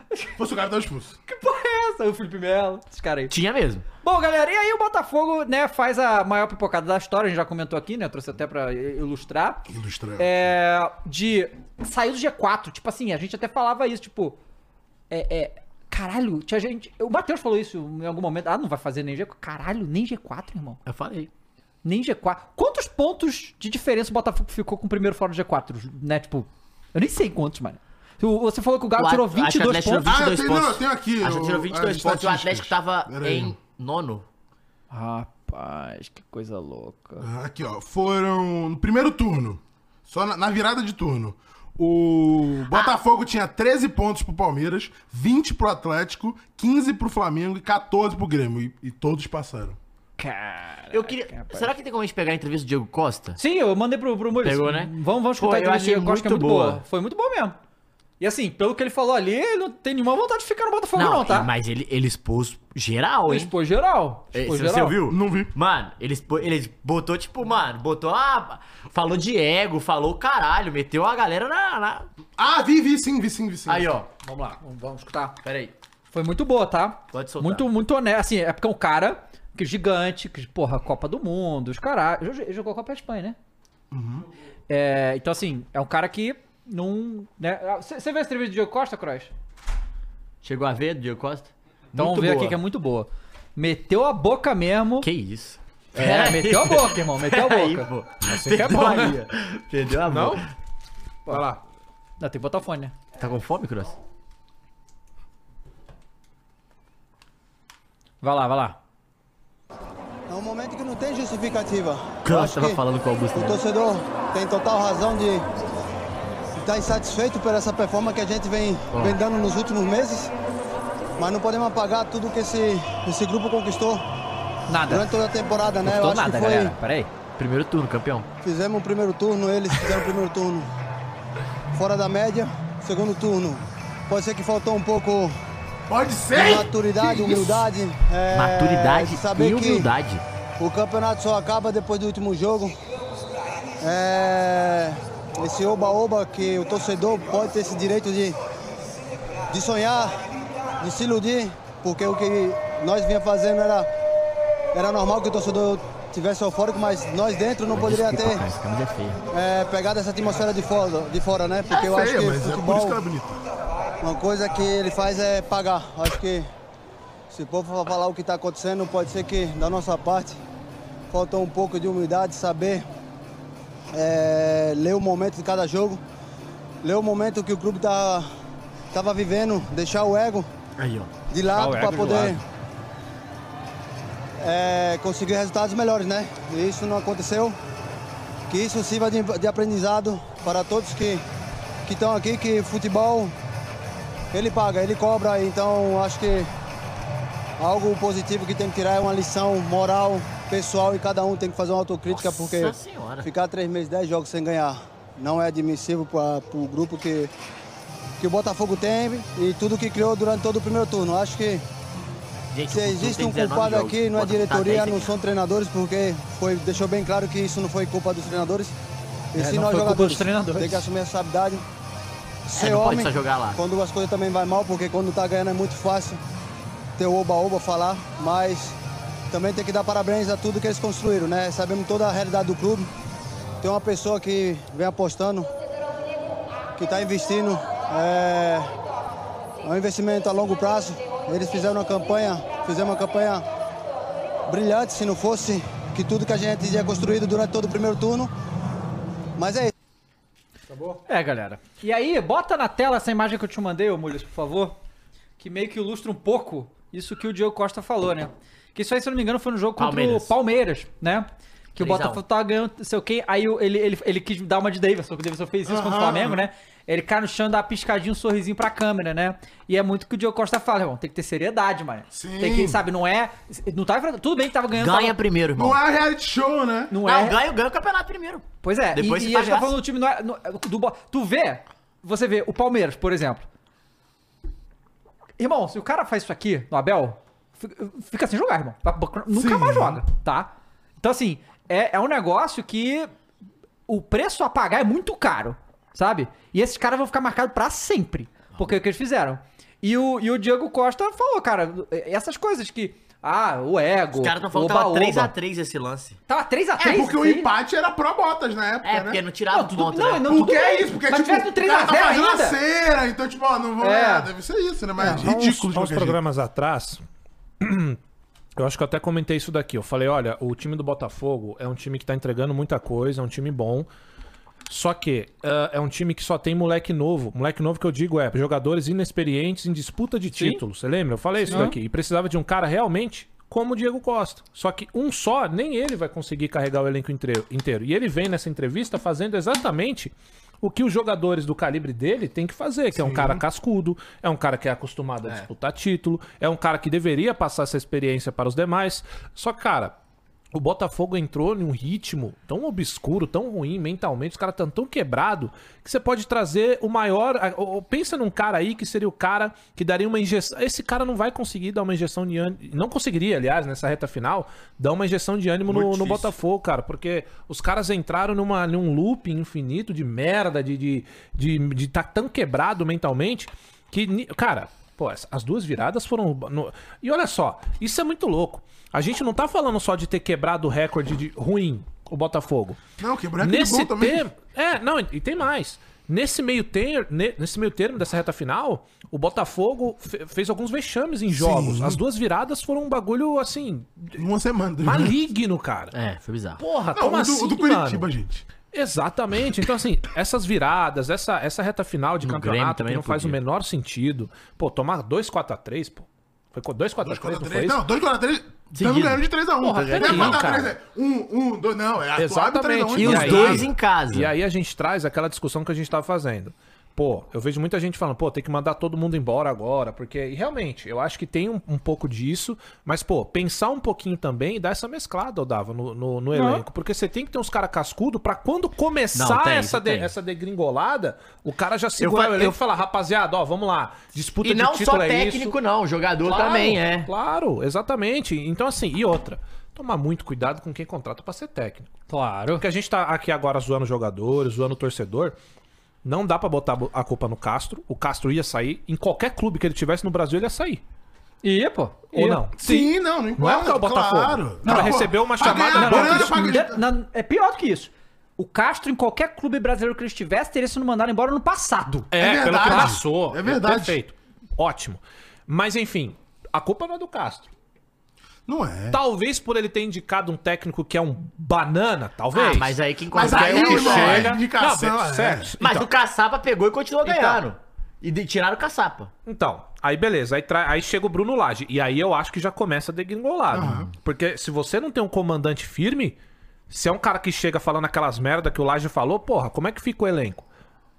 É.
Fosse o cara tava expulso.
que porra é essa? O Felipe Melo, esses caras aí.
<laughs> Tinha mesmo.
Bom, galera, e aí o Botafogo, né, faz a maior pipocada da história, a gente já comentou aqui, né? Eu trouxe até pra ilustrar.
Ilustrando.
É. De. Saiu do G4. Tipo assim, a gente até falava isso, tipo. É. é caralho, tinha gente. O Matheus falou isso em algum momento. Ah, não vai fazer nem G4. Caralho, nem G4, irmão.
Eu falei.
Nem G4. Quantos pontos de diferença o Botafogo ficou com o primeiro fora do G4? Né, tipo. Eu nem sei quantos, mano. Tu- Você falou que o Galo
O
tirou
At- acho que o
22
Atlético tirou
pontos.
Ah, eu
22
tenho, não,
pontos.
eu tenho aqui.
A gente tirou
o-
22
as
pontos e o Atlético
estatísticas.
tava
Pera aí.
em nono. Ah!
Rapaz, que coisa louca.
Ah, Aqui, ó. Foram. No primeiro turno. Só na, na virada de turno.
Ah.
O Botafogo tinha 13 pontos pro Palmeiras, 20 pro Atlético, 15 pro Flamengo e 14 pro Grêmio. E, e todos passaram.
Cara.
Eu queria. Será que tem como a gente pegar a entrevista do Diego Costa?
Sim, eu mandei pro, pro Maurício.
Pegou, né?
Vamos, vamos escutar
Pô,
a
eu
entrevista
achei
dele, eu acho que é
muito
muito boa.
boa.
Foi muito boa mesmo. E assim, pelo que ele falou ali, ele não tem nenhuma vontade de ficar no Botafogo, não,
Não,
tá?
mas ele, ele expôs geral,
Ele
hein?
expôs geral.
É,
Expôs
Você,
geral.
você ouviu?
Não vi.
Mano, ele, expo- ele botou, tipo, mano, botou a. Falou de ego, falou caralho, meteu a galera na. na-
Ah, vi, vi sim, vi sim, vi sim.
Aí, ó.
Vamos lá, vamos, vamos escutar.
Pera aí.
Foi muito boa, tá?
Pode soltar.
Muito, muito honesto. Assim, é porque é um cara que gigante, que, porra, Copa do Mundo, os caras. Ele jogou a Copa da Espanha, né? É, então, assim, é um cara que não. né? Você você viu a entrevista do Diego Costa, Cross?
Chegou a ver do Diego Costa?
Então vamos ver
boa.
aqui que é muito boa. Meteu a boca mesmo.
Que isso?
É, meteu a boca, irmão, meteu a
Peraí,
boca.
pô.
Você que é
Perdeu
bom,
a
né?
linha. Perdeu a
Não?
mão.
Vai lá.
Não, tem que botar o fone, né?
Tá com fome, Cross?
Vai lá, vai lá.
É um momento que não tem justificativa.
Cross
Eu acho
tava
que
falando com o Augusto.
O torcedor tem total razão de estar insatisfeito por essa performance que a gente vem,
Ó.
vem dando nos últimos meses. Mas não podemos apagar tudo que esse, esse grupo conquistou
Nada.
durante toda a temporada, né?
Custou
Eu acho
nada,
que foi.
galera. Peraí.
Primeiro turno, campeão.
Fizemos o primeiro turno, eles fizeram o primeiro turno fora da média. Segundo turno, pode ser que faltou um pouco.
Pode
ser! Maturidade, humildade. é,
Maturidade
saber
e
que-
humildade.
o campeonato só acaba depois do último jogo. É, esse oba-oba que o torcedor pode ter esse direito de, de sonhar, de se iludir, porque o que nós vinha fazendo era, era normal que o torcedor tivesse eufórico, mas nós dentro não poderia
Desculpa,
ter
cara, essa camisa é feia.
é, pegado essa atmosfera de fora, de fora né? Porque eu
É
acho
feia,
que o
mas é por isso
futebol,
que ela é bonita.
uma coisa que ele faz é pagar. Acho que se o povo for falar o que está acontecendo, pode ser que da nossa parte faltou um pouco de humildade, saber é, ler o momento de cada jogo, ler o momento que o clube tá, tava vivendo, deixar o ego
Aí, ó.
de
Deixar
lado
o
para
ego de
poder
lado.
é, conseguir resultados melhores, né? E isso não aconteceu. Que isso sirva de, de aprendizado para todos que que estão aqui, que futebol ele paga, ele cobra, então acho que algo positivo que tem que tirar é uma lição moral, pessoal e cada um tem que fazer uma autocrítica
Nossa
porque
Senhora.
ficar três meses, dez jogos sem ganhar não é admissível para o grupo que que o Botafogo tem e tudo que criou durante todo o primeiro turno. Acho que
Gente,
se
o Guto
existe
tem
um
19
culpado
jogos,
aqui, não é
bota- tá
diretoria,
10
não
aqui.
são treinadores, porque foi, deixou bem claro que isso não foi culpa dos treinadores. E
É,
sim
não
nós
foi culpa
jogadores.
dos treinadores.
Tem que assumir essa habilidade. Ser
não pode
homem,
só jogar lá.
quando as coisas também vai mal, porque quando tá ganhando é muito fácil ter o oba-oba falar, mas também tem que dar parabéns a tudo que eles construíram, né? Sabemos toda a realidade do clube. Tem uma pessoa que vem apostando, que está investindo. É, é um investimento a longo prazo. Eles fizeram uma campanha, fizeram uma campanha brilhante, se não fosse que tudo que a gente tinha construído durante todo o primeiro turno. Mas é isso.
É, galera. E aí, bota na tela essa imagem que eu te mandei, ô Mules, por favor. Que meio que ilustra um pouco isso que o Diego Costa falou, né? Que isso aí, se eu não me engano, foi no jogo contra
Palmeiras.
o Palmeiras, né? Que o
3 a 1.
Botafogo tava ganhando, não sei o quê. Aí o- ele, ele, ele quis dar uma de Davidson, que o Davidson fez isso contra o Flamengo, né? Ele cai no chão, dá uma piscadinha, um sorrisinho pra câmera, né? E é muito o que o Diego Costa fala, irmão. Tem que ter seriedade, mano.
Sim.
Tem que, sabe, não é. Não tá enfrentando. Tudo bem que tava ganhando.
Ganha
tava-
primeiro, irmão.
Não é reality show, né?
Não
Não,
é.
ganha, ganha o campeonato primeiro.
Pois é,
Depois
e,
você
e a
faz
gente tá
graça.
falando do time não é, não- do Bo- Tu vê, você vê o Palmeiras, por exemplo. Irmão, se o cara faz isso aqui no Abel, fi- fica sem jogar, irmão. Vai pro banco, Nunca mais joga, tá? Então, assim, é, é um negócio que o preço a pagar é muito caro, sabe? E esses caras vão ficar marcados pra sempre. Porque é o que eles fizeram. E o, e o Diego Costa falou, cara, essas coisas que. Ah, o ego.
Os caras tão falando que
oba-oba.
tava 3x3 esse lance.
Tava 3x3.
É porque o
sim.
empate era pro Botas na época,
É,
né?
porque não tiraram
Não,
o
tudo-
ponto,
não,
né?
não-
Porque
tudo
é
bem.
isso, porque
Mas
tipo,
tivesse no 3 a 0
tá fazendo
ainda.
a cera, então tipo, ó, não vou...
É.
É. deve ser isso, né? Mas
Há uns-
ridículo
há
de
uns
qualquer jeito.
programas atrás, <clears throat> eu acho que eu até comentei isso daqui. Eu falei, olha, o time do Botafogo é um time que tá entregando muita coisa, é um time bom. Só que ah, é um time que só tem moleque novo. Moleque novo que eu digo é jogadores inexperientes em disputa de títulos. Você lembra? Eu falei isso daqui. E precisava de um cara realmente como o Diego Costa. Só que um só, nem ele vai conseguir carregar o elenco inteiro. inteiro. E ele vem nessa entrevista fazendo exatamente o que os jogadores do calibre dele têm que fazer, que é um cara cascudo, é um cara que é acostumado a disputar título, é um cara que deveria passar essa experiência para os demais. Só que, cara, o Botafogo entrou num ritmo tão obscuro, tão ruim mentalmente, os caras estão tão quebrado que você pode trazer o maior. a- ou- ou Pensa num cara aí que seria o cara que daria uma injeção. Esse cara não vai conseguir dar uma injeção de ânimo. Não conseguiria, aliás, nessa reta final, dar uma injeção de ânimo no, no Botafogo, cara. Porque os caras entraram numa, num loop infinito de merda, de de, de, de tá tão quebrado mentalmente que. ni- Cara, Pô, as as duas viradas foram. no- E olha só, isso é muito louco. A gente não tá falando só de ter quebrado o recorde de ruim, o Botafogo.
Não, quebrou aquele
Nesse
gol é também.
tempo. É, não, e tem mais. Nesse meio, ter, ne- nesse meio termo dessa reta final, o Botafogo fe- fez alguns vexames em jogos. As duas viradas foram um bagulho, assim...
Uma semana. né?
Maligno, cara.
É, foi bizarro.
Porra,
Não,
como
o do-
assim,
o do Curitiba,
mano?
gente.
Exatamente. Então, assim, essas viradas, essa, essa reta final de
No Grêmio
campeonato que
também
não faz o
podia.
menor sentido. Pô, tomar 2x4x3, pô. Foi 2x4x3, não foi
2x3,
isso?
não, 2x3.
Seguido.
Estamos ganhando de 3x1.
Porra, peraí, cara.
1, 1, 2, não. É atuado 3x1
Exatamente.
de casa.
E aí a gente traz aquela discussão que a gente tava fazendo. Pô, eu vejo muita gente falando, pô, tem que mandar todo mundo embora agora, porque. E realmente, eu acho que tem um, um pouco disso, mas, pô, pensar um pouquinho também e dar essa mesclada, Odava, no, no, no
Não.
elenco. Porque você tem que ter uns caras cascudo pra quando começar
Não, tem,
essa,
isso
de-
tem.
essa degringolada, o cara já segurar
fa-
o elenco
eu-
e falar, rapaziada, ó, vamos lá, disputa
E
de
não
título
só
é
técnico,
isso.
não, jogador também, é.
Claro, exatamente. Então, assim, e outra. Tomar muito cuidado com quem contrata pra ser técnico.
Claro.
Porque a gente tá aqui agora zoando jogadores, zoando torcedor. Não dá pra botar a culpa no Castro. O Castro ia sair. Em qualquer clube que ele tivesse no Brasil, ele ia sair.
Ia, pô.
Ou
Ia.
não?
Sim, não, não
Não é porque é o
importa,
Botafogo.
claro.
O cara recebeu uma
Pra ganhar
chamada...
a grana, pra ganhar-
Não, não, é pior do que isso. O Castro, em qualquer clube brasileiro que ele estivesse, teria sido mandado embora no passado.
É, pelo que passou.
É verdade.
Perfeito. Ótimo. Mas, enfim, a culpa não é do Castro.
Não é.
Talvez por ele ter indicado um técnico que é um banana, talvez.
Ah, mas aí quem
Mas
contrata
aí
é o
não é
Chega.
indicação, é.
Mas
Então.
o Caçapa pegou e continuou
Então.
ganhando. E de- tiraram o Caçapa.
Então, aí beleza, aí, tra- aí chega o Bruno Lage. E aí eu acho que já começa a degringolar. Porque se você não tem um comandante firme, se é um cara que chega falando aquelas merda que o Lage falou, porra, como é que fica o elenco?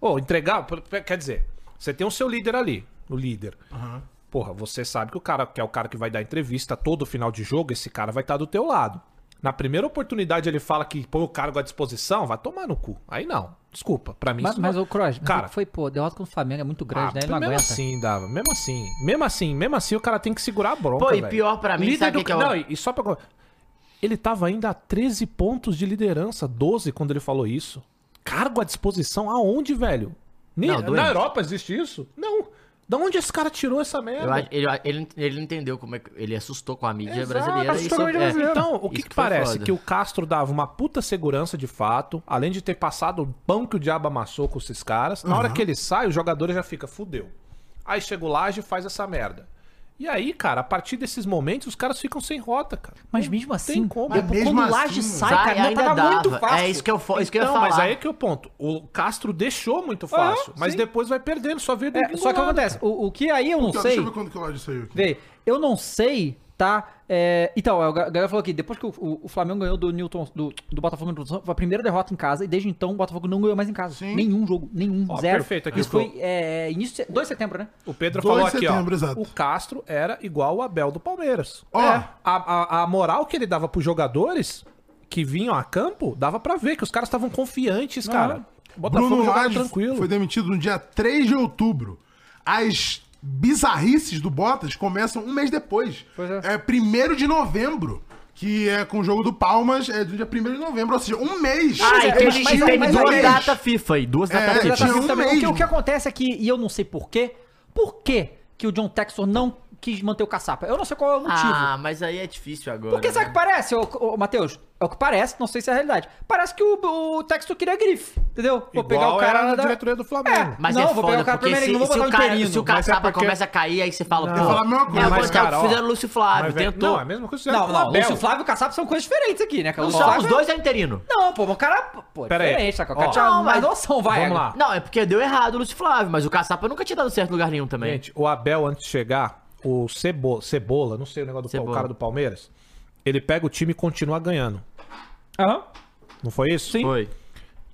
Ou entregar, por- quer dizer, você tem o seu líder ali, o líder. Porra, você sabe que o cara que é o cara que vai dar entrevista todo final de jogo, esse cara vai estar do teu lado. Na primeira oportunidade ele fala que põe o cargo à disposição, vai tomar no cu. Aí não. Desculpa, pra mim
Mas,
isso
mas
não-
o Croz,
Cara,
cara, foi, pô, derrota com o Flamengo é muito grande,
Ah,
né? Ele não
mesmo
aguenta.
assim, Dava. Mesmo assim. Mesmo assim, mesmo assim, o cara tem que segurar a bronca.
Pô, e
velho.
pior pra mim,
Líder
sabe
do...
o que que é o-
Não, e- e só pra. co- Ele tava ainda a 13 pontos de liderança, 12 quando ele falou isso. Cargo à disposição aonde, velho? Ni-
Não, doente.
Na Europa existe isso? Não. Da onde esse cara tirou essa merda?
Eu acho- ele, ele, ele não entendeu como é que. Ele assustou com a mídia
Exato,
brasileira.
acho
e
que
só-
é
é,
brasileiro. Então, o que,
isso
que
foi
parece?
foda.
Que o Castro dava uma puta segurança de fato, além de ter passado o pão que o diabo amassou com esses caras. Na hora que ele sai, o jogador já fica, fudeu. Aí chega o Laje e faz essa merda. E aí, cara, a partir desses momentos, os caras ficam sem rota, cara.
Mas mesmo assim,
tem
É
como.
Mas
Pô,
mesmo
quando o
assim,
Laje
sai, cara, não,
ainda
tava
dava.
muito fácil.
É isso que eu, fo- isso que eu ia
Não,
falar.
mas aí é que é o ponto. O Castro deixou muito fácil, mas
sim.
depois vai perdendo, só vê
É, só que acontece, o, o que aí eu não
Então,
sei.
Deixa eu ver quando que o Lodge saiu aqui.
Vê, eu não sei, tá? É, então, é, o Ga- galera falou aqui, depois que o, o- o Flamengo ganhou do Newton, do, do Botafogo no Newton, foi a primeira derrota em casa, e desde então o Botafogo não ganhou mais em casa. Nenhum jogo, nenhum,
Ó,
zero.
perfeito aqui,
Isso
pô.
foi é, início de 2 de setembro, né?
O Pedro
2
falou
de
aqui, ó.
setembro, exato.
O Castro era igual o Abel do Palmeiras.
Ó.
É. A, a, a moral que ele dava pros jogadores que vinham a campo, dava pra ver que os caras estavam confiantes, cara. O Botafogo
Bruno
jogava
Lage
tranquilo.
foi demitido no dia 3 de outubro. As bizarrices do Bottas começam um mês depois. é. 1 de novembro, que é com o jogo do Palmas, é do dia 1 de novembro, ou seja, um mês.
Ah, então a
Eles
gente
tinham
teve
um
é
duas
mês.
datas FIFA aí. Duas
É,
datas
tinha
FIFA.
Também, o,
um
tá que,
mês.
o que acontece é que, e eu não sei porquê, por que que o John Textor não quis manter o caçapa? Eu não sei qual é o motivo.
Ah, mas aí é difícil agora.
Porque sabe o que parece, ô, ô, Matheus? É o que parece, não sei se é a realidade. Parece que o, o Textor queria grife, entendeu? Vou pegar o cara
era
lá
na
da-
diretoria do Flamengo.
Mas
não,
é
vou
foda,
pegar o cara
porque
primeiro
se,
e não vou
se
botar
o
o
cara,
interino.
se o
mas é
caçapa
porque-
começa a cair, aí você fala, pô,
Eu ia falar a mesma coisa.
é
Mas,
o que é o
cara,
que
ó,
fizeram o Lúcio Flávio,
Mas, velho,
tentou.
Não, é a mesma coisa que
Não,
fizeram com o
não,
Abel.
Lúcio Flávio e o Caçapa são coisas diferentes aqui, né? cara?
Não
Lúcio
são, os
Flávio- um-
dois é interino.
Não, pô, mas o cara, pô, é
Pera aí.
diferente, saca? O cara
Ó,
tinha
não,
mais
mas-
noção, vai.
Vamos lá.
Não, é porque deu errado o Lúcio Flávio, mas o Caçapa nunca tinha dado certo em lugar nenhum também.
Gente, o Abel, antes de chegar, o Cebo- Cebola, não sei o negócio do
Cebola.
o cara do Palmeiras, ele pega o time e continua ganhando.
Aham.
Não foi isso? Sim.
Foi.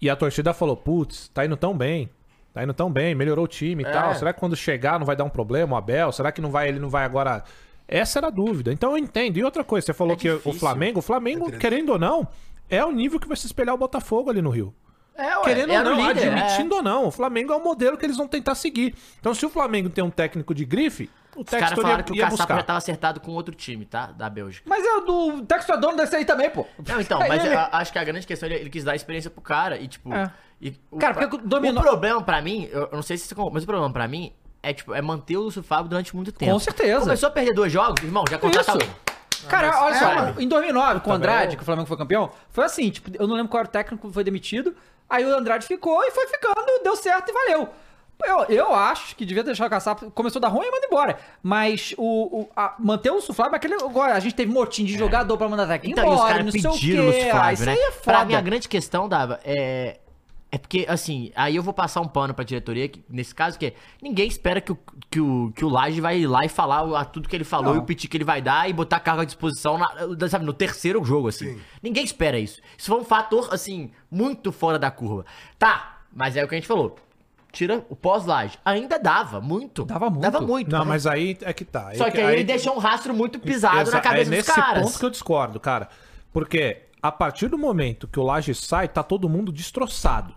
E a torcida falou: putz, tá indo tão bem. Tá indo tão bem, melhorou o time e
É.
tal. Será que quando chegar não vai dar um problema o Abel? Será que não vai, ele não vai agora. Essa era a dúvida. Então eu entendo. E outra coisa, você falou
É
que o Flamengo, o Flamengo, querendo ou não, é o nível que vai se espelhar o Botafogo ali no Rio.
É, ué,
Querendo ou
era o
não,
líder,
admitindo ou não, o Flamengo é o modelo que eles vão tentar seguir. Então, se o Flamengo tem um técnico de grife, o
Os caras
técnico
falaram
ia,
que o
ia
Caçapa
buscar.
já tava acertado com outro time, tá? Da Bélgica.
Mas é do o Textor é dono desse aí também, pô.
Não, então,
É
mas
ele.
a- acho que a grande questão, ele, ele quis dar experiência pro cara e, tipo...
É.
e o,
Cara, porque
o
dominou-
problema pra mim, eu, eu não sei se você... con- Mas o problema pra mim é, tipo, é manter o Lúcio Flávio durante muito tempo.
certeza.
Começou a perder dois jogos, irmão, já contrata
Isso.
alguém. Ah,
Cara, olha
é,
só,
mano.
em 2009, com o
Também
Tá
Andrade,
é.
que o Flamengo foi campeão, foi assim, tipo, eu não lembro qual era o técnico que foi demitido, Aí o Andrade ficou e foi ficando, deu certo e valeu. Eu, eu acho que devia deixar o Kassab. Começou a dar ruim e manda embora. Mas o, o, a- manter o Suflávio, aquele. Agora, a gente teve motim de jogador pra mandar daqui
É. Então, e
embora,
os caras
não sei o
pediram o
quê.
Lúcio
Ah,
Flávio,
isso
né?
aí é
Pra
foda.
mim, a grande questão, Dava, é... É porque, assim, aí eu vou passar um pano pra diretoria, que, nesse caso, que é, ninguém espera que o, que, o, que o Laje vai ir lá e falar o- a tudo que ele falou
Não.
e o piti que ele vai dar e botar cargo à disposição, na- sabe, no terceiro jogo, assim. Ninguém espera isso. Isso foi um fator, assim, muito fora da curva. Tá, mas é o que a gente falou. Tira o pós-Laje. Ainda dava, muito. Dava muito. Dava muito. né?
Não, mas aí é que tá.
Só que aí, ele deixou um rastro muito pisado
Exa-
na cabeça
é
dos
nesse
caras.
ponto que eu discordo, cara. Porque a partir do momento que o Laje sai, tá todo mundo destroçado.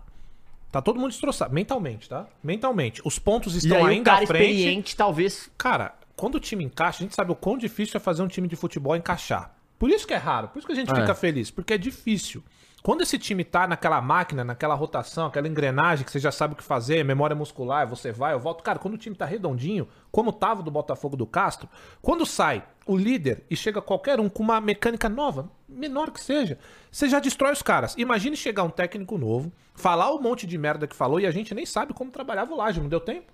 Tá todo mundo destroçado, mentalmente, tá? Mentalmente. Os pontos
E
estão
aí o
ainda
cara
à frente.
experiente, talvez.
Cara, quando o time encaixa, a gente sabe o quão difícil é fazer um time de futebol encaixar. Por isso que é raro, por isso que a gente
É.
fica feliz, porque é difícil. Quando esse time tá naquela máquina, naquela rotação, aquela engrenagem que você já sabe o que fazer, é memória muscular, você vai, eu volto. Cara, quando o time tá redondinho, como tava do Botafogo do Castro, quando sai o líder e chega qualquer um com uma mecânica nova, menor que seja, você já destrói os caras. Imagine chegar um técnico novo, falar um monte de merda que falou e a gente nem sabe como trabalhava o Laje, não deu tempo?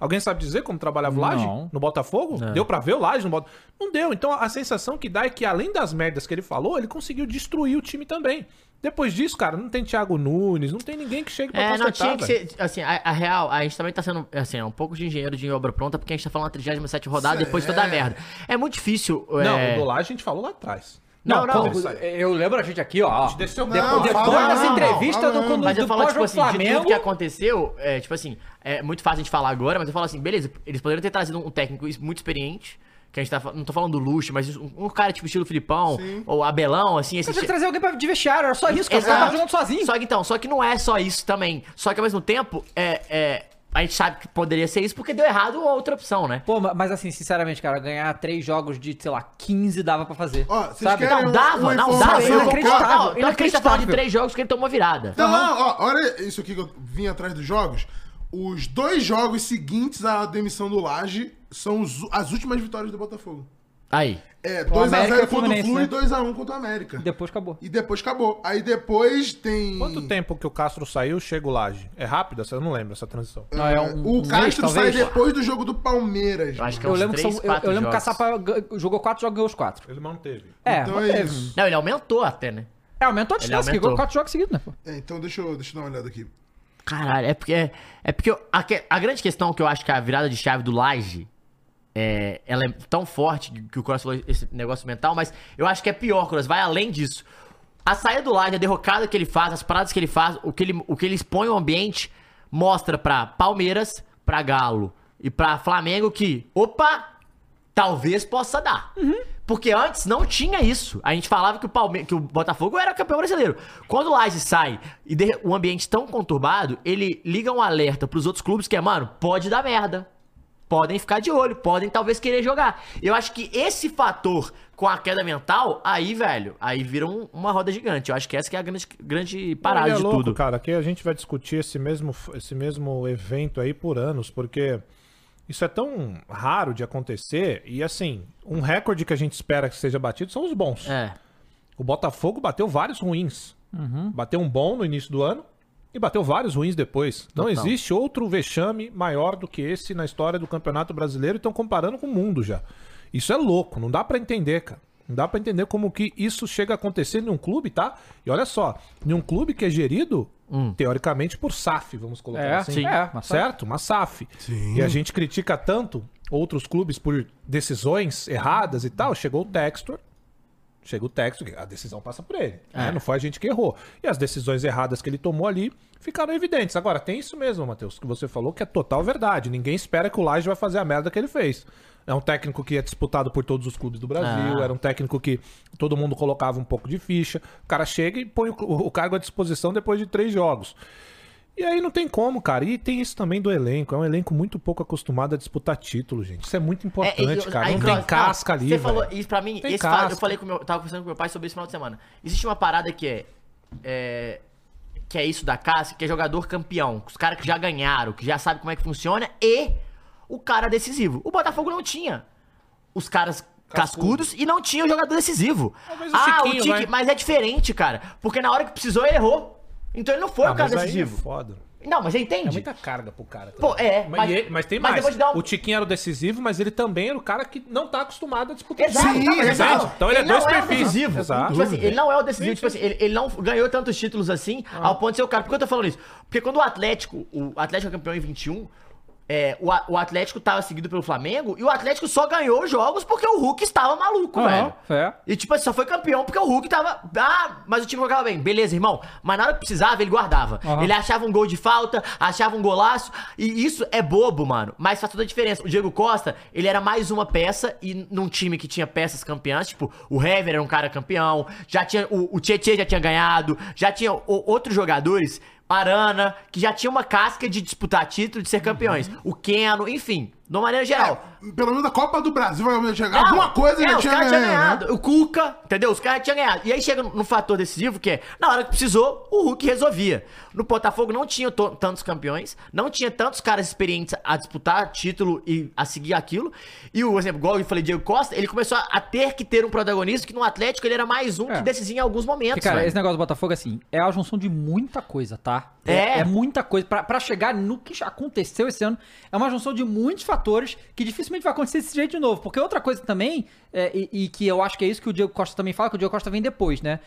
Alguém sabe dizer como trabalhava o Laje?
Uhum. Não.
No Botafogo?
É.
Deu pra ver o Laje no Botafogo? Não deu. Então a sensação que dá é que além das merdas que ele falou, ele conseguiu destruir o time também. Depois disso, cara, não tem Thiago Nunes, não tem ninguém que chegue pra
É, não tinha que
velho.
ser. Assim, a, a real, a gente também tá sendo, assim, é um pouco de engenheiro de obra pronta, porque a gente tá falando a 37 rodada
Isso
depois de
é.
toda a merda. É muito difícil.
Não,
é...
o do Laje a gente falou lá atrás.
Não, não,
quando ele saiu.
Eu lembro a gente aqui, ó.
Desceu
Depois- depois dessa entrevista do- do-
Mas eu
do
falo, tipo assim,
pós-jogo
de tudo
Flamengo-
que aconteceu, é, tipo assim, é muito fácil a gente falar agora, mas eu falo assim, beleza, eles poderiam ter trazido um técnico muito experiente, que a gente tá falando, não tô falando do luxo, mas um, um cara tipo estilo Filipão, ou Abelão, assim, esse
Eu tinha que
ti-
trazer alguém pra de vestiário, era só isso, cara. Os
Exato.
caras estavam jogando sozinho.
Só que então, só que não é só isso também. Só que ao mesmo tempo, é, é, a gente sabe que poderia ser isso porque deu errado ou outra opção, né?
Pô, mas assim, sinceramente, cara, ganhar três jogos de, sei lá, 15 dava pra fazer.
Ó, vocês
sabe?
querem
Não,
um-
dava,
uma
não, dava. Inacreditável,
informação?
Não,
inacreditável.
então a gente tá falando de três jogos que ele tomou virada.
Então, ó, ó, olha isso aqui que eu vim atrás dos jogos. Os dois jogos seguintes à demissão do Laje são os- as últimas vitórias do Botafogo.
Aí.
É,
Com o América e
2x0
o
contra o
Fluminense,
Flu
né?
e 2x1 contra o América.
Depois acabou.
E depois acabou. Aí depois tem.
Quanto tempo que o Castro saiu, chega o Laje? É rápido? essa- Eu não lembro essa transição.
Não, é um- O um Castro mês, sai talvez. depois do jogo do Palmeiras.
acho que é
eu
uns
lembro que,
três,
são, eu,
quatro
eu lembro que o
jogos.
Caçapa g- jogou quatro jogos e ganhou os quatro.
Ele manteve.
É,
Então
manteve.
é isso.
Não, ele aumentou até, né?
É, aumentou a
Ele
distância, que
aumentou.
ganhou quatro jogos seguidos, né? pô?
É, então deixa eu, deixa eu dar uma olhada aqui.
Caralho, é porque. É porque eu- a, que- a grande questão que eu acho que a virada de chave do Laje. É, ela é tão forte que, que o Cross falou esse negócio mental, mas eu acho que é pior, Cross. Vai além disso. A saída do Laje, a derrocada que ele faz, as paradas que ele faz, o que ele, o que ele expõe ao ambiente, mostra pra Palmeiras, pra Galo e pra Flamengo que, opa, talvez possa dar. Porque antes não tinha isso. A gente falava que o, Palme que o Botafogo era campeão brasileiro. Quando o Laje sai e de um ambiente tão conturbado, ele liga um alerta pros outros clubes que é, mano, pode dar merda. Podem ficar de olho, podem talvez querer jogar. Eu acho que esse fator com a queda mental, aí, velho, aí vira um- uma roda gigante. Eu acho que essa que é a grande, grande parada
Não, e é
de
louco,
tudo.
cara, que a gente vai discutir esse mesmo, esse mesmo evento aí por anos, porque isso é tão raro de acontecer e, assim, um recorde que a gente espera que seja batido são os bons.
É.
O Botafogo bateu vários ruins.
Uhum.
Bateu um bom no início do ano e bateu vários ruins depois. Não
Total.
existe outro vexame maior do que esse na história do Campeonato Brasileiro e estão comparando com o mundo já. Isso é louco, não dá pra entender, cara. Não dá pra entender como que isso chega a acontecer em um clube, tá? E olha só, em um clube que é gerido, teoricamente, por SAF, vamos colocar
Hum. É,
assim.
sim. É, uma SAF.
certo? Uma SAF. E a gente critica tanto outros clubes por decisões erradas e tal. Chegou o Textor, chega o texto, a decisão passa por ele. né?
É.
Não foi a gente que errou. E as decisões erradas que ele tomou ali ficaram evidentes. Agora, tem isso mesmo, Matheus, que você falou que é total verdade. Ninguém espera que o Laje vai fazer a merda que ele fez. É um técnico que é disputado por todos os clubes do Brasil,
É.
Ah.
era um técnico que todo mundo colocava um pouco de ficha. O cara chega e põe o, o cargo à disposição depois de três jogos. E aí não tem como, cara. E tem isso também do elenco. É um elenco muito pouco acostumado a disputar título, gente. Isso é muito importante,
eu-
cara.
aí,
Não
Cross,
tem casca ali,
Você
velho.
falou isso pra mim,
Tem
esse fa- eu
casca.
falei com o meu, tava conversando com meu pai sobre esse final de semana. Existe uma parada que é, é, que é isso da casca, que é jogador campeão, os caras que já ganharam, que já sabem como é que funciona e o cara decisivo. O Botafogo não tinha os caras cascudos e não tinha o jogador decisivo.
o Chiquinho,
Tique-
vai.
mas é diferente, cara, porque na hora que precisou ele errou. Então ele não foi
Ah,
o cara
mas aí
decisivo.
É foda.
Não, mas você entende?
É muita carga pro cara. tá
Pô,
ligado?
é,
Mas,
mas-
e ele- mas tem
mas eu
mais.
vou te dar um-
O Tiquinho era o decisivo, mas ele também era o cara que não tá acostumado a disputar.
Exato,
Sim,
tá, mas
exato.
não-
Então ele, é dois
não
perfis.
o decisivo.
Exato.
Tipo assim, ele não é o decisivo, tipo assim, ele, ele não ganhou tantos títulos assim, ao ponto de ser o cara. Por que eu tô falando isso? Porque quando o Atlético, o Atlético é campeão em 21, é, o, A- o Atlético tava seguido pelo Flamengo, e o Atlético só ganhou jogos porque o Hulk estava maluco, um velho.
É.
E tipo assim, só foi campeão porque o Hulk tava. Ah, mas o time jogava bem. Beleza, irmão. Mas na hora que precisava, ele guardava. Ele achava um gol de falta, achava um golaço. E isso é bobo, mano. Mas faz toda a diferença. O Diego Costa, ele era mais uma peça. E num time que tinha peças campeãs, tipo, o Hever era um cara campeão. Já tinha. O, o Tietchan já tinha ganhado. Já tinha o- outros jogadores. Arana, que já tinha uma casca de disputar título, de ser campeões. O Keno, enfim, de uma maneira geral.
Pelo menos a Copa do Brasil vai chegar.
Não,
Alguma coisa
é,
já
os
tinha
caras tinham
ganho, né?
ganhado. O Cuca, entendeu? Os caras tinham ganhado. E aí chega no fator decisivo que é, na hora que precisou, o Hulk resolvia. No Botafogo não tinha to- tantos campeões, não tinha tantos caras experientes a disputar título e a seguir aquilo. E o exemplo, igual eu falei, Diego Costa, ele começou a, a ter que ter um protagonista que no Atlético ele era mais um que decidia em alguns momentos.
Porque, cara,
velho.
esse negócio do Botafogo, assim, é a junção de muita coisa, tá?
É.
É muita coisa. Pra, pra chegar no que já aconteceu esse ano, é uma junção de muitos fatores que dificilmente vai acontecer desse jeito de novo. Porque outra coisa também, é, e, e que eu acho que é isso que o Diego Costa também fala, que o Diego Costa vem depois, né?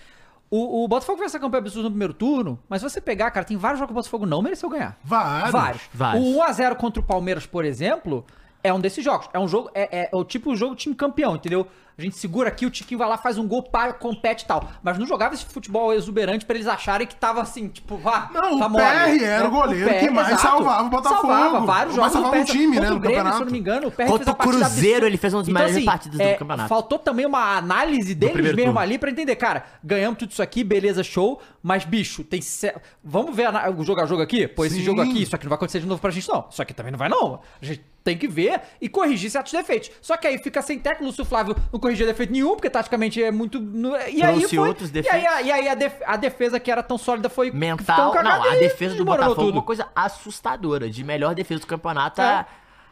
O, o Botafogo vai ser campeão absurdo no primeiro turno, mas se você pegar, cara, tem vários jogos que o Botafogo não mereceu ganhar.
Vários.
Vários.
Vários.
O 1x0 contra o Palmeiras, por exemplo, é um desses jogos. É um jogo, é, é- é o tipo jogo time campeão, entendeu? A gente segura aqui, o Tiquinho vai lá, faz um gol, para, compete e tal. Mas não jogava esse futebol exuberante pra eles acharem que tava assim, tipo, vá.
Não, o
tá mole.
PR era o goleiro que mais salvava o Botafogo.
Salvava vários
Mas
jogos.
salvava
o
um time, né,
contra
no
o Grêmio, se
campeonato.
eu não me engano, o PR
Contra
fez uma
o
partida
Cruzeiro,
absurda. Então, assim, é,
ele fez uma das maiores partidas do campeonato.
Faltou também uma análise deles
primeiro
mesmo
turno.
ali pra entender, cara, ganhamos tudo isso aqui, beleza, show, mas bicho, tem se- vamos ver a ana- o jogo a jogo aqui? Pô, esse
Sim.
jogo aqui, isso aqui não vai acontecer de novo pra gente não. Isso aqui também não vai não. A gente tem que ver e corrigir certos defeitos. Só que aí fica sem técnico, o Lúcio Flávio não corrigia defeito nenhum, porque taticamente é muito no- e aí
Trouxe
foi,
outros
e aí,
defeitos.
a- e aí a, def- a defesa que era tão sólida foi
mental.
um
Não, a defesa do
desmoronou
Botafogo é uma coisa assustadora. De melhor defesa do campeonato
É.
a,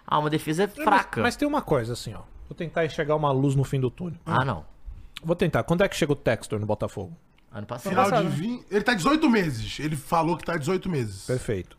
a uma defesa
Mas-
fraca.
Mas tem uma coisa assim, ó. Vou tentar enxergar uma luz no fim do túnel.
Ah, não.
Vou tentar. Quando é que chega o Textor no Botafogo?
Ano passado.
Final de 20. Ele tá 18 meses. Ele falou que tá 18 meses.
Perfeito.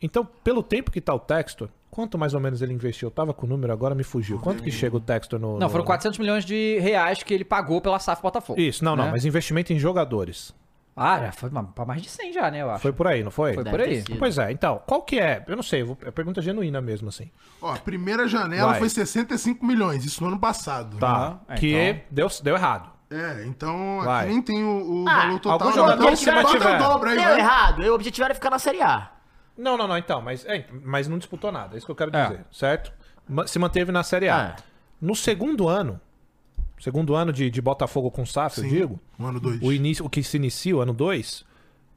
Então, pelo tempo que tá o Textor, quanto mais ou menos ele investiu? Eu tava com o número, agora me fugiu. Quanto que chega o Textor no.
Não,
no-
né?
foram 400 milhões de reais que ele pagou pela SAF Botafogo.
Isso, não, não,
né?
mas investimento em jogadores.
Ah, já foi ma- pra mais de 100 já, né, eu acho.
Foi por aí, não foi?
Foi Deve por ter aí. sido.
Pois é, então, qual que é? Eu não sei, eu vou- é pergunta genuína mesmo, assim.
Ó, a primeira janela
Vai.
foi 65 milhões. Isso no ano passado.
Tá.
Ah,
que
então-
deu, deu errado.
É, então
Vai.
aqui nem tem o, o
Ah,
valor total.
algum jogador
então,
que vai
bota
tiver.
o dobro aí,
Deu
né?
vai.
errado. O objetivo era ficar na Série A.
Não, não, não, então, mas, é, mas não disputou nada, é isso que eu quero dizer, certo? Ma- Se manteve na Série A.
É.
Ah.
No segundo ano, segundo ano de, de Botafogo com SAF, eu
Sim.
digo,
Um ano dois.
o, início, o que se inicia, o ano 2,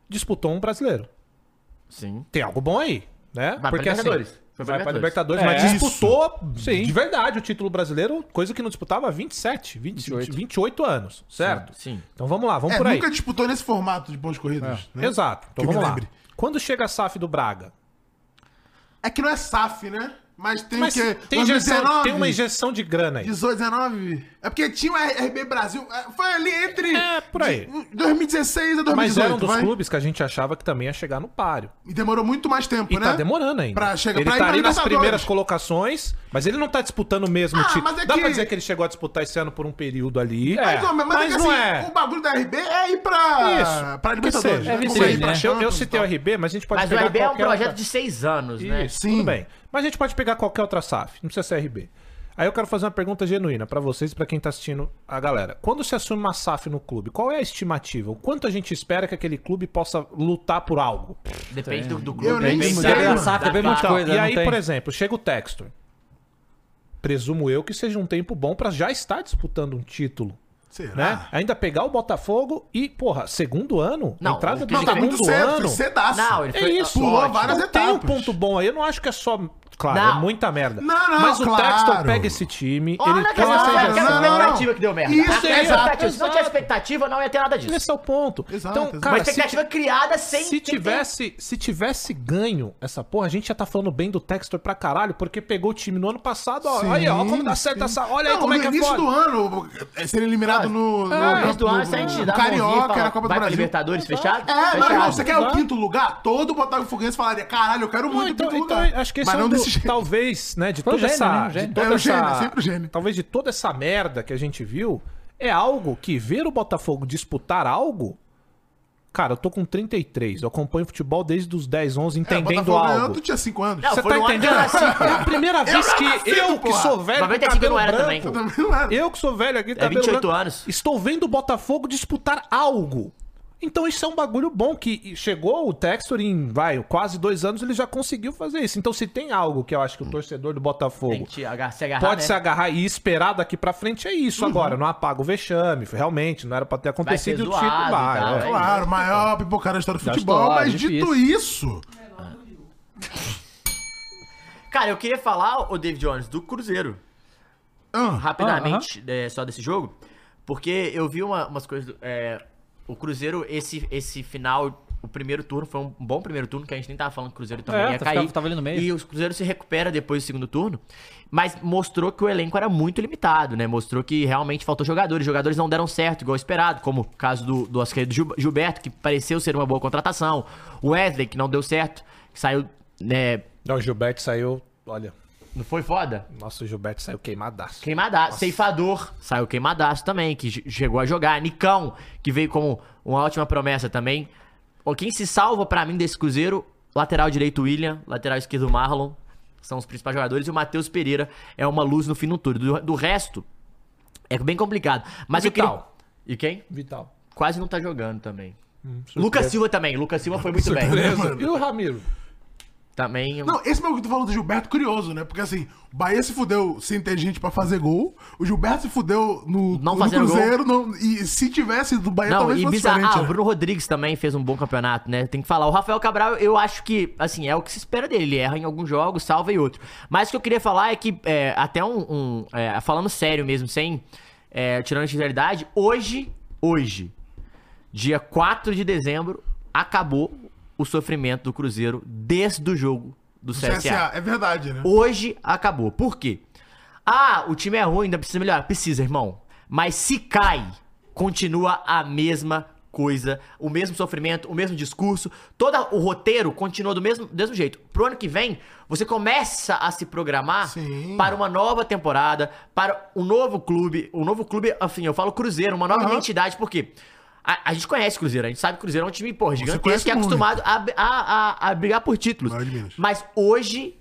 disputou um brasileiro.
Sim.
Tem algo bom aí, né?
pra Libertadores. Foi pra
vai pra
Libertadores.
Libertadores,
É.
mas disputou
Sim.
de verdade o título brasileiro, coisa que não disputava há 27, 20, 28. 28 anos, certo?
Sim.
Então vamos lá, vamos
É,
por aí.
nunca disputou nesse formato de pontos corridos. né?
Exato. Então
Que eu
vamos
me
lá.
lembre.
Quando chega a SAF do Braga?
É que não é SAF, né? Mas tem
Mas
o quê?
tem,
Ano
injeção-
19?
tem uma injeção de grana aí.
18, 19? É porque tinha o RB Brasil. é, Foi ali entre.
É, por aí.
de 2016 a 2018.
Mas era um dos
vai?
clubes que a gente achava que também ia chegar no páreo.
E demorou muito mais tempo,
E
né?
tá demorando ainda.
Pra chegar-
ele
pra ir
tá
pra
ali nas
Libertadores.
primeiras colocações, mas ele não tá disputando o mesmo
Ah,
título.
mas é
Dá
que-
pra dizer que ele chegou a disputar esse ano por um período ali.
Mas, homem, mas, é que,
não
assim,
é.
o bagulho da RB é ir pra,
Isso.
pra Libertadores.
Que seja.
né?
É
Como
Sim,
ir pra
né? Eu, eu
Champions e
citei o
tal.
RB, mas a gente pode
Mas o
pegar
RB é um
qualquer
projeto
outra-
de seis anos, né?
Isso,
Sim.
tudo bem. Mas a gente pode pegar qualquer outra SAF, não precisa ser RB. Aí eu quero fazer uma pergunta genuína pra vocês e pra quem tá assistindo a galera. Quando se assume uma SAF no clube, qual é a estimativa? O quanto a gente espera que aquele clube possa lutar por algo?
Então,
Depende do, do
Eu
Tá, grupo.
nem
Depende
sei,
da-
mano.
da-
SAF é bem
da-
muito
Então,
coisa,
e
não
aí,
tem.
por exemplo, chega o Textor. Presumo eu que seja um tempo bom pra já estar disputando um título.
Será?
Né? Ainda pegar o Botafogo e, porra, segundo ano,
Não,
entrada do
não,
Não, tá
segundo
muito cedo, foi
ano.
cedaço.
Não, ele
É
foi
isso.
Pulou
ótimo.
várias
Então, Tem um
etapas.
ponto bom aí. Eu não acho que é só claro,
Não.
é muita merda.
Não, não,
mas o
claro.
Texton pega esse time,
Olha
ele assim,
a questão da
essa gestão.
expectativa que deu merda.
Isso,
a
é,
expectativa,
exato,
se não tiver expectativa, não ia ter nada disso.
Esse é o ponto. Então,
Então,
cara,
Uma expectativa
se-
criada sem...
Se tivesse, se tivesse ganho essa porra, a gente já tá falando bem do Textor pra caralho, porque pegou o time no ano passado, ó. aí, ó, como dá certo essa. Olha aí
Não,
como é que
no
é
início
foda.
do ano, é, ser eliminado no, no,
É, No início do ano,
no-
se a gente
no
dá a mãozinha e
Carioca,
fala,
na Copa do
vai pra
Brasil.
Libertadores, fechado?
É, mas
Fechado.
irmão, você quer o
Exato.
quinto lugar? Todo Botafogo-Foguense falaria, caralho, eu quero muito o quinto
Então,
lugar.
acho que esse
mas
é
não
um do-
desse jeito.
Talvez, né, de
Foi o
toda
gênio, né?
essa.
O
de
gênio.
toda
É o
essa-
gênio, é sempre o gênio.
Talvez de toda essa merda que a gente viu, é algo que ver o Botafogo disputar algo. Cara, eu tô com 33, eu acompanho futebol desde os 10, 11, entendendo
É, Botafogo Ah, ganhou,
algo.
tu tinha 5 anos.
Você tá entendendo? É a primeira vez que eu, que sou velho, com
é
95
cabelo
não era
branco,
também. Eu
Eu que sou velho aqui,
<laughs> É 28
anos. Estou vendo o Botafogo disputar algo. Então isso é um bagulho bom que chegou o Textor em, vai, quase dois anos ele já conseguiu fazer isso. Então se tem algo que eu acho que o torcedor do Botafogo
Se agarrar, se agarrar,
pode
né?
se agarrar e esperar daqui pra frente é isso. Agora, não apaga o vexame, foi- realmente, não era pra ter acontecido
ser
e o título,
zoado e
vai.
tal,
é.
é
então.
Claro, maior pipocada da história do
Da
futebol,
história,
mas
é
dito
difícil.
isso...
Cara, eu queria falar, o David Jones, do Cruzeiro. Rapidamente, é, só desse jogo. Porque eu vi uma- umas coisas. do- é, o Cruzeiro, esse, esse final, o primeiro turno, foi um bom primeiro turno, que a gente nem tava falando que o Cruzeiro também
É,
ia
tá-
cair.
tava ali no meio.
E o Cruzeiro se recupera depois do segundo turno. Mas mostrou que o elenco era muito limitado, né? Mostrou que realmente faltou jogadores. Jogadores não deram certo, igual esperado, como o caso do, do nosso querido Gil- Gilberto, que pareceu ser uma boa contratação. O Wesley, que não deu certo, que saiu. Né,
Não, o Gilberto saiu, olha.
Não foi foda?
Nossa, o Gilberto saiu queimadaço.
Queimadaço. Ceifador saiu queimadaço também, que che- chegou a jogar. Nicão, que veio como uma ótima promessa também. Ó, Quem se salva pra mim desse Cruzeiro, lateral direito William, lateral esquerdo Marlon, são os principais jogadores. E o Matheus Pereira é uma luz no fim do túnel. Do, do resto, é bem complicado. Mas
Vital.
eu queria... E quem?
Vital.
Quase não tá jogando também.
surpresa.
Lucas Silva também. Lucas Silva foi muito bem.
Surpresa. E o Ramiro?
Também... um
Não, esse meu que tu falou do Gilberto, curioso, né? Porque assim, o Bahia se fudeu sem ter gente pra fazer gol, o Gilberto se fudeu no,
Não
no
fazendo
Cruzeiro, não- e se tivesse do Bahia,
Não,
talvez
e
fosse
bizarro.
diferente.
Ah, o
né?
Bruno Rodrigues também fez um bom campeonato, né? Tem que falar. O Rafael Cabral, eu acho que, assim, é o que se espera dele. Ele erra em alguns jogos, salva em outro. Mas o que eu queria falar é que, é, até um. um, é, falando sério mesmo, sem. é, tirando a realidade, hoje, hoje, dia 4 de dezembro, acabou o sofrimento do Cruzeiro desde o jogo do
Do
CSA.
CSA, é verdade, né?
Hoje acabou. Por quê? Ah, o time é ruim, ainda precisa melhorar. Precisa, irmão. Mas se cai, continua a mesma coisa, o mesmo sofrimento, o mesmo discurso, todo o roteiro continua do mesmo, do mesmo jeito. Pro ano que vem, você começa a se programar para uma nova temporada, para um novo clube, um novo clube, assim, eu falo Cruzeiro, uma nova identidade, porque a, a gente conhece Cruzeiro, a gente sabe que Cruzeiro é um time, pô, gigantesco
conhece
que é
muito.
acostumado a, a, a, a brigar por títulos. Mas hoje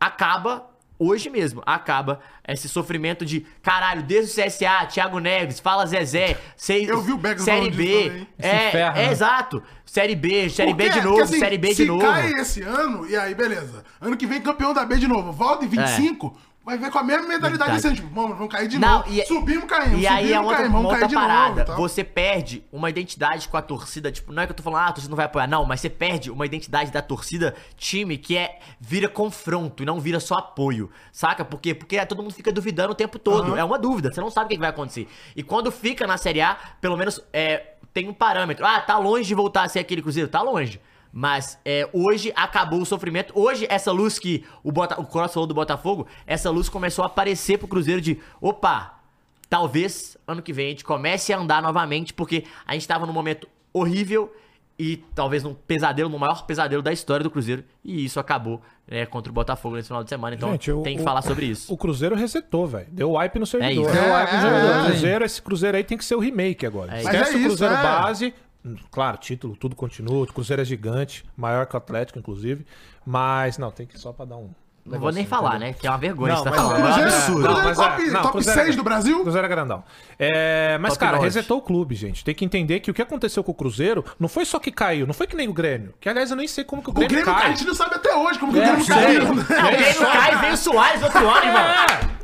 acaba, hoje mesmo, acaba esse sofrimento de caralho, desde o CSA, Thiago Neves, fala Zezé, sei,
Eu vi o Beckham
Série
falando disso
B.
também.
É,
Se ferra,
é
né?
exato. Série B, Série
Porque-
B de
porque,
novo,
assim,
Série B de novo.
Se cai esse ano, e aí, beleza. Ano que vem, campeão da B de novo. Volta em 25, vai ver com a mesma mentalidade
É. Verdade.
desse ano. Tipo, vamos, vamos cair de
Não,
novo.
e-
subimos, caímos.
E aí é
subimos,
uma outra,
caímos,
uma
vamos cair
outra
de novo. tá?
parada.
e tal.
Você perde uma identidade com a torcida. Tipo, não é que eu tô falando, ah, a torcida não vai apoiar. Não, mas você perde uma identidade da torcida time que é vira confronto e não vira só apoio. Saca? Por quê? Porque todo mundo fica duvidando o tempo todo. É uma dúvida. Você não sabe o que que vai acontecer. E quando fica na Série A, pelo menos é, tem um parâmetro. Ah, tá longe de voltar a ser aquele Cruzeiro. Tá longe. Mas é, hoje acabou o sofrimento. Hoje, essa luz que o, Bota, o Cross falou do Botafogo, essa luz começou a aparecer pro Cruzeiro de opa, talvez ano que vem a gente comece a andar novamente, porque a gente tava num momento horrível e talvez num pesadelo, no maior pesadelo da história do Cruzeiro. E isso acabou né, contra o Botafogo nesse final de semana. Então
Gente, o-
tem que
o-
falar sobre isso.
O Cruzeiro resetou, velho. Deu wipe no servidor.
isso.
Deu
É,
wipe no
é,
servidor.
é.
O Cruzeiro, esse Cruzeiro aí tem que ser o remake agora.
É
Esquece
isso.
o
Mas é
Cruzeiro
isso, é.
base. hum, Claro, título, tudo continua. O Cruzeiro é gigante, maior que o Atlético, inclusive. Mas, não, tem que só pra dar um.
Não vou nem falar, né? Que é uma vergonha
Não,
você tá
mas-
falando.
Não,
É um
mas-
absurdo.
não, mas é- não,
top
Cruzeiro é
seis do Brasil?
Cruzeiro é grandão. É, mas,
Top
cara,
notch.
resetou o clube, gente. Tem que entender que o que aconteceu com o Cruzeiro não foi só que caiu, não foi que nem o Grêmio. Que, aliás, eu nem sei como que o
O
Grêmio,
Grêmio, tá
cai.
a gente não sabe até hoje como que
É,
o Grêmio
sério.
caiu.
É,
Não, o Grêmio cai, vem o Soares outro ano, irmão.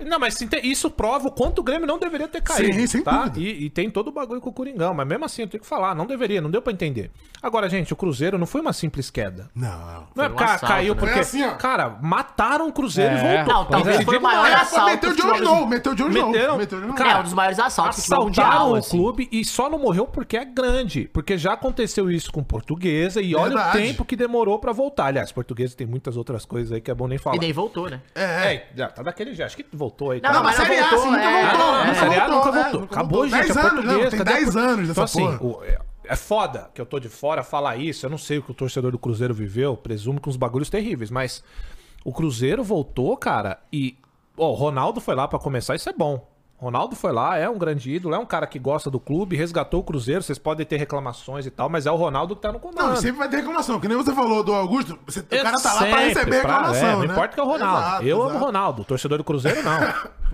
Não, mas se tem- isso prova o quanto o Grêmio não deveria ter caído.
Sim, sem
tá?
dúvida.
E, e tem todo o bagulho com o Coringão, mas mesmo assim eu tenho que falar, não deveria, não deu pra entender. Agora, gente, o Cruzeiro não foi uma simples queda.
Não.
Não é
Foi um
porque
assalto,
caiu
né?
porque.
Foi assim, ó.
cara, mataram o Cruzeiro
É.
e voltou.
Não, talvez
Mas é
foi o
ridículo,
maior
mas-
assalto
Meteu o
do
Jones
futebol-
Snow, meteu o Jones Snow,
Meteram-
meteu o Jones
Cara,
Snow.
é um dos maiores assaltos do futebol
Assaltaram
mundial,
o
assim.
clube e só não morreu porque é grande. Porque já aconteceu isso com Portuguesa e olha o
Verdade.
tempo que demorou pra voltar. Aliás, Portuguesa tem muitas outras coisas aí que é bom nem falar.
E nem voltou, né?
É, é, já tá daquele jeito. Acho que voltou aí. tá?
Não, não, mas
Série
não
A,
voltou,
sim, nunca
é,
voltou,
é,
nunca
é,
voltou, nunca
é,
né?
nunca
voltou.
voltou.
Acabou, gente.
10
é
anos,
português,
não, tem
cadê a
10
por-
anos dessa porra.
o- é, é foda que eu tô de fora falar isso. Eu não sei o que o torcedor do Cruzeiro viveu. Presumo que uns bagulhos terríveis. Mas o Cruzeiro voltou, cara, e... Ó, o Ronaldo foi lá pra começar, isso é bom. Ronaldo foi lá, é um grande ídolo, é um cara que gosta do clube, resgatou o Cruzeiro. Vocês podem ter reclamações e tal, mas é o Ronaldo que tá no comando.
Não, sempre vai ter reclamação. Que nem você falou do Augusto, você- o cara tá lá pra
Sempre,
receber
pra- é,
reclamação,
Não
né?
importa que é o Ronaldo.
Exato,
eu
exato.
amo o Ronaldo. Torcedor do Cruzeiro,
<laughs>
não.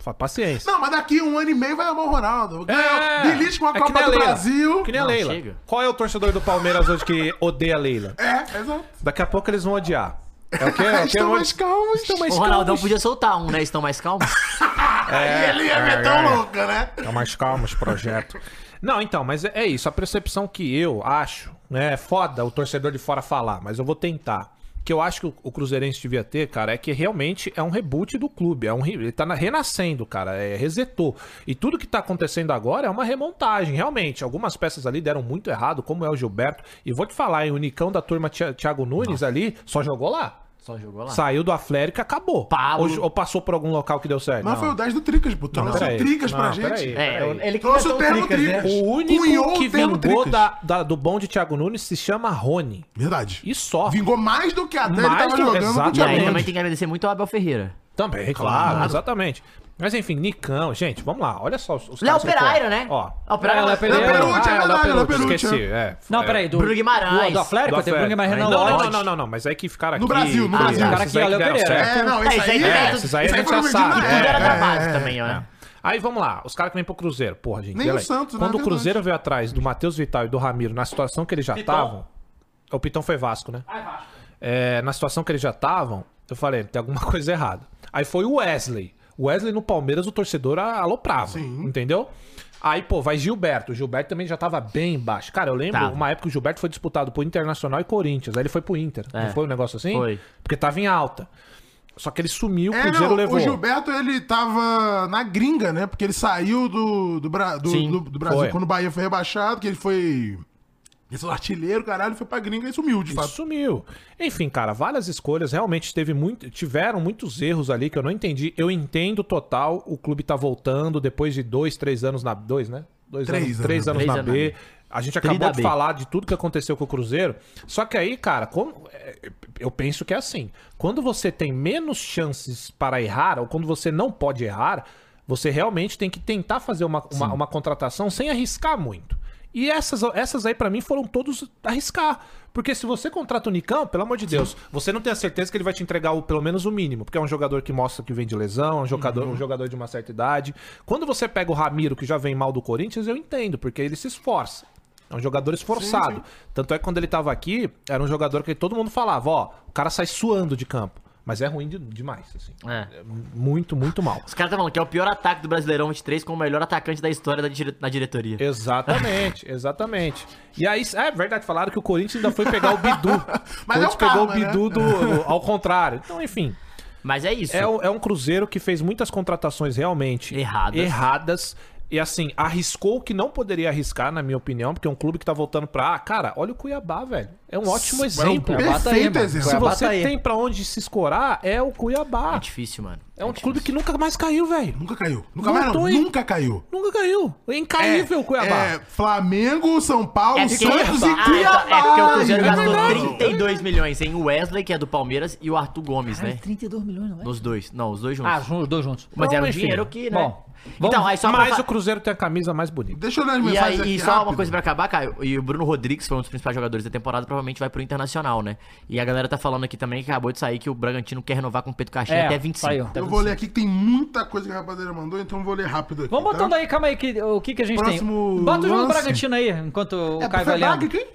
Fa- Paciência.
Não, mas daqui um ano e meio vai amar o Ronaldo. Ganhar beliche É, com a
é que
Copa
nem
do
Leila.
Brasil.
Que nem a
Não,
Leila.
chega.
Qual é o torcedor do Palmeiras hoje que odeia a Leila?
É, exato.
Daqui a pouco eles vão odiar. É o quê?
<laughs>
É o quê?
Estão mais calmos, estão mais
o Ronaldão
calmos.
podia soltar um, né? Estão mais calmos.
É,
Ele ia meter
é,
um
é.
louco, né?
Tá mais calmo esse projeto. Não, então, mas é- é isso. A percepção que eu acho, né? É foda o torcedor de fora falar, mas eu vou tentar. Que eu acho que o- o Cruzeirense devia ter, cara, é que realmente é um reboot do clube. É um, re- ele tá na- renascendo, cara. É, resetou. E tudo que tá acontecendo agora é uma remontagem, realmente. Algumas peças ali deram muito errado, como é o Gilberto. E vou te falar, hein, o Unicão da turma Thi- Thiago Nunes ali só jogou lá.
Só jogou lá.
Saiu do Atlético e acabou. Ou, ju- ou passou por algum local que deu certo.
Mas
Não.
foi o 10 do Tricas, pô. Trouxe
peraí.
o Tricas pra
Não,
gente.
peraí,
É,
peraí.
ele que
Trouxe o
inventou
termo Tricas.
né?
O único
Cunhou
que
o termo
vingou
Tricas.
da, da- do bom de Thiago Nunes se chama Rony.
Verdade.
E só.
Vingou mais do que até
Mais
ele tava
do-
jogando com o
exatamente.
E
Thiago
aí
Nunes.
também tem que agradecer muito ao Abel Ferreira.
Também, claro, exatamente. Mas enfim, Nicão, gente, vamos lá. Olha só os, os
Léo
caras que foram.
Pereira, né?
Ó.
Léo Pereira,
Ah,
Léo Pereira.
Perucci,
Ah,
é
Léo
verdade, Léo
Perucci,
Perucci,
esqueci,
é.
Não,
É.
peraí, do.
Bruno Guimarães.
Do, do Atlético, tem Bruno Guimarães
não,
na
não, não,
Lodge.
não, não, não, mas é que ficaram aqui.
No Brasil,
que-
no Brasil.
esses
Cara
que é
aí
Léo
deram
Pereira.
certo.
É, não, esse aí...
É,
é-
esses aí a
esse
gente
foi
já
o
sabe.
Medina,
É,
é,
Era da
é,
base
é.
também, ó. né?
Aí vamos lá, os caras que vêm pro Cruzeiro. Porra, gente,
Nem
peraí.
o Santos, né?
Quando o
Verdade.
Cruzeiro veio atrás do Matheus Vital e do Ramiro, na situação que eles já estavam. O Pitão foi Vasco, né?
Ah,
É, na situação que eles já estavam, eu falei, tem alguma <laughs> coisa errada. Aí foi o Wesley. O Wesley no Palmeiras, o torcedor a- aloprava, entendeu? Aí, pô, vai Gilberto. O Gilberto também já tava bem baixo. Cara, eu lembro
Tava.
uma época que o Gilberto foi disputado por Internacional e Corinthians. Aí ele foi pro Inter.
É.
Não foi um negócio assim?
Foi.
Porque tava em alta. Só que ele sumiu, o
É,
Cruzeiro
não,
levou.
o Gilberto, ele tava na gringa, né? Porque ele saiu do, do, Bra- do-
Sim,
do- do Brasil
foi.
quando o Bahia foi rebaixado, que ele foi... Esse artilheiro, caralho, foi pra gringa e sumiu, de fato.
Sumiu. Enfim, cara, várias escolhas. Realmente teve muito, tiveram muitos erros ali que eu não entendi. Eu entendo total. O clube tá voltando depois de dois, três anos na. Dois, né? Dois
Três
anos,
anos.
três anos
Três
na
anos
B.
na B.
A gente
Tri
acabou
da
de
B.
falar de tudo que aconteceu com o Cruzeiro. Só que aí, cara, como- é, eu penso que é assim. Quando você tem menos chances para errar, ou quando você não pode errar, você realmente tem que tentar fazer uma, uma, uma contratação sem arriscar muito. E essas, essas aí, pra mim, foram todos arriscar. Porque se você contrata o Nicão, pelo amor de Deus, você não tem a certeza que ele vai te entregar o, pelo menos o mínimo. Porque é um jogador que mostra que vem de lesão, é um jogador, um jogador de uma certa idade. Quando você pega o Ramiro, que já vem mal do Corinthians, eu entendo, porque ele se esforça. É um jogador esforçado. Tanto é que quando ele tava aqui, era um jogador que todo mundo falava, ó, o cara sai suando de campo. Mas é ruim de- demais, assim.
É.
Muito, muito mal.
Os caras estão falando que é o pior ataque do Brasileirão 23 com o melhor atacante da história da dire- na diretoria.
É. Exatamente, <laughs> exatamente. E aí, é verdade, falaram que o Corinthians ainda foi pegar o Bidu.
<laughs>
O
Mas é
Corinthians
o
pegou
karma,
o Bidu
né?
do, ao contrário. Então, enfim.
Mas é isso.
É, um- é um Cruzeiro que fez muitas contratações realmente
Erradas.
erradas. E assim, arriscou o que não poderia arriscar, na minha opinião, porque é um clube que tá voltando pra. Ah, cara, olha o Cuiabá, velho. É um ótimo
É um
exemplo.
perfeito
Cuiabá tá aí, mano.
exemplo.
Se
Cuiabá
você
tá aí.
tem pra onde se escorar, é o Cuiabá.
É difícil, mano.
É um clube que nunca mais caiu, velho.
Nunca caiu. Nunca mais
Voltou
não.
e-
Nunca caiu.
Nunca caiu. É incaível o Cuiabá.
É, Flamengo, São Paulo,
É porque,
Santos
Ah,
e
então-
Cuiabá.
é porque o Cruzeiro
gente.
gastou
É verdade.
32 milhões em Wesley, que é do Palmeiras, e o Arthur Gomes, né?
32 milhões, não é?
Nos dois. Não, os dois juntos.
Ah, juntos, os dois juntos.
Mas
Então,
era um
enfim.
dinheiro que, né?
Bom,
então, aí só pra
Mas
fa-
o Cruzeiro tem a camisa mais bonita.
Deixa eu ler as
E,
mensagens
aí,
aqui
e só
rápido.
uma coisa pra acabar, Caio. E o Bruno Rodrigues foi um dos principais jogadores da temporada, provavelmente vai pro Internacional, né? E a galera tá falando aqui também que acabou de sair que o Bragantino quer renovar com o Pedro Caixinha
É,
até 25.
saiu.
Até
Eu vou
25.
ler aqui que tem muita coisa que a rapaziada mandou, então eu vou ler rápido aqui.
Vamos
tá?
botando aí, calma aí, que, o que, que a gente
Próximo
tem? Bota o jogo do
lance.
Bragantino aí, enquanto o
É,
Caio
foi
vai lendo.
Braga, quem?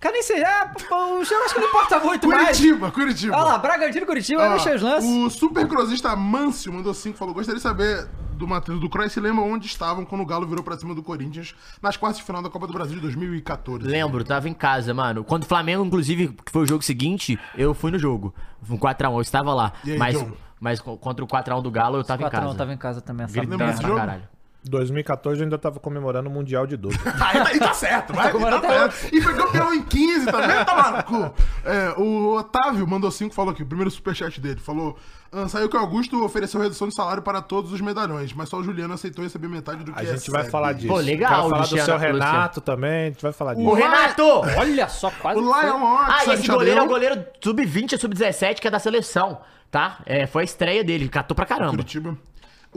Cara, nem sei. Ah, pô, o jogo acho que não importa muito mais.
Curitiba, Uh, Curitiba.
Olha lá, Bragantino,
Então
Curitiba,
é
Ó,
ah, deixa os lances.
O supercruzista Mâncio mandou cinco, falou: gostaria de saber do Matheus do Croy se lembra onde estavam quando o Galo virou pra cima do Corinthians nas quartas de final da Copa do Brasil de 2014. <laughs>
Lembro, tava em casa, mano. Quando o Flamengo, inclusive, que foi o jogo seguinte, eu fui no jogo. Um 4x1, eu estava lá.
E aí,
mas,
John?
mas co- contra o 4x1 do Galo, eu tava em
4
casa.
não um tava em casa também, essa
Gritando
merda.
pra caralho.
2014 eu ainda tava comemorando o Mundial de <laughs> 12.
E tá certo, vai. Tá certo. E foi campeão em 15 também, tá maluco? É, o Otávio mandou 5, falou aqui, o primeiro superchat dele. Falou: "Ah, saiu que o Augusto ofereceu redução de salário para todos os medalhões, mas só o Juliano aceitou receber metade do que é
A gente
recebe."
vai falar disso.
Pô,
A gente vai falar
Luciano,
do seu
Luciano.
Renato também, a gente vai falar disso.
O Renato!
Olha só, quase.
O Lion Orcs,
Ah, e
sabe,
esse
já
goleiro é o
deu?
goleiro sub-20 e sub-17, que é da seleção, tá? É, foi a estreia dele, catou pra caramba.
Curitiba.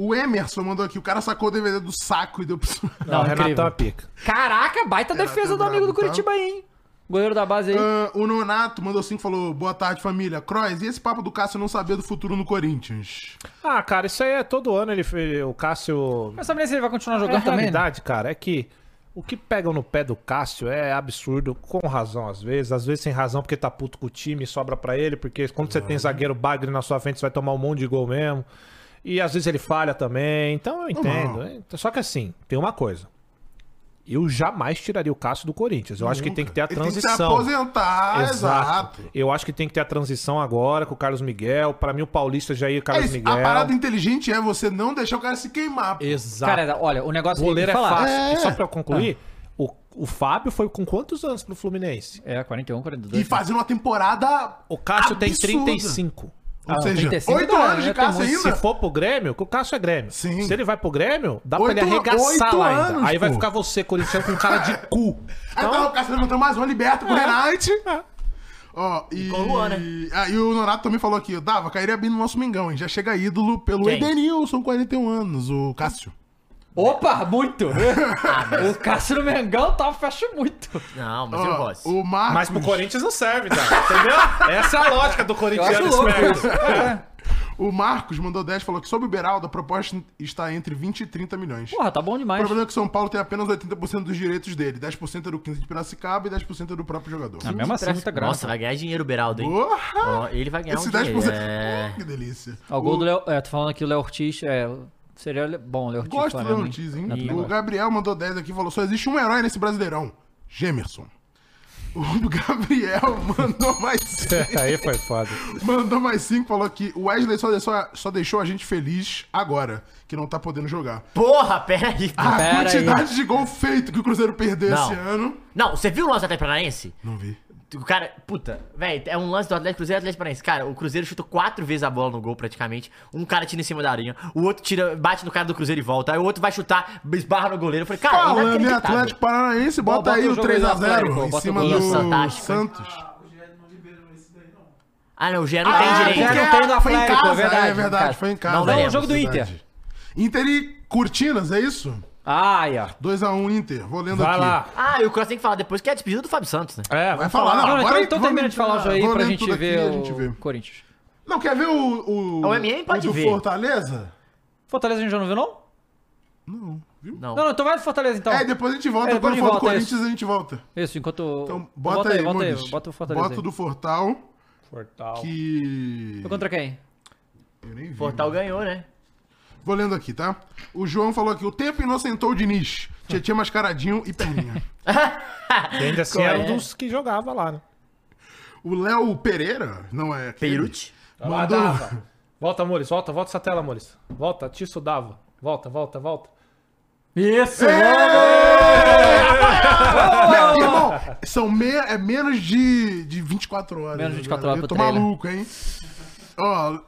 O Emerson mandou aqui, o cara sacou o DVD do saco e deu pro... <laughs>
Não, o Renato é uma pica.
Caraca, baita defesa do amigo do Curitiba aí, hein? Goleiro da base aí.
Ah, o Nonato mandou cinco, falou, boa tarde, família. Crois, e esse papo do Cássio não saber do futuro no Corinthians?
Ah, cara, isso aí é todo ano ele, ele o Cássio.
Mas sabe nem se ele vai continuar
é
jogando
a
Tá
também, né?
realidade, cara, é que o que pegam no pé do Cássio é absurdo, com razão às vezes, às vezes sem razão porque tá puto com o time, sobra pra ele, porque quando você tem
Uhum.
zagueiro bagre na sua frente, você vai tomar um monte de gol mesmo. E às vezes ele falha também, então eu entendo.
Normal.
é. Só que assim, tem uma coisa. Eu jamais tiraria o Cássio do Corinthians. Eu acho que tem que ter a
Ele tem que se
transição.
aposentar, exato.
Eu acho que tem que ter a transição agora com o Carlos Miguel. Pra mim, o Paulista já ia o
É
Carlos
isso,
Miguel.
A parada inteligente é você não deixar o cara se queimar. pô.
Exato.
Cara,
olha, o negócio
goleiro
que
é
eu ia falar.
fácil.
É.
E Só pra eu concluir, o, o Fábio foi com quantos anos pro Fluminense?
É, 41, 42.
E fazendo uma temporada
O Cássio tem
absurda.
35.
Ou seja, oito
é,
anos de Cássio ainda.
né? um Se for pro Grêmio, que o Cássio é Grêmio. Se ele vai pro Grêmio, dá
Oito-
pra ele arregaçar
oito
lá
anos,
ainda. Aí vai
pô.
ficar você, corintiano, com cara de cu.
<laughs> Aí
Então-
tá, o Cássio levantou mais uma, liberta pro Renate.
<laughs>
Ó, e...
É. com o Luan, né?
Ah, e o Nonato também falou aqui, Dava, cairia bem no nosso Mingão, hein? Já chega ídolo pelo
Quem?
Edenilson, 41 anos, o Cássio.
Opa,
<laughs>
muito!
Ah,
o Cássio no Mengão tá, fecha muito.
Não,
mas eu gosto. O Marcos...
Mas pro Corinthians não serve, tá? Entendeu? Essa é a lógica do corintiano esperto.
O Marcos mandou 10 falou que sobre o Beraldo a proposta está entre 20 e 30 milhões.
Porra, tá bom demais.
O problema é que São Paulo tem apenas 80% dos direitos dele. 10% é do 15 de Piracicaba e 10% é do próprio jogador.
Ah, Nossa, vai ganhar dinheiro o Beraldo, hein?
Porra!
Ó, ele vai ganhar
Esse
um
10%.
dinheiro. É...
Que delícia.
Ó, o gol do Léo. É, tô falando aqui o Léo Ortiz. É, seria le- bom o Léo Ortiz. Tá
Gosto do
Flamengo,
Leon Ortiz, hein?
Não, também
O
gosto.
Gabriel mandou 10 aqui e falou: só existe um herói nesse brasileirão: Gemerson. O <laughs> Gabriel mandou
<laughs>
<laughs>
mais cinco.
Aí foi foda.
Mandou mais cinco, falou que o Wesley só deixou, só deixou a gente feliz agora, que não tá podendo jogar.
Porra, peraí.
A
Pera
Ah, quantidade
aí.
de gol feito que o Cruzeiro perdeu
Não.
esse ano.
Não, você viu o lance do Atlético Paranaense?
Não vi.
O cara, puta, velho, é um lance do Atlético Cruzeiro e Atlético Paranaense. Cara, o Cruzeiro chuta quatro vezes a bola no gol praticamente. Um cara tira em cima da areia, o outro tira, bate no cara do Cruzeiro e volta. Aí o outro vai chutar, esbarra no goleiro. Eu falei, cara,
Falando em
inacreditável.
Atlético Paranaense, bota,
Bota
aí um
o
o
jogo aí do Atlético,
3x0 em
bota o
cima
gol.
do
Isso, fantástico, hein?
Santos.
Ah, não, o Gé não
Ah,
tem
é,
direito.
porque
não tem
foi em casa, é verdade, foi em casa. É um
Não, veremos.
Verdade. Inter e Cortinas, é isso?
Ai, ó.
2x1 Inter, vou lendo aqui.
Ah, e o Cross tem que falar depois que é a despedida do Fábio Santos, né?
É,
vai falar, não, agora
então, então
vamos-
termina de falar o jogo aí
vou
pra
ler
gente
tudo aqui
ver
e a
o
gente vê.
Corinthians.
Não, quer ver o. O,
O MM pode
o do
ver.
Fortaleza?
Fortaleza a gente já não viu, não?
Não, viu?
Não.
Não, não, então vai do Fortaleza então.
É, depois a gente volta.
É, depois
Quando for do
volta,
Corinthians,
isso.
a gente volta.
Isso, enquanto. Então,
Bota, aí,
bota aí,
Muniz.
bota o Fortaleza.
Bota
aí.
o do Fortal,
Portal.
que...
Foi contra quem?
Eu nem vi.
Portal ganhou, né?
Vou lendo aqui, tá? O João falou aqui, o tempo inocentou o Diniz. Tietchan mascaradinho e perninha.
E ainda assim
Qual
era um
é?
dos que jogava lá, né?
O Léo Pereira, não é... aquele?
Peirute?
Mandou...
Lá, Dava. Volta, Amores, volta, volta essa tela, Amores. Volta, Tisso Dava. Volta, volta, volta.
Isso!
<laughs> É, Meu irmão, são meia, é menos de, de 24 horas. né,
Menos de 24 horas pro
Eu tô
trailer.
maluco, hein? Ó,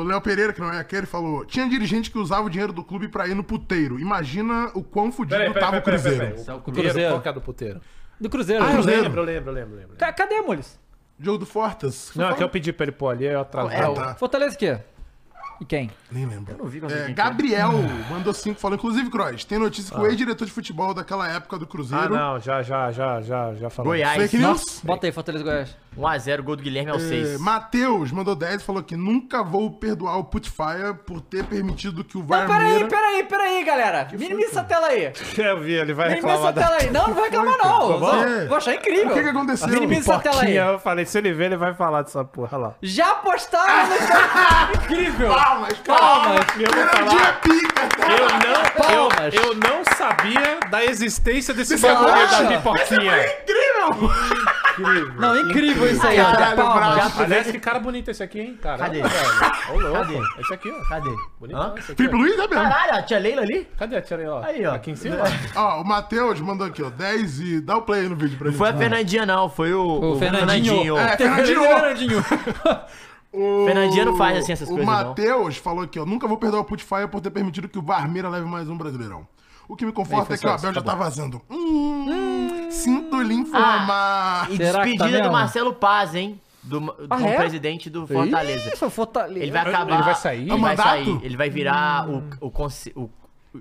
o Léo Pereira, que não é aquele, falou: tinha dirigente que usava o dinheiro do clube pra ir no puteiro. Imagina o quão fudido tava o Cruzeiro.
O Cruzeiro, qual que é a do puteiro?
Do Cruzeiro.
Ah, eu
Cruzeiro.
lembro, eu lembro, eu lembro. eu lembro.
Ca- Cadê, Mules?
Jogo do Fortas. tá?
Não, é que eu pedi pra ele pôr ali, aí eu atrasei.
Fortaleza o quê? E quem?
Nem lembro. Eu
não vi
É, Gabriel mandou cinco, falou, inclusive, Croix, tem notícia que o ex-diretor de futebol daquela época do
Ah,
Cruzeiro...
não, já, já, já, já, já falou.
Goiás.
Fake news?
Bota aí, Fortaleza Goiás.
1x0, gol do Guilherme aos
É,
6.
Matheus mandou 10 e falou que nunca vou perdoar o Putfire por ter permitido que o
Não,
VAR
peraí,
Meira-
peraí, peraí, galera. Minimiza essa tela aí.
Eu vi, ele vai
Minimiza
reclamar
essa
da...
tela aí. Não, não vai reclamar, não.
Tá bom?
Eu Vou achar incrível.
O que que aconteceu?
Minimiza essa tela aí.
Pipoquinha, Eu falei, se ele ver, ele vai falar dessa porra olha lá.
Já postaram no Incrível!
Palmas,
palmas!
Eu vou falar,
tá?
eu não, eu-
Palmas.
eu, não sabia da existência desse
Você
bagulho
acha?
da pipoquinha.
Incrível!
Não, incrível isso aí.
Caralho,
palmas.
bravo.
Aliás, que cara bonito esse aqui, hein, cara?
Cadê?
Ô, louco.
Cadê?
Esse aqui, ó.
Cadê?
Bonito,
Hã?
esse aqui.
Felipe Luiz é mesmo.
Caralho, a tia Leila ali?
Cadê a tia ó?
Aí, ó.
Aqui em cima?
Ó, o Matheus mandou aqui, ó, 10 e dá o play aí no vídeo pra gente.
Foi a Fernandinha, não. Foi o,
O Fernandinho.
É, Fernandinho.
Fernandinho.
O
Fernandinho não faz assim essas
o
coisas, não.
Matheus falou aqui, ó, nunca vou perdoar o Putfire por ter permitido que o Varmeira leve mais um Brasileirão. O que me conforta é que o Abel já tá vazando. Hum, sinto lhe informar.
E
Será que tá
despedida do
mesmo?
Marcelo Paz, hein? Do, do
Ah, é?
presidente do Fortaleza.
Isso, Fortaleza.
Ele vai acabar.
Ele vai sair?
Ele
É um
vai
mandato?
sair. Ele vai virar
Hum.
o, o, conse- o-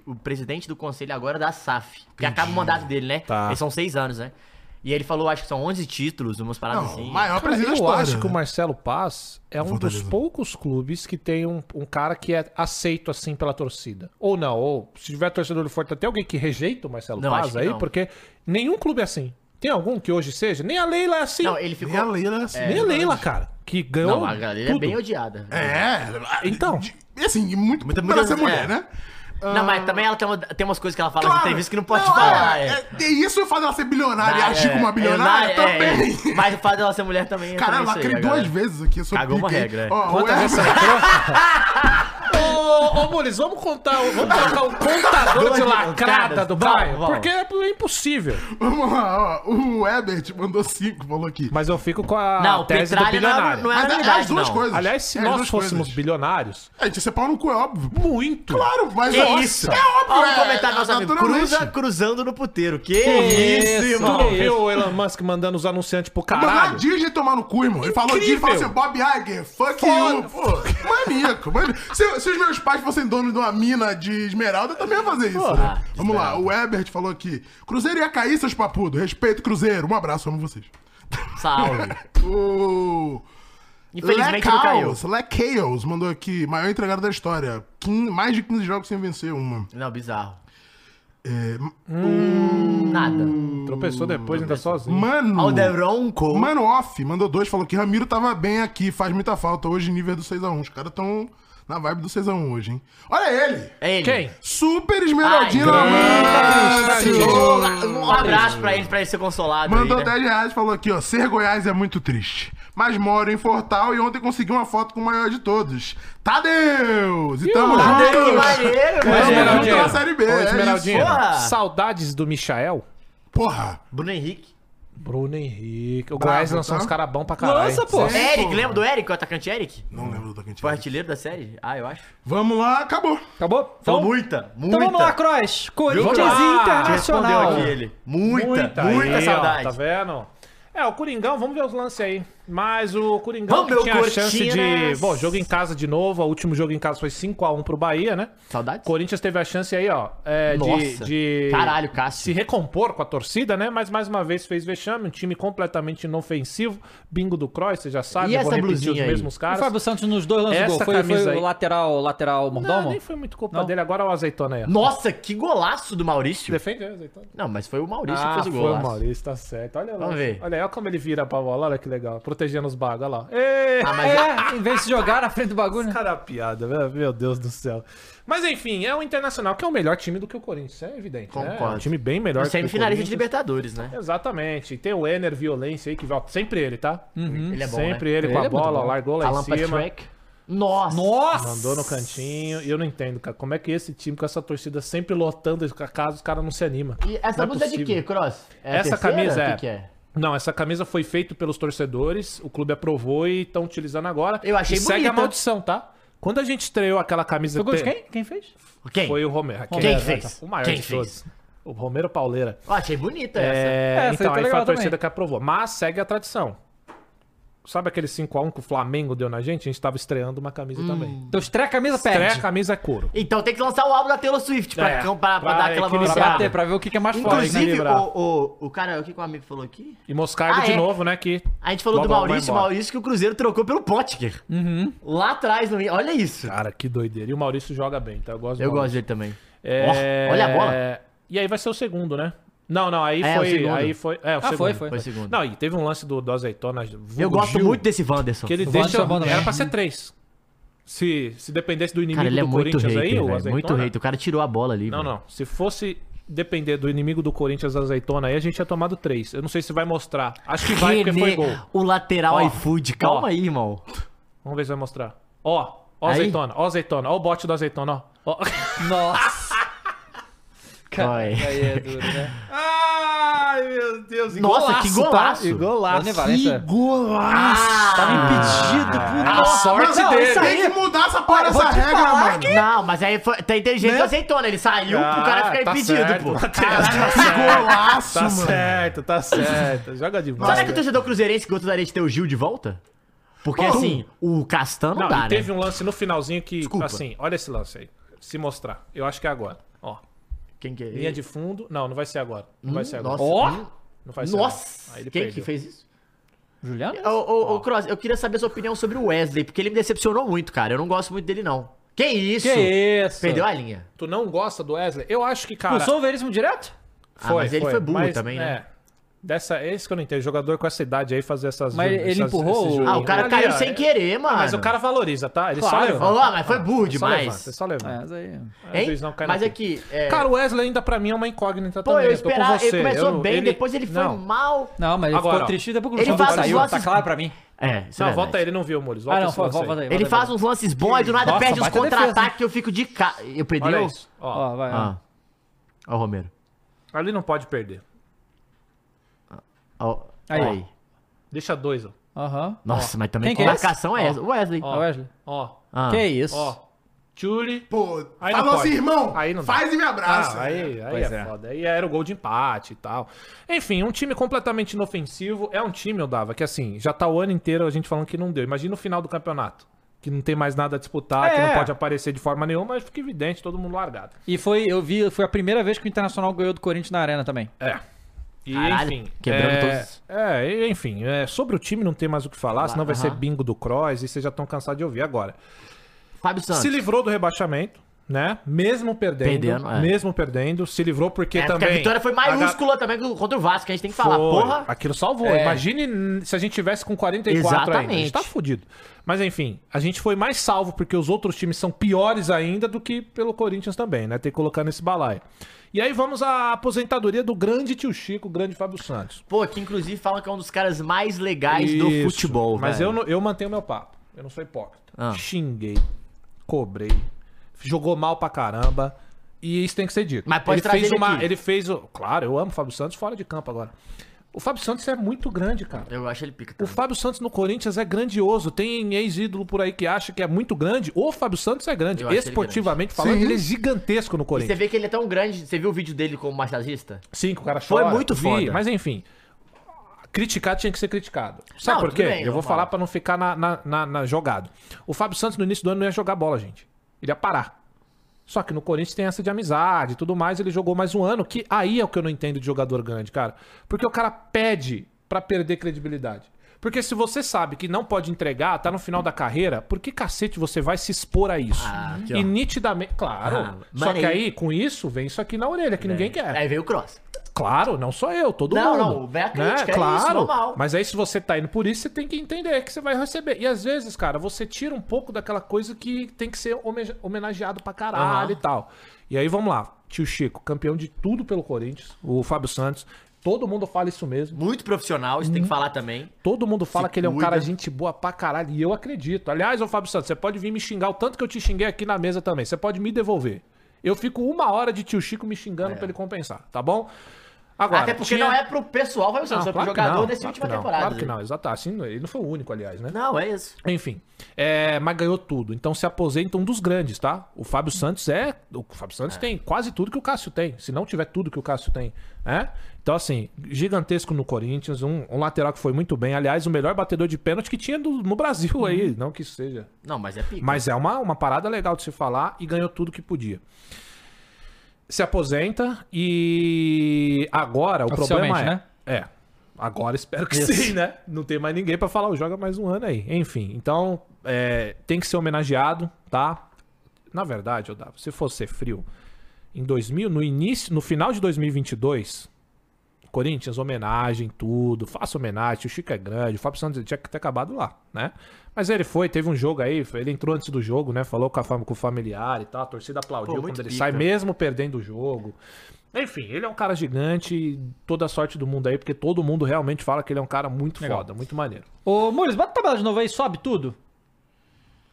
o presidente do conselho agora da SAF. Porque acaba o mandato dele, né?
Tá.
Eles são seis anos, né? E ele falou, acho que são 11 títulos, umas paradas
Não,
assim.
o maior
Cara,
presidente da
eu
história. né?
acho que o Marcelo Paz é um dos
Fortaleza.
poucos clubes que tem um, um cara que é aceito assim pela torcida. Ou não, ou se tiver torcedor do Fortaleza, tem alguém que rejeita o Marcelo
Não, acho
Paz
que
aí?
não.
Porque nenhum clube é assim. Tem algum que hoje seja? Nem a Leila é assim.
Não, ele
Nem a
ficou.
Leila é assim.
Nem a Leila, cara. Que ganhou
Não, a galera é
tudo.
bem odiada.
É,
Então.
E assim, e muito
Muita-
pra
muitas-
ser mulher,
é.
né?
Não, mas também ela tem, uma- tem umas coisas que ela fala nas entrevistas que não pode
Não,
falar.
é,
É,
é, e isso faz ela ser bilionária e
Ah,
agir
é,
como uma
é,
bilionária
é,
também.
é. Mas o fato dela ser mulher também
<laughs>
entra
Caralho,
nisso aí,
lacrei
a
duas
galera.
vezes aqui. Eu sou
Cagou uma
pica, hein?
regra, é.
Ó, o
Quantas essa <laughs> Ô, ô Mules, vamos contar, o- vamos colocar o contador de lacrada do
Vamos,
bairro,
vamos.
porque é impossível.
<laughs> Vamos lá, ó. O Ebert mandou cinco, falou aqui.
Mas eu fico com a
Não,
tese do
Petralha não é-
bilionário.
não é-
Mas é, é
verdade,
as duas
não.
coisas.
Aliás, se
É as
nós Hum,
duas
fóssemos
coissos.
bilionário,
A gente ia ser pau no cu, é óbvio.
muito.
Claro, mas
Que
é
isso?
É óbvio,
Olha
é,
o comentário do nosso
é
amigo.
naturalmente.
Cruza cruzando no puteiro. Que,
isso,
isso,
Tu
irmão.
não viu o Elon Musk mandando os anunciantes pro
Mas a
caralho?
Disney tomar no cu, irmão. Ele falou
Incrível.
Disney e falou assim: Bob Iger, fuck you. Pô, maníaco, maníaco. Se, se os meus pais fossem donos de uma mina de esmeralda, eu também ia fazer isso. né? Vamos lá, o Ebert falou aqui: Cruzeiro ia cair, seus papudos. Respeito, Cruzeiro. Um abraço, amo vocês. <laughs>
Salve.
O.
Infelizmente não caiu.
Lecaos mandou aqui, maior entregada da história. Quin- mais de 15 jogos sem vencer uma.
Não, bizarro. Hum,
É, hum.
Nada.
Tropeçou depois, ainda sozinho.
mano.
Alderon com.
Mano Off mandou dois, falou que Ramiro tava bem aqui, faz muita falta hoje, nível é do 6x1. Os caras tão na vibe do 6x1 hoje, hein? Olha ele!
É ele.
Quem?
Super Esmeraldino Amante!
Um abraço pra ele, pra ele ser consolado.
Mandou
aí, né?
10 reais, falou aqui, ó. Ser Goiás é muito triste. Mas moro em Fortal e ontem consegui uma foto com o maior de todos. Tadeus! E tamo
Tadeu, que
juntos!
maneiro,
Tamo
É, mano.
junto na Série B,
Ô,
é isso.
Esmeraldinha,
Porra!
saudades do Michael?
Porra!
Bruno Henrique.
Bruno Henrique. O Goiás
Bravo,
lançou
tá?
uns caras bons pra caralho.
Lança, pô.
Eric, lembra do Eric, o atacante Eric?
Não lembro do que a gente
Foi
fez.
artilheiro da série? Ah, eu acho.
Vamos lá, acabou.
Acabou?
Então,
Então,
muita, muita.
então vamos lá, Cross. Corinthians
Vamos lá.
e
Te respondeu
Internacional.
aqui ele. Muita, muita,
aí, ó,
saudade.
tá vendo? É, o Coringão, vamos ver os lances aí. Mas o Coringão
Vamos
que
ver o
tinha a chance de.
Cortinas.
Bom, jogo em casa de novo. O último jogo em casa foi 5x1 pro Bahia, né?
Saudades?
Corinthians teve a chance aí, ó, é, de,
Nossa.
de
Caralho,
se
Cássio.
recompor com a torcida, né? Mas mais uma vez fez vexame, um time completamente inofensivo. Bingo do Cross, você já sabe,
E
eu vou
essa
repetir os
blusinha aí?
mesmos
O
caras.
Fábio Santos nos dois lances
Essa
do gol. Foi,
camisa
foi o
aí.
lateral, lateral
Não,
mordomo?
nem foi muito culpa dele, agora é o azeitona aí. ó.
Nossa, que golaço do Maurício.
Defende aí, azeitona.
Não, mas foi o Maurício que
Ah,
fez o
foi
gol.
o Maurício, tá certo. Olha lá.
Vamos ver.
Olha aí, olha como ele vira pra bola, olha que legal. Protegendo os bagos, olha lá. Ê!
Ah, mas
É, em vez de jogar na frente do bagulho.
Cara, é piada, meu- meu Deus do céu. Mas enfim, é o Internacional que é o melhor time do que o Corinthians, isso é evidente. né? É
Concordo.
um time bem melhor que o
semifinalista de
Corinthians.
Libertadores, né?
Exatamente. E tem o Ener Violência aí que volta. Sempre ele, tá?
Ele é bom,
Sempre
né?
ele com
Uhum. Ele
a
é muito
bola,
bom.
largou lá
Alan
em cima.
Patrick. Nossa.
Mandou no cantinho. E eu não entendo, cara. Como é que esse time com essa torcida sempre lotando a casa, os caras não se animam.
E essa
Não é
blusa é de
possível.
quê, Cross? É a
Essa
terceira?
camisa é-
O que que é?
Não, essa camisa foi feita pelos torcedores, o clube aprovou e estão utilizando agora.
Eu achei
e segue
bonita.
a maldição, tá? Quando a gente estreou aquela camisa...
Foi gol de
te-
quem? Quem fez?
Quem?
Foi o Romero.
Quem
é,
fez?
O maior
Quem
de
fez?
todos. O Romero Pauleira.
Eu achei bonita essa.
É,
Essa
então,
aí tá
aí foi a
legal
torcida
também.
que aprovou. Mas segue a tradição. Sabe aquele 5x1 que o Flamengo deu na gente? A gente tava estreando uma
Hum.
camisa também.
Então estreia a camisa,
Estreia
perde.
a camisa é couro.
Então tem que lançar o álbum da Taylor Swift pra,
É,
pra, pra
pra
dar aquela
equilibrar.
valorizada.
Pra- pra ver o que que é mais forte,
Inclusive,
equilibrar.
o, o, o cara, o que, que o amigo falou aqui?
E Moscardo
Ah,
de
é.
novo, né? Que
A gente falou
logo,
do
logo vai
Maurício,
embora. Uhum.
Maurício que o Cruzeiro trocou pelo Potker. Lá atrás, no... olha isso.
Cara, que doideira. E o Maurício joga bem, tá? Eu gosto do
Eu
Maurício.
gosto dele também.
É,
Ó, olha a bola.
E aí vai ser o segundo, né? Não, não, aí
É, o
foi.
segundo.
Aí foi. É, o
Ah,
segundo.
foi, foi. Foi o segundo.
Não, e teve um lance do, do Azeitona. vulgo
Eu gosto
Gil,
muito desse Wanderson.
Que ele
O
deixa.
Wanderson é bom também.
Era pra ser três. Se, se dependesse do inimigo
Cara, ele é
do
muito
Corinthians
hater,
aí, o
velho,
Azeitona.
muito hater. O cara tirou a bola ali.
Não,
velho.
não. Se fosse depender do inimigo do Corinthians Azeitona aí, a gente tinha tomado três. Eu não sei se vai mostrar. Acho que vai, porque
René,
foi gol.
O lateral
Ó,
iFood, calma
ó.
aí, irmão.
Vamos ver se vai mostrar. Ó, ó
Aí?
azeitona, ó azeitona, ó o bote do azeitona, ó.
Nossa!
Oi.
Aí é duro, né?
Ai, meu Deus. e
Nossa, que golaço.
Tá? E golaço.
Né,
Que
Valença?
golaço. Tava impedido por...
A sorte
não,
dele.
isso aí-
Tem que mudar essa porra,
Olha, eu vou
essa
te
regra,
falar
mano.
Não, mas aí foi, tá inteligente
Né?
que aceitou, né? Ele saiu pro cara
Ah,
ficar
tá
impedido, pô.
Caraca,
golaço,
Tá
mano.
certo, tá certo. Joga de volta.
Será que o torcedor cruzeirense gostaria de ter o Gil de volta? Porque
Pô,
assim, o Castan não,
Não,
dá,
e
né?
teve um lance no finalzinho que, assim, olha esse lance aí. Se mostrar. Eu acho que é agora. Ó.
Quem que é?
um Linha de fundo. Não, não vai ser agora. Não vai ser agora.
nossa.
Ó!
Hum.
Não vai ser
Nossa!
agora. Aí ele
Quem
perdeu.
que fez isso?
Juliano?
Ô, ô, ô, Cross, eu queria saber a sua opinião sobre o Wesley, porque ele me decepcionou muito, cara. Eu não gosto muito dele, não. Que isso?
Que isso?
Perdeu a linha.
Tu não gosta do Wesley? Eu acho que, cara.
Pulsou o Veríssimo direto?
Ah, mas ele foi burro também, né?
É. Dessa, é isso que eu não entendo. Jogador com essa idade aí fazer essas.
Mas ele
essas-
empurrou
esses
o-
joguinhos.
Ah, o cara
Ali,
caiu
ó,
sem
é-
querer, mano.
Mas o cara valoriza, tá? Ele
Claro.
só levanta.
Ó, "Ah, mas foi burro
Ele É só
demais.
levanta, ele Só levanta.
É, mas aí...
É, o juiz não cai
Mas
na
aqui. É...
Cara, o Wesley ainda pra mim é uma incógnita
pô,
também.
eu
tô com
esperava. Ele
você.
começou
Eu-
bem, depois ele foi
Não.
mal.
Não, mas ele
Agora,
ficou
ó.
triste depois que o
Ele
Luxemburgo
faz os
saiu, tá
lances-
claro pra mim.
É, isso
Não,
é
volta
verdade.
aí, ele não viu, Molis. Volta
Ah, não,
esse
volta
lance aí.
aí. volta aí,
Ele
volta aí.
faz uns lances bons, aí do nada
Nossa,
perde uns
baita defesa,
contra-ataques que eu fico de ca... Eu perdi.
Olha
eu?
isso. Ó,
Ó, vai. ó.
Ah. Ó, o Romero.
Ali não pode perder.
Ó,
Aí.
aí.
Deixa dois, ó.
Aham.
Nossa, mas também
Quem
que
que é esse?
marcação é essa? O Wesley.
Ó, Wesley.
Ó,
Ah.
Que isso?
ó. Tchuli.
Pô,
Aí não
falou assim,
pode.
irmão,
Aí não dá.
faz e me abraça.
Ah,
né?
aí, aí
Pois
é,
é.
foda. Aí era o gol de empate e tal. Enfim, um time completamente inofensivo. É um time, eu dava, que assim, já tá o ano inteiro a gente falando que não deu. Imagina o final do campeonato. Que não tem mais nada a disputar, que
É.
não pode aparecer de forma nenhuma, mas fica evidente, todo mundo largado.
E foi, eu vi, foi a primeira vez que o Internacional ganhou do Corinthians na arena também.
É. E,
Caralho,
enfim.
quebrando
é,
todos.
É, e, enfim, é, sobre o time não tem mais o que falar, senão vai ser
aham.
bingo do Cross e vocês já estão cansados de ouvir agora.
Fábio Santos.
Se livrou do rebaixamento, né? Mesmo perdendo.
Perdendo, é.
Mesmo perdendo, se livrou porque
É, porque
também.
a vitória foi
H-
maiúscula também contra o Vasco, a gente tem que falar.
Foi.
Tá Porra.
Aquilo salvou.
É.
Imagine hum, se a gente tivesse com 44 ainda. A gente
Exatamente.
tá fudido. Mas enfim, a gente foi mais salvo porque os outros times são piores ainda do que pelo Corinthians também, né? Tem que colocar nesse balaio. E aí vamos à aposentadoria do grande tio Chico, o grande Fábio Santos.
Pô, que inclusive falam que é um dos caras mais legais do
Isso.
futebol,
Mas
velho.
eu, não- eu mantenho meu papo. Eu não sou hipócrita.
Ah.
Xinguei, cobrei, jogou mal pra caramba. E isso tem que ser dito.
Mas pode
ele
trazer
fez
ele
uma,
aqui.
ele fez o, claro, eu amo o Fábio Santos fora de campo agora. O Fábio Santos é muito grande, cara.
Eu acho ele pica.
O
também.
Fábio Santos no Corinthians é grandioso. Tem ex-ídolo por aí que acha que é muito grande. O Fábio Santos é grande.
Eu acho ele
Esportivamente
grande.
falando,
Sim.
ele é gigantesco no
E você
Corinthians.
vê que ele é tão grande. Você viu o vídeo dele como massagista?
Sim, que o cara
Foi
chora.
muito
vi,
foda.
Mas enfim, criticar tinha que ser criticado. Sabe
Não,
por quê?
tudo bem,
Eu vou
normal.
falar pra não ficar na, na- na- na- jogado. O Fábio Santos no início do ano não ia jogar bola, gente. Ele ia parar. Só que no Corinthians tem essa de amizade e tudo mais. Ele jogou mais um ano, que aí é o que eu não entendo de jogador grande, cara. Porque o cara pede pra perder credibilidade. Porque se você sabe que não pode entregar, tá no final da carreira, por que cacete você vai se expor a isso?
Ah, aqui, ó.
e nitidamente. Claro.
Ah,
só
mas
que
aí-
aí, com isso, vem isso aqui na orelha, que ninguém quer.
Aí veio o Cross.
Claro, não sou eu, todo
Não,
mundo. né?
não, vem a crítica, é isso, normal.
Mas aí se você tá indo por isso, você tem que entender que você vai receber. E às vezes, cara, você tira um pouco daquela coisa que tem que ser home- homenageado pra caralho
Aham.
e tal. E aí vamos lá, tio Chico, campeão de tudo pelo Corinthians, o Fábio Santos. Todo mundo fala isso mesmo.
Muito profissional, isso tem que
Uhum.
falar também.
Todo mundo fala
Se
que ele é um
cuida.
cara gente boa pra caralho. E eu acredito. Aliás, ô Fábio Santos, você pode vir me xingar o tanto que eu te xinguei aqui na mesa também. Você pode me devolver. Eu fico uma hora de tio Chico me xingando pra ele compensar, tá bom? Agora,
É. Até porque
tinha-
não é pro pessoal, vai usar,
Não,
só pro
claro que
jogador
não,
dessa
claro
última
que não,
temporada.
Claro que não, exato. Assim, ele não foi o único, aliás, né?
Não, é isso.
Enfim, é, mas ganhou tudo. Então se aposenta um dos grandes, tá? O Fábio Santos é. O Fábio Santos tem quase tudo que o Cássio tem. Se não tiver tudo que o Cássio tem, né? Então, assim, gigantesco no Corinthians, um, um lateral que foi muito bem. Aliás, o melhor batedor de pênalti que tinha do- no Brasil
Uhum.
aí. Não que isso seja.
Não, mas é pica.
Mas é uma, uma parada legal de se falar e ganhou tudo que podia. Se aposenta e agora o problema é.
Oficialmente, né?
É. Agora espero que
Isso.
sim, né? Não tem mais ninguém pra falar, "Ô, joga mais um ano aí. Enfim, então é, tem que ser homenageado, tá? Na verdade, Odavo, se fosse ser frio, em 2000, no início, no final de 2022, Corinthians, homenagem, tudo, faça homenagem, o Chico é grande, o Fábio Santos tinha que ter acabado lá, né? Mas ele foi, teve um jogo aí, ele entrou antes do jogo, né? Falou com, a fam- com o familiar e tal, a torcida aplaudiu
Pô, muito
quando ele
pica.
sai, mesmo perdendo o jogo. Enfim, ele é um cara gigante, e toda a sorte do mundo aí, porque todo mundo realmente fala que ele é um cara muito
Legal.
foda, muito maneiro.
Ô, Mules, bota a tabela de novo aí, sobe tudo.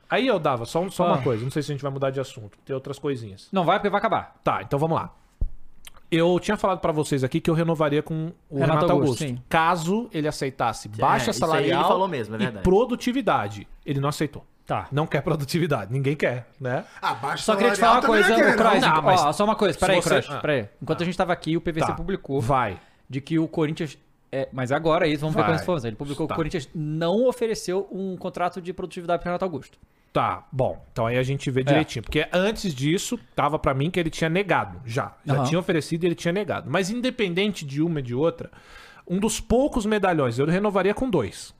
Aí eu dava, só, um- só
Ah.
uma coisa, não sei se a gente vai mudar de assunto, tem outras coisinhas.
Não vai porque vai acabar.
Tá, então vamos lá. Eu tinha falado pra vocês aqui que eu renovaria com o Renato, Augusto. Caso ele aceitasse baixa
é, isso aí
salarial
ele falou mesmo, é
e
verdade.
produtividade. Ele não aceitou.
Tá.
Não quer produtividade, ninguém quer, né?
Ah, baixa
Só queria te falar uma
é
coisa, o Croix.
Não, mas-
Ó, só uma coisa,
se
peraí,
você-
Croix.
Ah.
Peraí. Enquanto a gente tava aqui, o PVC
Tá.
publicou.
Vai.
De que o Corinthians. é, mas agora é isso, vamos ver
Vai.
quantas informações. Ele publicou que
Tá.
o Corinthians não ofereceu um contrato de produtividade pro Renato Augusto.
Tá, bom. Então aí a gente vê direitinho. Porque antes disso, tava pra mim que ele tinha negado já. Já
Aham.
tinha oferecido e ele tinha negado. Mas independente de uma e de outra, um dos poucos medalhões, eu renovaria com dois.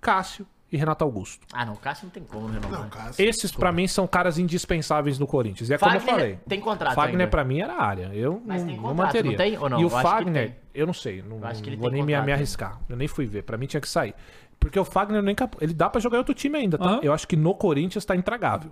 Cássio e Renato Augusto.
Ah, não, o Cássio não tem como renovar. Não, Cássio.
Esses, pra mim, são caras indispensáveis no Corinthians. E é como eu
Fagner
falei.
tem contrato
Fagner, é
ainda.
pra mim, era área. Eu
Mas
não,
tem
não
contrato,
manteria.
não tem ou não?
E
Eu
o
acho que
Fagner,
tem.
eu não sei. Não,
Eu acho que ele
vou
tem
nem me, me
contrato ainda.
arriscar. Eu nem fui ver. Pra mim, tinha que sair. Porque o Fagner nem cap... Ele dá pra jogar em outro time ainda, tá? Eu acho que no Corinthians tá intragável.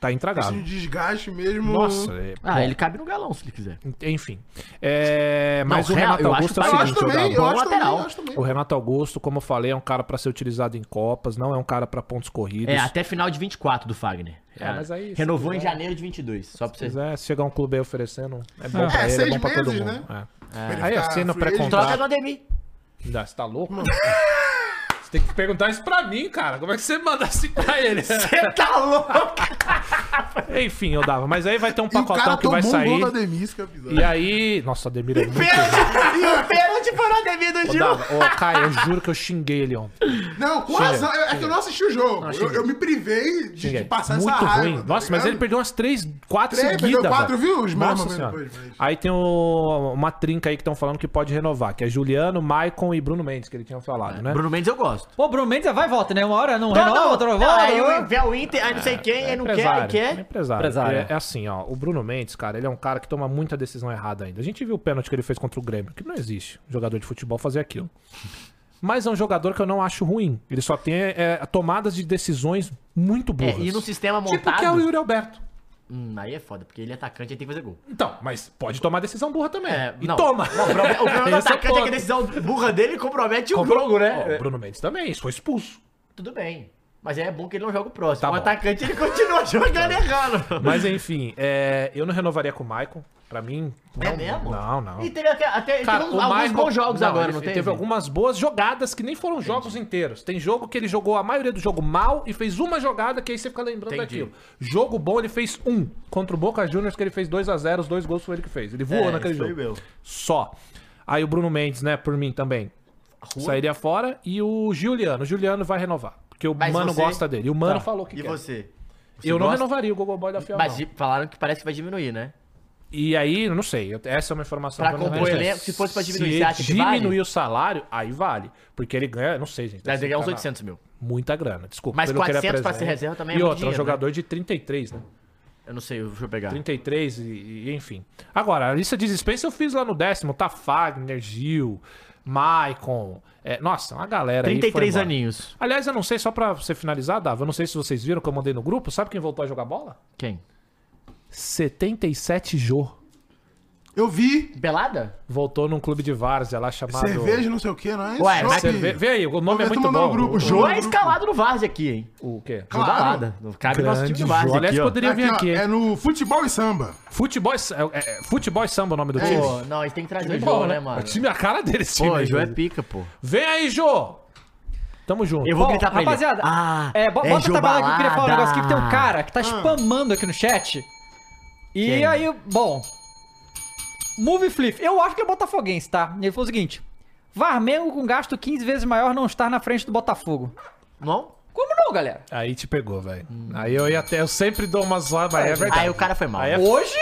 Tá
Esse
<laughs>
intragável.
desgaste mesmo.
Nossa, é-
Ah,
bom.
ele cabe no galão se ele quiser.
Enfim. É,
Não,
mas o
real,
Renato
eu
Augusto é
acho- tá
o
eu
seguinte,
acho também,
Odalvo.
eu acho também, eu acho
O Renato Augusto, como eu falei, é um cara pra ser utilizado em Copas, não é um cara pra pontos corridos.
É, até final de 24 do Fagner.
É, mas aí, se
Renovou em
quiser-
janeiro de 22, só pra
Se
você.
quiser, se chegar um clube aí oferecendo, é bom
Ah.
É,
pra ele, é
seis
bom pra todo
meses,
mundo.
né?
É.
É.
Aí assina o
Free agent.
pré-contrato.
Troca do Ademir.
Não, Você tá louco? Você tem que perguntar isso pra mim, cara. Como é que você manda assim pra
<laughs>
ele? Você
tá <laughs> louco?
Enfim, eu dava. Mas aí vai ter um
O cara
pacotão que vai
tomou um gol
sair.
da Demis, que é bizarro.
E aí. Nossa, o Ademir é muito.
e o pênalti foi na devida
Ô, Dava, ô, Caio, eu juro que eu xinguei ele ontem.
Não, com
Xinga,
razão. É, é que
xinga.
eu não assisti o jogo.
Não,
eu,
xinga.
eu me privei de, de
Xinguei.
passar
Muito
essa raiva.
ruim.
tá
Nossa, mas
ligado?
ele perdeu umas três, quatro
Três,
seguidas.
perdeu quatro,
velho.
viu? Os
Nossa
mamas
senhora.
depois, mas-
Aí tem o- uma trinca aí que estão falando que pode renovar, que é Juliano, Maicon e Bruno Mendes, que ele tinha falado, né?
Bruno Mendes eu gosto.
Pô, Bruno Mendes é vai e volta, né? Uma hora não
Todo-
renova, outra volta.
Aí
outra-
o vê o Inter, aí não sei quem, aí não quer, aí
É, empresário,
quer.
é empresário.
Empresário.
É, é assim, ó. O Bruno Mendes, cara, ele é um cara que toma muita decisão errada ainda. A gente viu o pênalti que ele fez contra o Grêmio, que não existe um jogador de futebol fazer aquilo. Mas é um jogador que eu não acho ruim. Ele só tem é, tomadas de decisões muito burras.
É, e no sistema montado.
Tipo que é o Yuri Alberto.
Hum, aí é foda, porque ele é atacante, ele tem que fazer gol.
Então, mas pode tomar decisão burra também. É, e
É, não.
toma!
Não, o problema, o problema do
Esse é o
atacante é que
ponto.
a decisão burra dele compromete o
Comprou-
jogo, né?
<laughs> Ó, o Bruno Mendes também, isso foi expulso.
Tudo bem. Mas aí é bom que ele não joga o próximo.
Tá
o atacante
<laughs>
ele continua jogando errando.
Mas enfim, é, eu não renovaria com o Maicon. Pra mim.
É
não-
mesmo?
Não, não.
E teve até, até ele
Cara,
teve
o
alguns
Maicon-
bons jogos
não,
agora,
ele-
não
ele
teve?
Teve algumas boas jogadas que nem foram jogos inteiros. Tem jogo que ele jogou a maioria do jogo mal e fez uma jogada que aí você fica lembrando
Entendi.
daquilo. Jogo bom ele fez um. Contra o Boca Juniors que ele fez 2 a 0 os dois gols foi ele que fez. Ele voou
É,
naquele
isso foi
jogo.
meu.
Só. Aí o Bruno Mendes, né, por mim também. Sairia fora e o Juliano. O Juliano vai renovar. Porque o
Mas
Mano
você-
gosta dele. E o Mano
Tá.
falou que
E
quer.
você? Você
Eu não
gosta?
renovaria o Gogoboy da Fiel,
Mas
não.
falaram que parece que vai diminuir, né?
E aí, eu não sei, eu- essa é uma informação
Pra
que eu não
compor
tenho.
elenco, se fosse pra diminuir,
se
você acha que
diminuir
vale?
o salário, aí vale. Porque ele ganha, não sei, gente.
Deve ganhar uns
cara,
800 mil.
Muita grana, desculpa.
Mas
pelo que ele
400 pra ser
apresenta.
reserva também é
E
muito
outro, é um
dinheiro, né?
jogador de 33, né?
Eu não sei, deixa eu pegar.
33 e, e enfim. Agora, a lista de dispensa eu fiz lá no décimo, tá Fagner, Gil, Maicon. é, nossa, uma galera aí. foi
33
embora.
aninhos.
Aliás, eu não sei, só pra você finalizar, Dava, eu não sei se vocês viram que eu mandei no grupo, sabe quem voltou a jogar bola?
Quem?
77 Jô.
Eu vi.
Belada?
Voltou num clube de várzea lá chamado.
Cerveja, não sei o que, não é isso?
Ué,
Não
mas
sei.
cerve- vê aí, o nome é
Talvez tu
muito
mandou
bom.
no grupo,
O-
Jô.
Não é escalado no Várzea aqui, hein?
O quê?
Claro. Belada. Não cabe nosso time de Várzea
Aliás,
aqui, ó.
poderia vir aqui.
É no futebol e samba.
Futebol e samba. É, é, futebol e samba é o nome do
Pô,
time.
não, eles têm que trazer
Time
o
bom,
jogo,
né?
né, mano?
O time é a cara dele, esse time
Pô, o
aí,
Jô é
velho.
pica, pô.
Vem aí, Jô! Tamo junto.
Eu vou gritar pra ele.
Rapaziada,
Ah,
é, bo-
é Ah.
bota essa bala que eu queria falar um
Jobalada.
negócio aqui, que tem um cara que tá spamando aqui no chat. E
Quem?
aí, bom. Movie Flip, eu acho que é botafoguense, tá? Ele falou o seguinte: Varmengo com gasto 15 vezes maior não estar na frente do Botafogo.
Não?
Como não, galera?
Aí te pegou, velho. Aí eu ia até. Eu sempre dou uma zoada, mas é verdade.
Aí o cara foi mal.
Aí é-
Hoje?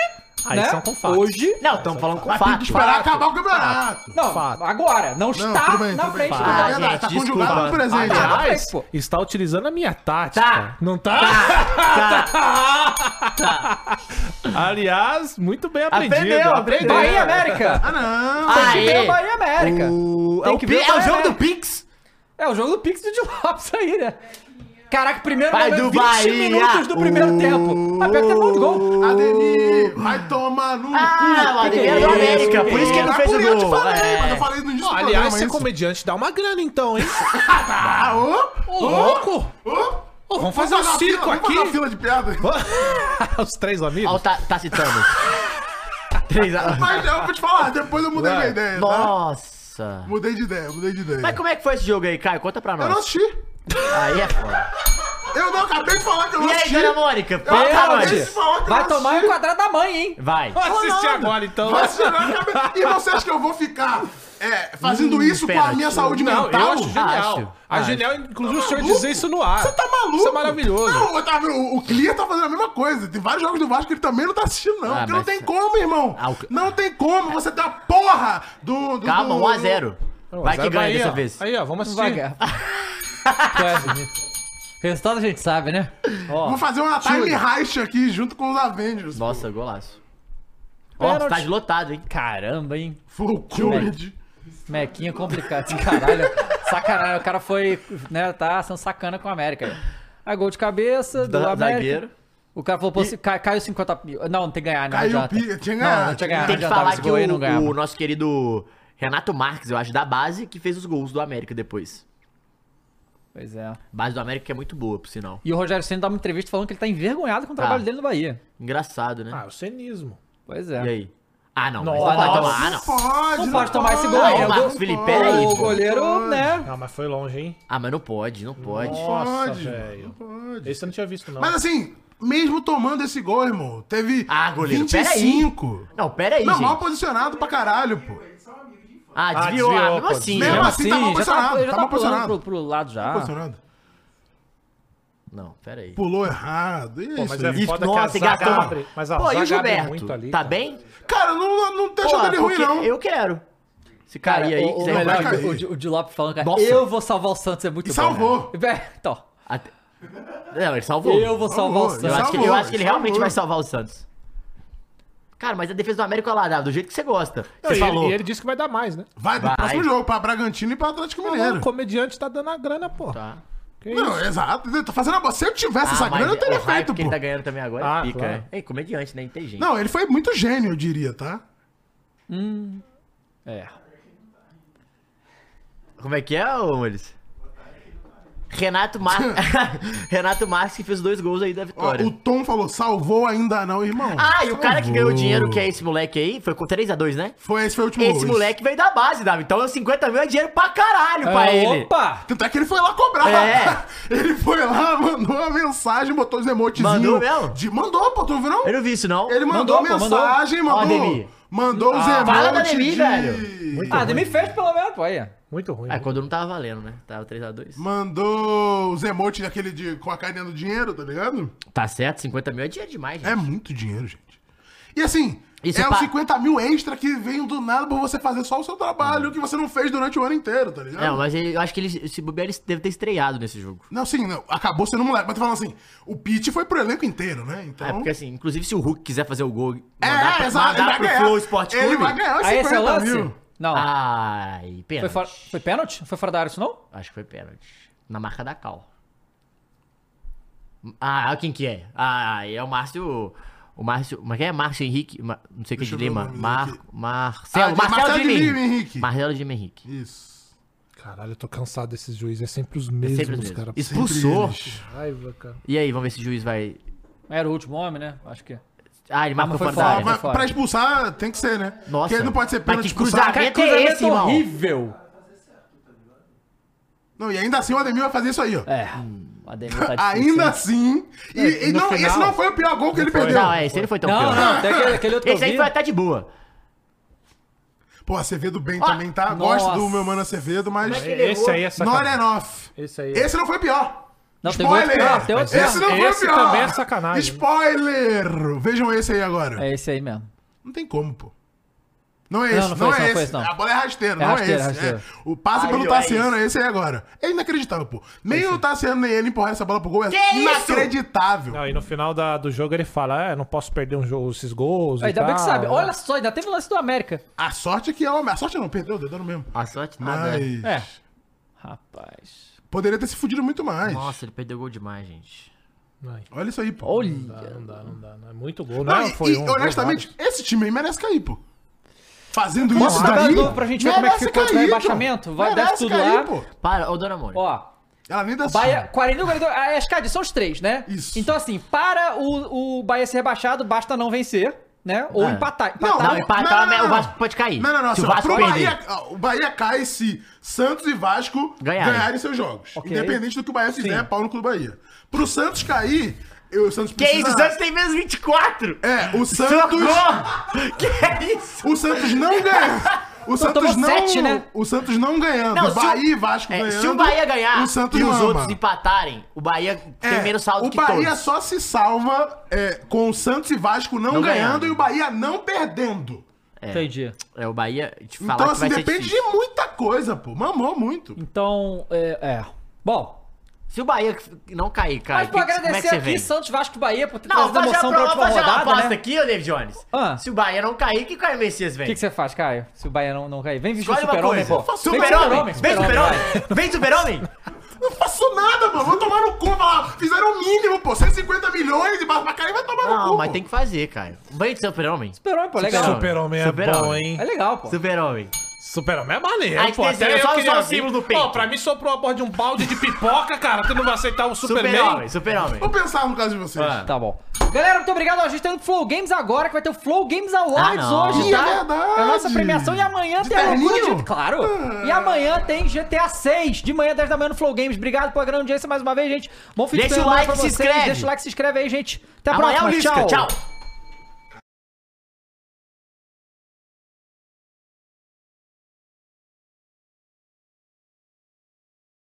Aí
né?
são com fatos.
Hoje.
Não, estamos falando com
Mas tem que
fato.
esperar acabar o campeonato.
Não,
Fato.
agora. Não está
tudo bem,
na
tudo
frente
bem.
do
Fato.
Ah,
Botafogo.
Verdade,
gente,
tá
desculpa.
conjugado no presente.
Ah,
Aliás,
Tá na frente, pô.
Está utilizando a minha tática.
Tá.
Não tá? <laughs> Aliás, muito bem aprendido.
Aprendeu, aprendeu.
Bahia e América!
Ah, não.
Tem que ver
Aê.
o Bahia e América!
O... É,
Tem
o
que
Pi-
ver o
é o
Bahia
jogo do
América.
Pix.
É o jogo do Pix do de Lopes aí, né? Caraca, primeiro
Vai
momento,
do
20
Bahia.
minutos do primeiro
Uh.
tempo. A Beca tá falando gol.
Ademir, vai tomar no
Ah, o
cu.
Ademir é do América, por isso que ele não
Ah,
fez
por
o
isso Eu te
gol.
falei,
É.
mas eu falei no início do
Aliás,
programa
ser
isso.
comediante dá uma grana então, hein?
<laughs> Ah, ô,
Ô, louco!
ô.
Ô, vamos fazer um
uma
circo
fila, Vamos fazer uma
aqui?
fila de piada.
Os três
Ó, o
amigos?
Ta- <laughs> Tacitano. Três a...
Mas eu vou te falar, depois eu mudei
Vai.
minha ideia, tá?
Nossa.
Mudei de ideia, mudei de ideia.
Mas como é que foi esse jogo aí, Caio? Conta pra
Eu não
nós.
assisti.
Aí é foda.
Eu não acabei de falar que eu não
E aí,
assisti.
Dona Mônica? Conta pra
acabei de
nós.
falar que eu
Vai
não
tomar o
assisti.
quadrado da mãe, hein?
Vai.
Vou assistir
Falando.
agora então.
<laughs> Vai assistir, eu não acabei- E você acha que eu vou ficar é, fazendo
Hum,
isso com a
pênalti.
minha saúde
Não, eu
mental?
acho genial.
Acho,
a
acho.
genial, inclusive, o senhor
Tá maluco?
dizer isso no ar.
Você tá maluco?
Isso é maravilhoso.
Não, eu tava- o, o Clear tá fazendo a mesma coisa. Tem vários jogos do Vasco que ele também não tá assistindo, não.
Ah,
porque
mas-
não tem como, irmão.
Ah, o-
Não tem como. Você tem a porra do... do
Calma,
do-
1x0. Vai que
Zero
ganha
Bahia.
dessa vez.
Aí, ó, vamos assistir.
Vai ganhar. <laughs> Resultado a gente sabe, né?
Vou fazer uma time heist aqui junto com os Avengers.
Nossa, golaço. Ó,
Pênalti.
estádio lotado, hein?
Caramba, hein?
Loucura de...
Mequinha complicado. assim, Caralho. Sacanagem. O cara foi, né? Tá sendo sacana com a América. aí. Aí gol de cabeça do
Da-
América.
Zagueiro.
O cara falou, pô, se cai, caiu 50 mil. Não, não tem que ganhar, não
Caiu
adianta.
pi- tinha
Não,
ganhado,
não tinha ganhado.
tinha
Tem que
não adiantava
falar
Ah, esse
que
gol aí, não ganhava.
o, o nosso querido Renato Marques, eu acho, da base, que fez os gols do América depois.
Pois é.
Base do América que é muito boa, por sinal.
E o Rogério Senna dá uma entrevista falando que ele tá envergonhado com o
Tá.
trabalho dele no Bahia.
Engraçado, né?
Ah, o cenismo.
Pois
E
é.
aí? Ah, não.
Nossa.
Mas não pode tomar, ah, não.
Pode,
Não pode tomar esse gol
Não,
aí.
né?
O
Marcos
gol-
Felipe, peraí,
O
pô.
goleiro, né?
Ah, mas foi longe, hein?
Ah, mas não pode, não pode.
Nossa,
pode,
velho.
pode.
Esse eu não tinha visto, não.
Mas assim, mesmo tomando esse gol, irmão, teve
Ah, goleiro,
25.
Não, peraí,
Não,
gente.
mal posicionado pra caralho, pô.
Ah,
Ah,
desviou. Ah,
desviou,
mesmo
pô,
assim,
desviou.
né?
Mesmo assim, tá mal
já
posicionado,
ele já
tá
tá
mal
pulando
posicionado.
pro, pro lado
Ah.
já.
Posicionado.
Não, peraí.
Pulou errado. Isso.
Pô, mas é
aí.
foda
Nossa,
que a
gastou.
zaga abre. Mas a
Pô, e
zaga
o
abre
Gilberto?
muito ali.
tá
cara.
bem?
Cara, não, não tá achando ele ruim,
porque
não.
Eu quero. Se
Cara,
cair aí,
o, o,
quiser
melhor,
vai
é
cair.
o, Di- o Dilop falando, cara,
Nossa.
eu vou salvar o Santos, é muito
E
bom.
salvou.
cara. <laughs> É, Então,
Até- Não, ele salvou.
eu vou salvar o
Salvou,
Eu
Santos.
acho que, eu
Salvou,
acho que ele
salvou.
realmente vai salvar o Santos. Cara, mas a defesa do América, olha lá, Dava, do jeito que você gosta.
Não,
Você
e,
falou.
ele, e ele disse que vai dar mais, né?
Vai pro
Vai.
próximo jogo, pra Bragantino e pra Atlético
O
Mineiro.
comediante tá dando a grana, pô.
Tá.
Que isso?
Não, exato. ele Tá fazendo a bola. Se eu tivesse essa
Ah, mas
grana, eu teria
o hype
feito,
que
pô.
ele tá ganhando também agora
Ah,
é pica,
claro.
né? É comediante, né? Inteligente.
Não, ele foi muito gênio, eu diria, tá?
É.
Como é que é, ô Mules?
<laughs>
Renato Marques. Renato Marques que fez dois gols aí da
Ó,
vitória.
o Tom falou, salvou ainda não, irmão.
Ah, e o cara que ganhou
Salvou.
dinheiro, que é esse moleque aí, foi com 3x2, né?
Foi esse foi o último
Esse
gol, isso.
moleque veio da base, Davi. Então 50 mil é dinheiro pra caralho pra
Ah,
ele.
Opa!
Tanto é que ele foi lá cobrar.
É.
<laughs> Ele foi lá, mandou uma mensagem, botou os emotezinhos.
Mandou mesmo?
De, mandou, pô, tu não viu não?
Eu não vi isso, não.
Ele mandou,
Mandou, pô,
mensagem,
mandou. Ó,
mandou.
Ademir. Ah,
mandou os emotes.
fala do Ademir,
de-
velho.
Ah, Ademir fez pelo menos, pô, aí. ó.
Muito ruim.
Ah,
né?
quando não tava valendo, né? Tava 3x2.
Mandou os emotes daquele de, com a carinha do dinheiro, tá ligado?
Tá certo, 50 mil é dinheiro demais, gente.
É muito dinheiro, gente. E assim,
Isso
é
é
os
pa-
50 mil extra que vem do nada pra você fazer só o seu trabalho que você não fez durante o ano inteiro, tá ligado?
Não, Uhum. É, mas ele- eu acho que ele, se bobear, ele deve ter estreado nesse jogo.
Não, sim, não. acabou sendo moleque. Mas tô falando assim, o pitch foi pro elenco inteiro, né? Então.
É, porque assim, inclusive se o Hulk quiser fazer o gol,
É,
mandar, pra,
exato, ele
mandar
vai
pro
ganhar.
Flow Sport Clube.
Ele vai ganhar os
Aí esse é o
50
lance?
mil.
Não.
Ah, Ai,
foi,
pênalti.
fora, foi pênalti? Foi fora da área isso não?
Acho que foi pênalti. Na marca da Cal. Ah, quem que é? Ah, é o Márcio. O Márcio. Como é que é? Márcio Henrique. Ma- não sei o que de
Deixa eu ver o
Lima.
nome dele
Mar,
aqui.
Marcelo.
Ah, de-
Marcelo,
Marcelo
de
de
Lima
Lima
Henrique.
Henrique.
Marcelo de Lima Henrique.
Isso.
Caralho, eu tô cansado desses juízes. É sempre os
os
mesmos,
mesmos.
cara.
Expulsou.
Sempre eles. Raiva, cara.
E aí, vamos ver se o juiz vai.
Era o último homem, né? Acho que.
Ah, ele marcou
mas foi
fora da
fora,
área.
foi
Mas
fora.
Pra expulsar, tem que ser, né?
Nossa.
Porque não pode ser
Mas
pênalti
que
expulsar.
cruzamento é esse, irmão?
horrível.
Não, e ainda assim o Ademir vai fazer isso aí, ó.
É. O Ademir tá difícil,
<laughs> ainda
hein?
assim.
É,
E, e
no
não,
final-
esse não foi o pior gol que ele perdeu.
Não, é, esse ele foi tão
Não,
pior.
não, tem aquele- aquele outro que
Esse
eu
aí
vi.
foi até de boa.
Pô, Acevedo bem
Ó,
também, tá?
nossa.
Gosto do meu mano Acevedo, mas.
Mas esse aí é
Not
sacanagem.
enough.
Esse aí é-
Esse não foi o pior.
Não, tem outro
Spoiler!
pior, tem outro
esse
pior.
não foi o
Esse
pior.
também é sacanagem.
Spoiler! Vejam esse aí agora.
É esse aí mesmo.
Não tem como, pô. Não é
Não,
esse, não,
não foi esse,
é
não
esse.
foi esse, não.
A bola é rasteira,
É
não
rasteira,
é esse.
rasteira.
É. O passe
Aí,
pelo
ó, é
Tassiano é esse aí agora. É inacreditável, pô. Nem o Tassiano nem ele empurrar essa bola pro gol é
Que isso?
inacreditável.
Não, e no final da- do jogo ele fala: É, não posso perder um jogo, esses gols. e
Ainda bem que
tal."
sabe. Olha só, ainda teve o lance do América.
A sorte é que é homem. A sorte não, perdeu o dedão mesmo.
A sorte nada. né?
Mas.
É. Rapaz.
Poderia ter se fudido muito mais.
Nossa, ele perdeu gol demais, gente.
Ai,
Olha isso aí, pô.
Olha.
Não dá, não dá. Não é muito gol. Não,
Não, e,
foi
e,
um. dois,
honestamente, esse time aí merece cair, pô. Fazendo
Posso
isso
dar
daí.
de novo pra gente ver como é que
merece
ficou
cair,
o
pô.
rebaixamento? Vai, desce
Merece
tudo
cair,
lá.
pô.
Para, ô, Dona Mônica.
Ó.
Ela nem dá
Bahia, 41, 42. Ah, As Cade, são os três, né?
Isso.
Então, assim, para o, o Bahia ser rebaixado, basta não vencer, né? Ou
É.
empatar.
Não,
empatar
Não,
não,
empatar,
não, não,
o
não.
Vasco pode cair.
Não, não, não.
Se o
senhora.
Vasco
Pro
perder.
Bahia, ah, o Bahia cai se Santos e Vasco
Ganharem.
ganharem, seus jogos.
Ok.
Independente do que o Bahia fizer,
Sim.
é pau no cu do Bahia. Pro Santos cair, eu- o Santos
Que é
precisa...
isso, o Santos tem menos 24!
É, o Santos...
Socorro! <laughs> Que é isso?
O Santos não ganha. O Santos
tomou
não,
sete, né?
o Santos não ganhando.
Não, se o-
Bahia e Vasco
É,
ganhando.
se o Bahia ganhar
o Santos
e os
não ama.
outros empatarem, o Bahia tem
É,
menos saldo
o
que
Bahia
todos.
só se salva é, com o Santos e Vasco não,
Não
ganhando,
ganhando.
e o Bahia não perdendo.
Entendi.
É, o Bahia te falar
Então,
que vai
assim,
ser
depende de
difícil.
muita coisa, pô. Mamou muito.
Então, é. é. Bom,
Se o Bahia não cair, cara,
mas
que-
pra
como é
agradecer
que você
aqui,
vem?
Santos Vasco e Bahia, por ter
Não, vou
trazido a
fazer, a
emoção pra
prova,
última
vou fazer uma
rodada,
aposta
né? O
aqui, ô David Jones.
Ah.
Se o Bahia não cair, que Caio Messias vem?
que, que você faz, Caio? Se o Bahia não, não cair. Vem vestir o
Escolhe uma
super-homem,
coisa.
pô.
Super-Homem? Vem super-homem? Vem super-homem?
Não faço nada, mano. Vou tomar no cu. vai lá. Fizeram o mínimo, pô. 150 milhões e bate pra caralho vai tomar no
Não,
cu.
mas
pô.
tem que fazer, Caio. Vem de super-homem.
Super-homem, pô, legal.
Super-Homem
Super-Homem.
é
Super-Homem.
bom, hein?
É legal, pô.
Super-homem.
Super-Homem é maneiro,
Aí
pô.
tem
Até
só-
eu
só
queria
o
vir.
símbolo do
Pô,
peito.
pra mim soprou a borda de um balde de pipoca, cara. Tu não vai aceitar o Superman?
Super-homem, super-homem.
Vou pensar no caso de vocês.
Ah.
Tá bom. Galera, muito obrigado. A gente tá indo pro Flow Games agora, que vai ter o Flow Games Awards
Ah, não.
hoje,
Ih,
tá?
é verdade.
a nossa premiação. E amanhã
De
tem a loucura
terninho?
de... Claro.
Ah.
E amanhã tem GTA 6, de manhã, 10 da manhã no Flow Games. Obrigado pela grande audiência mais uma vez, gente. Bom fim
Deixa
de
o
semana
like,
pra
se
vocês.
inscreve.
Deixa o like, se inscreve aí, gente. Até a
Amanhã é o
próxima.
Lisca.
Tchau.
Tchau.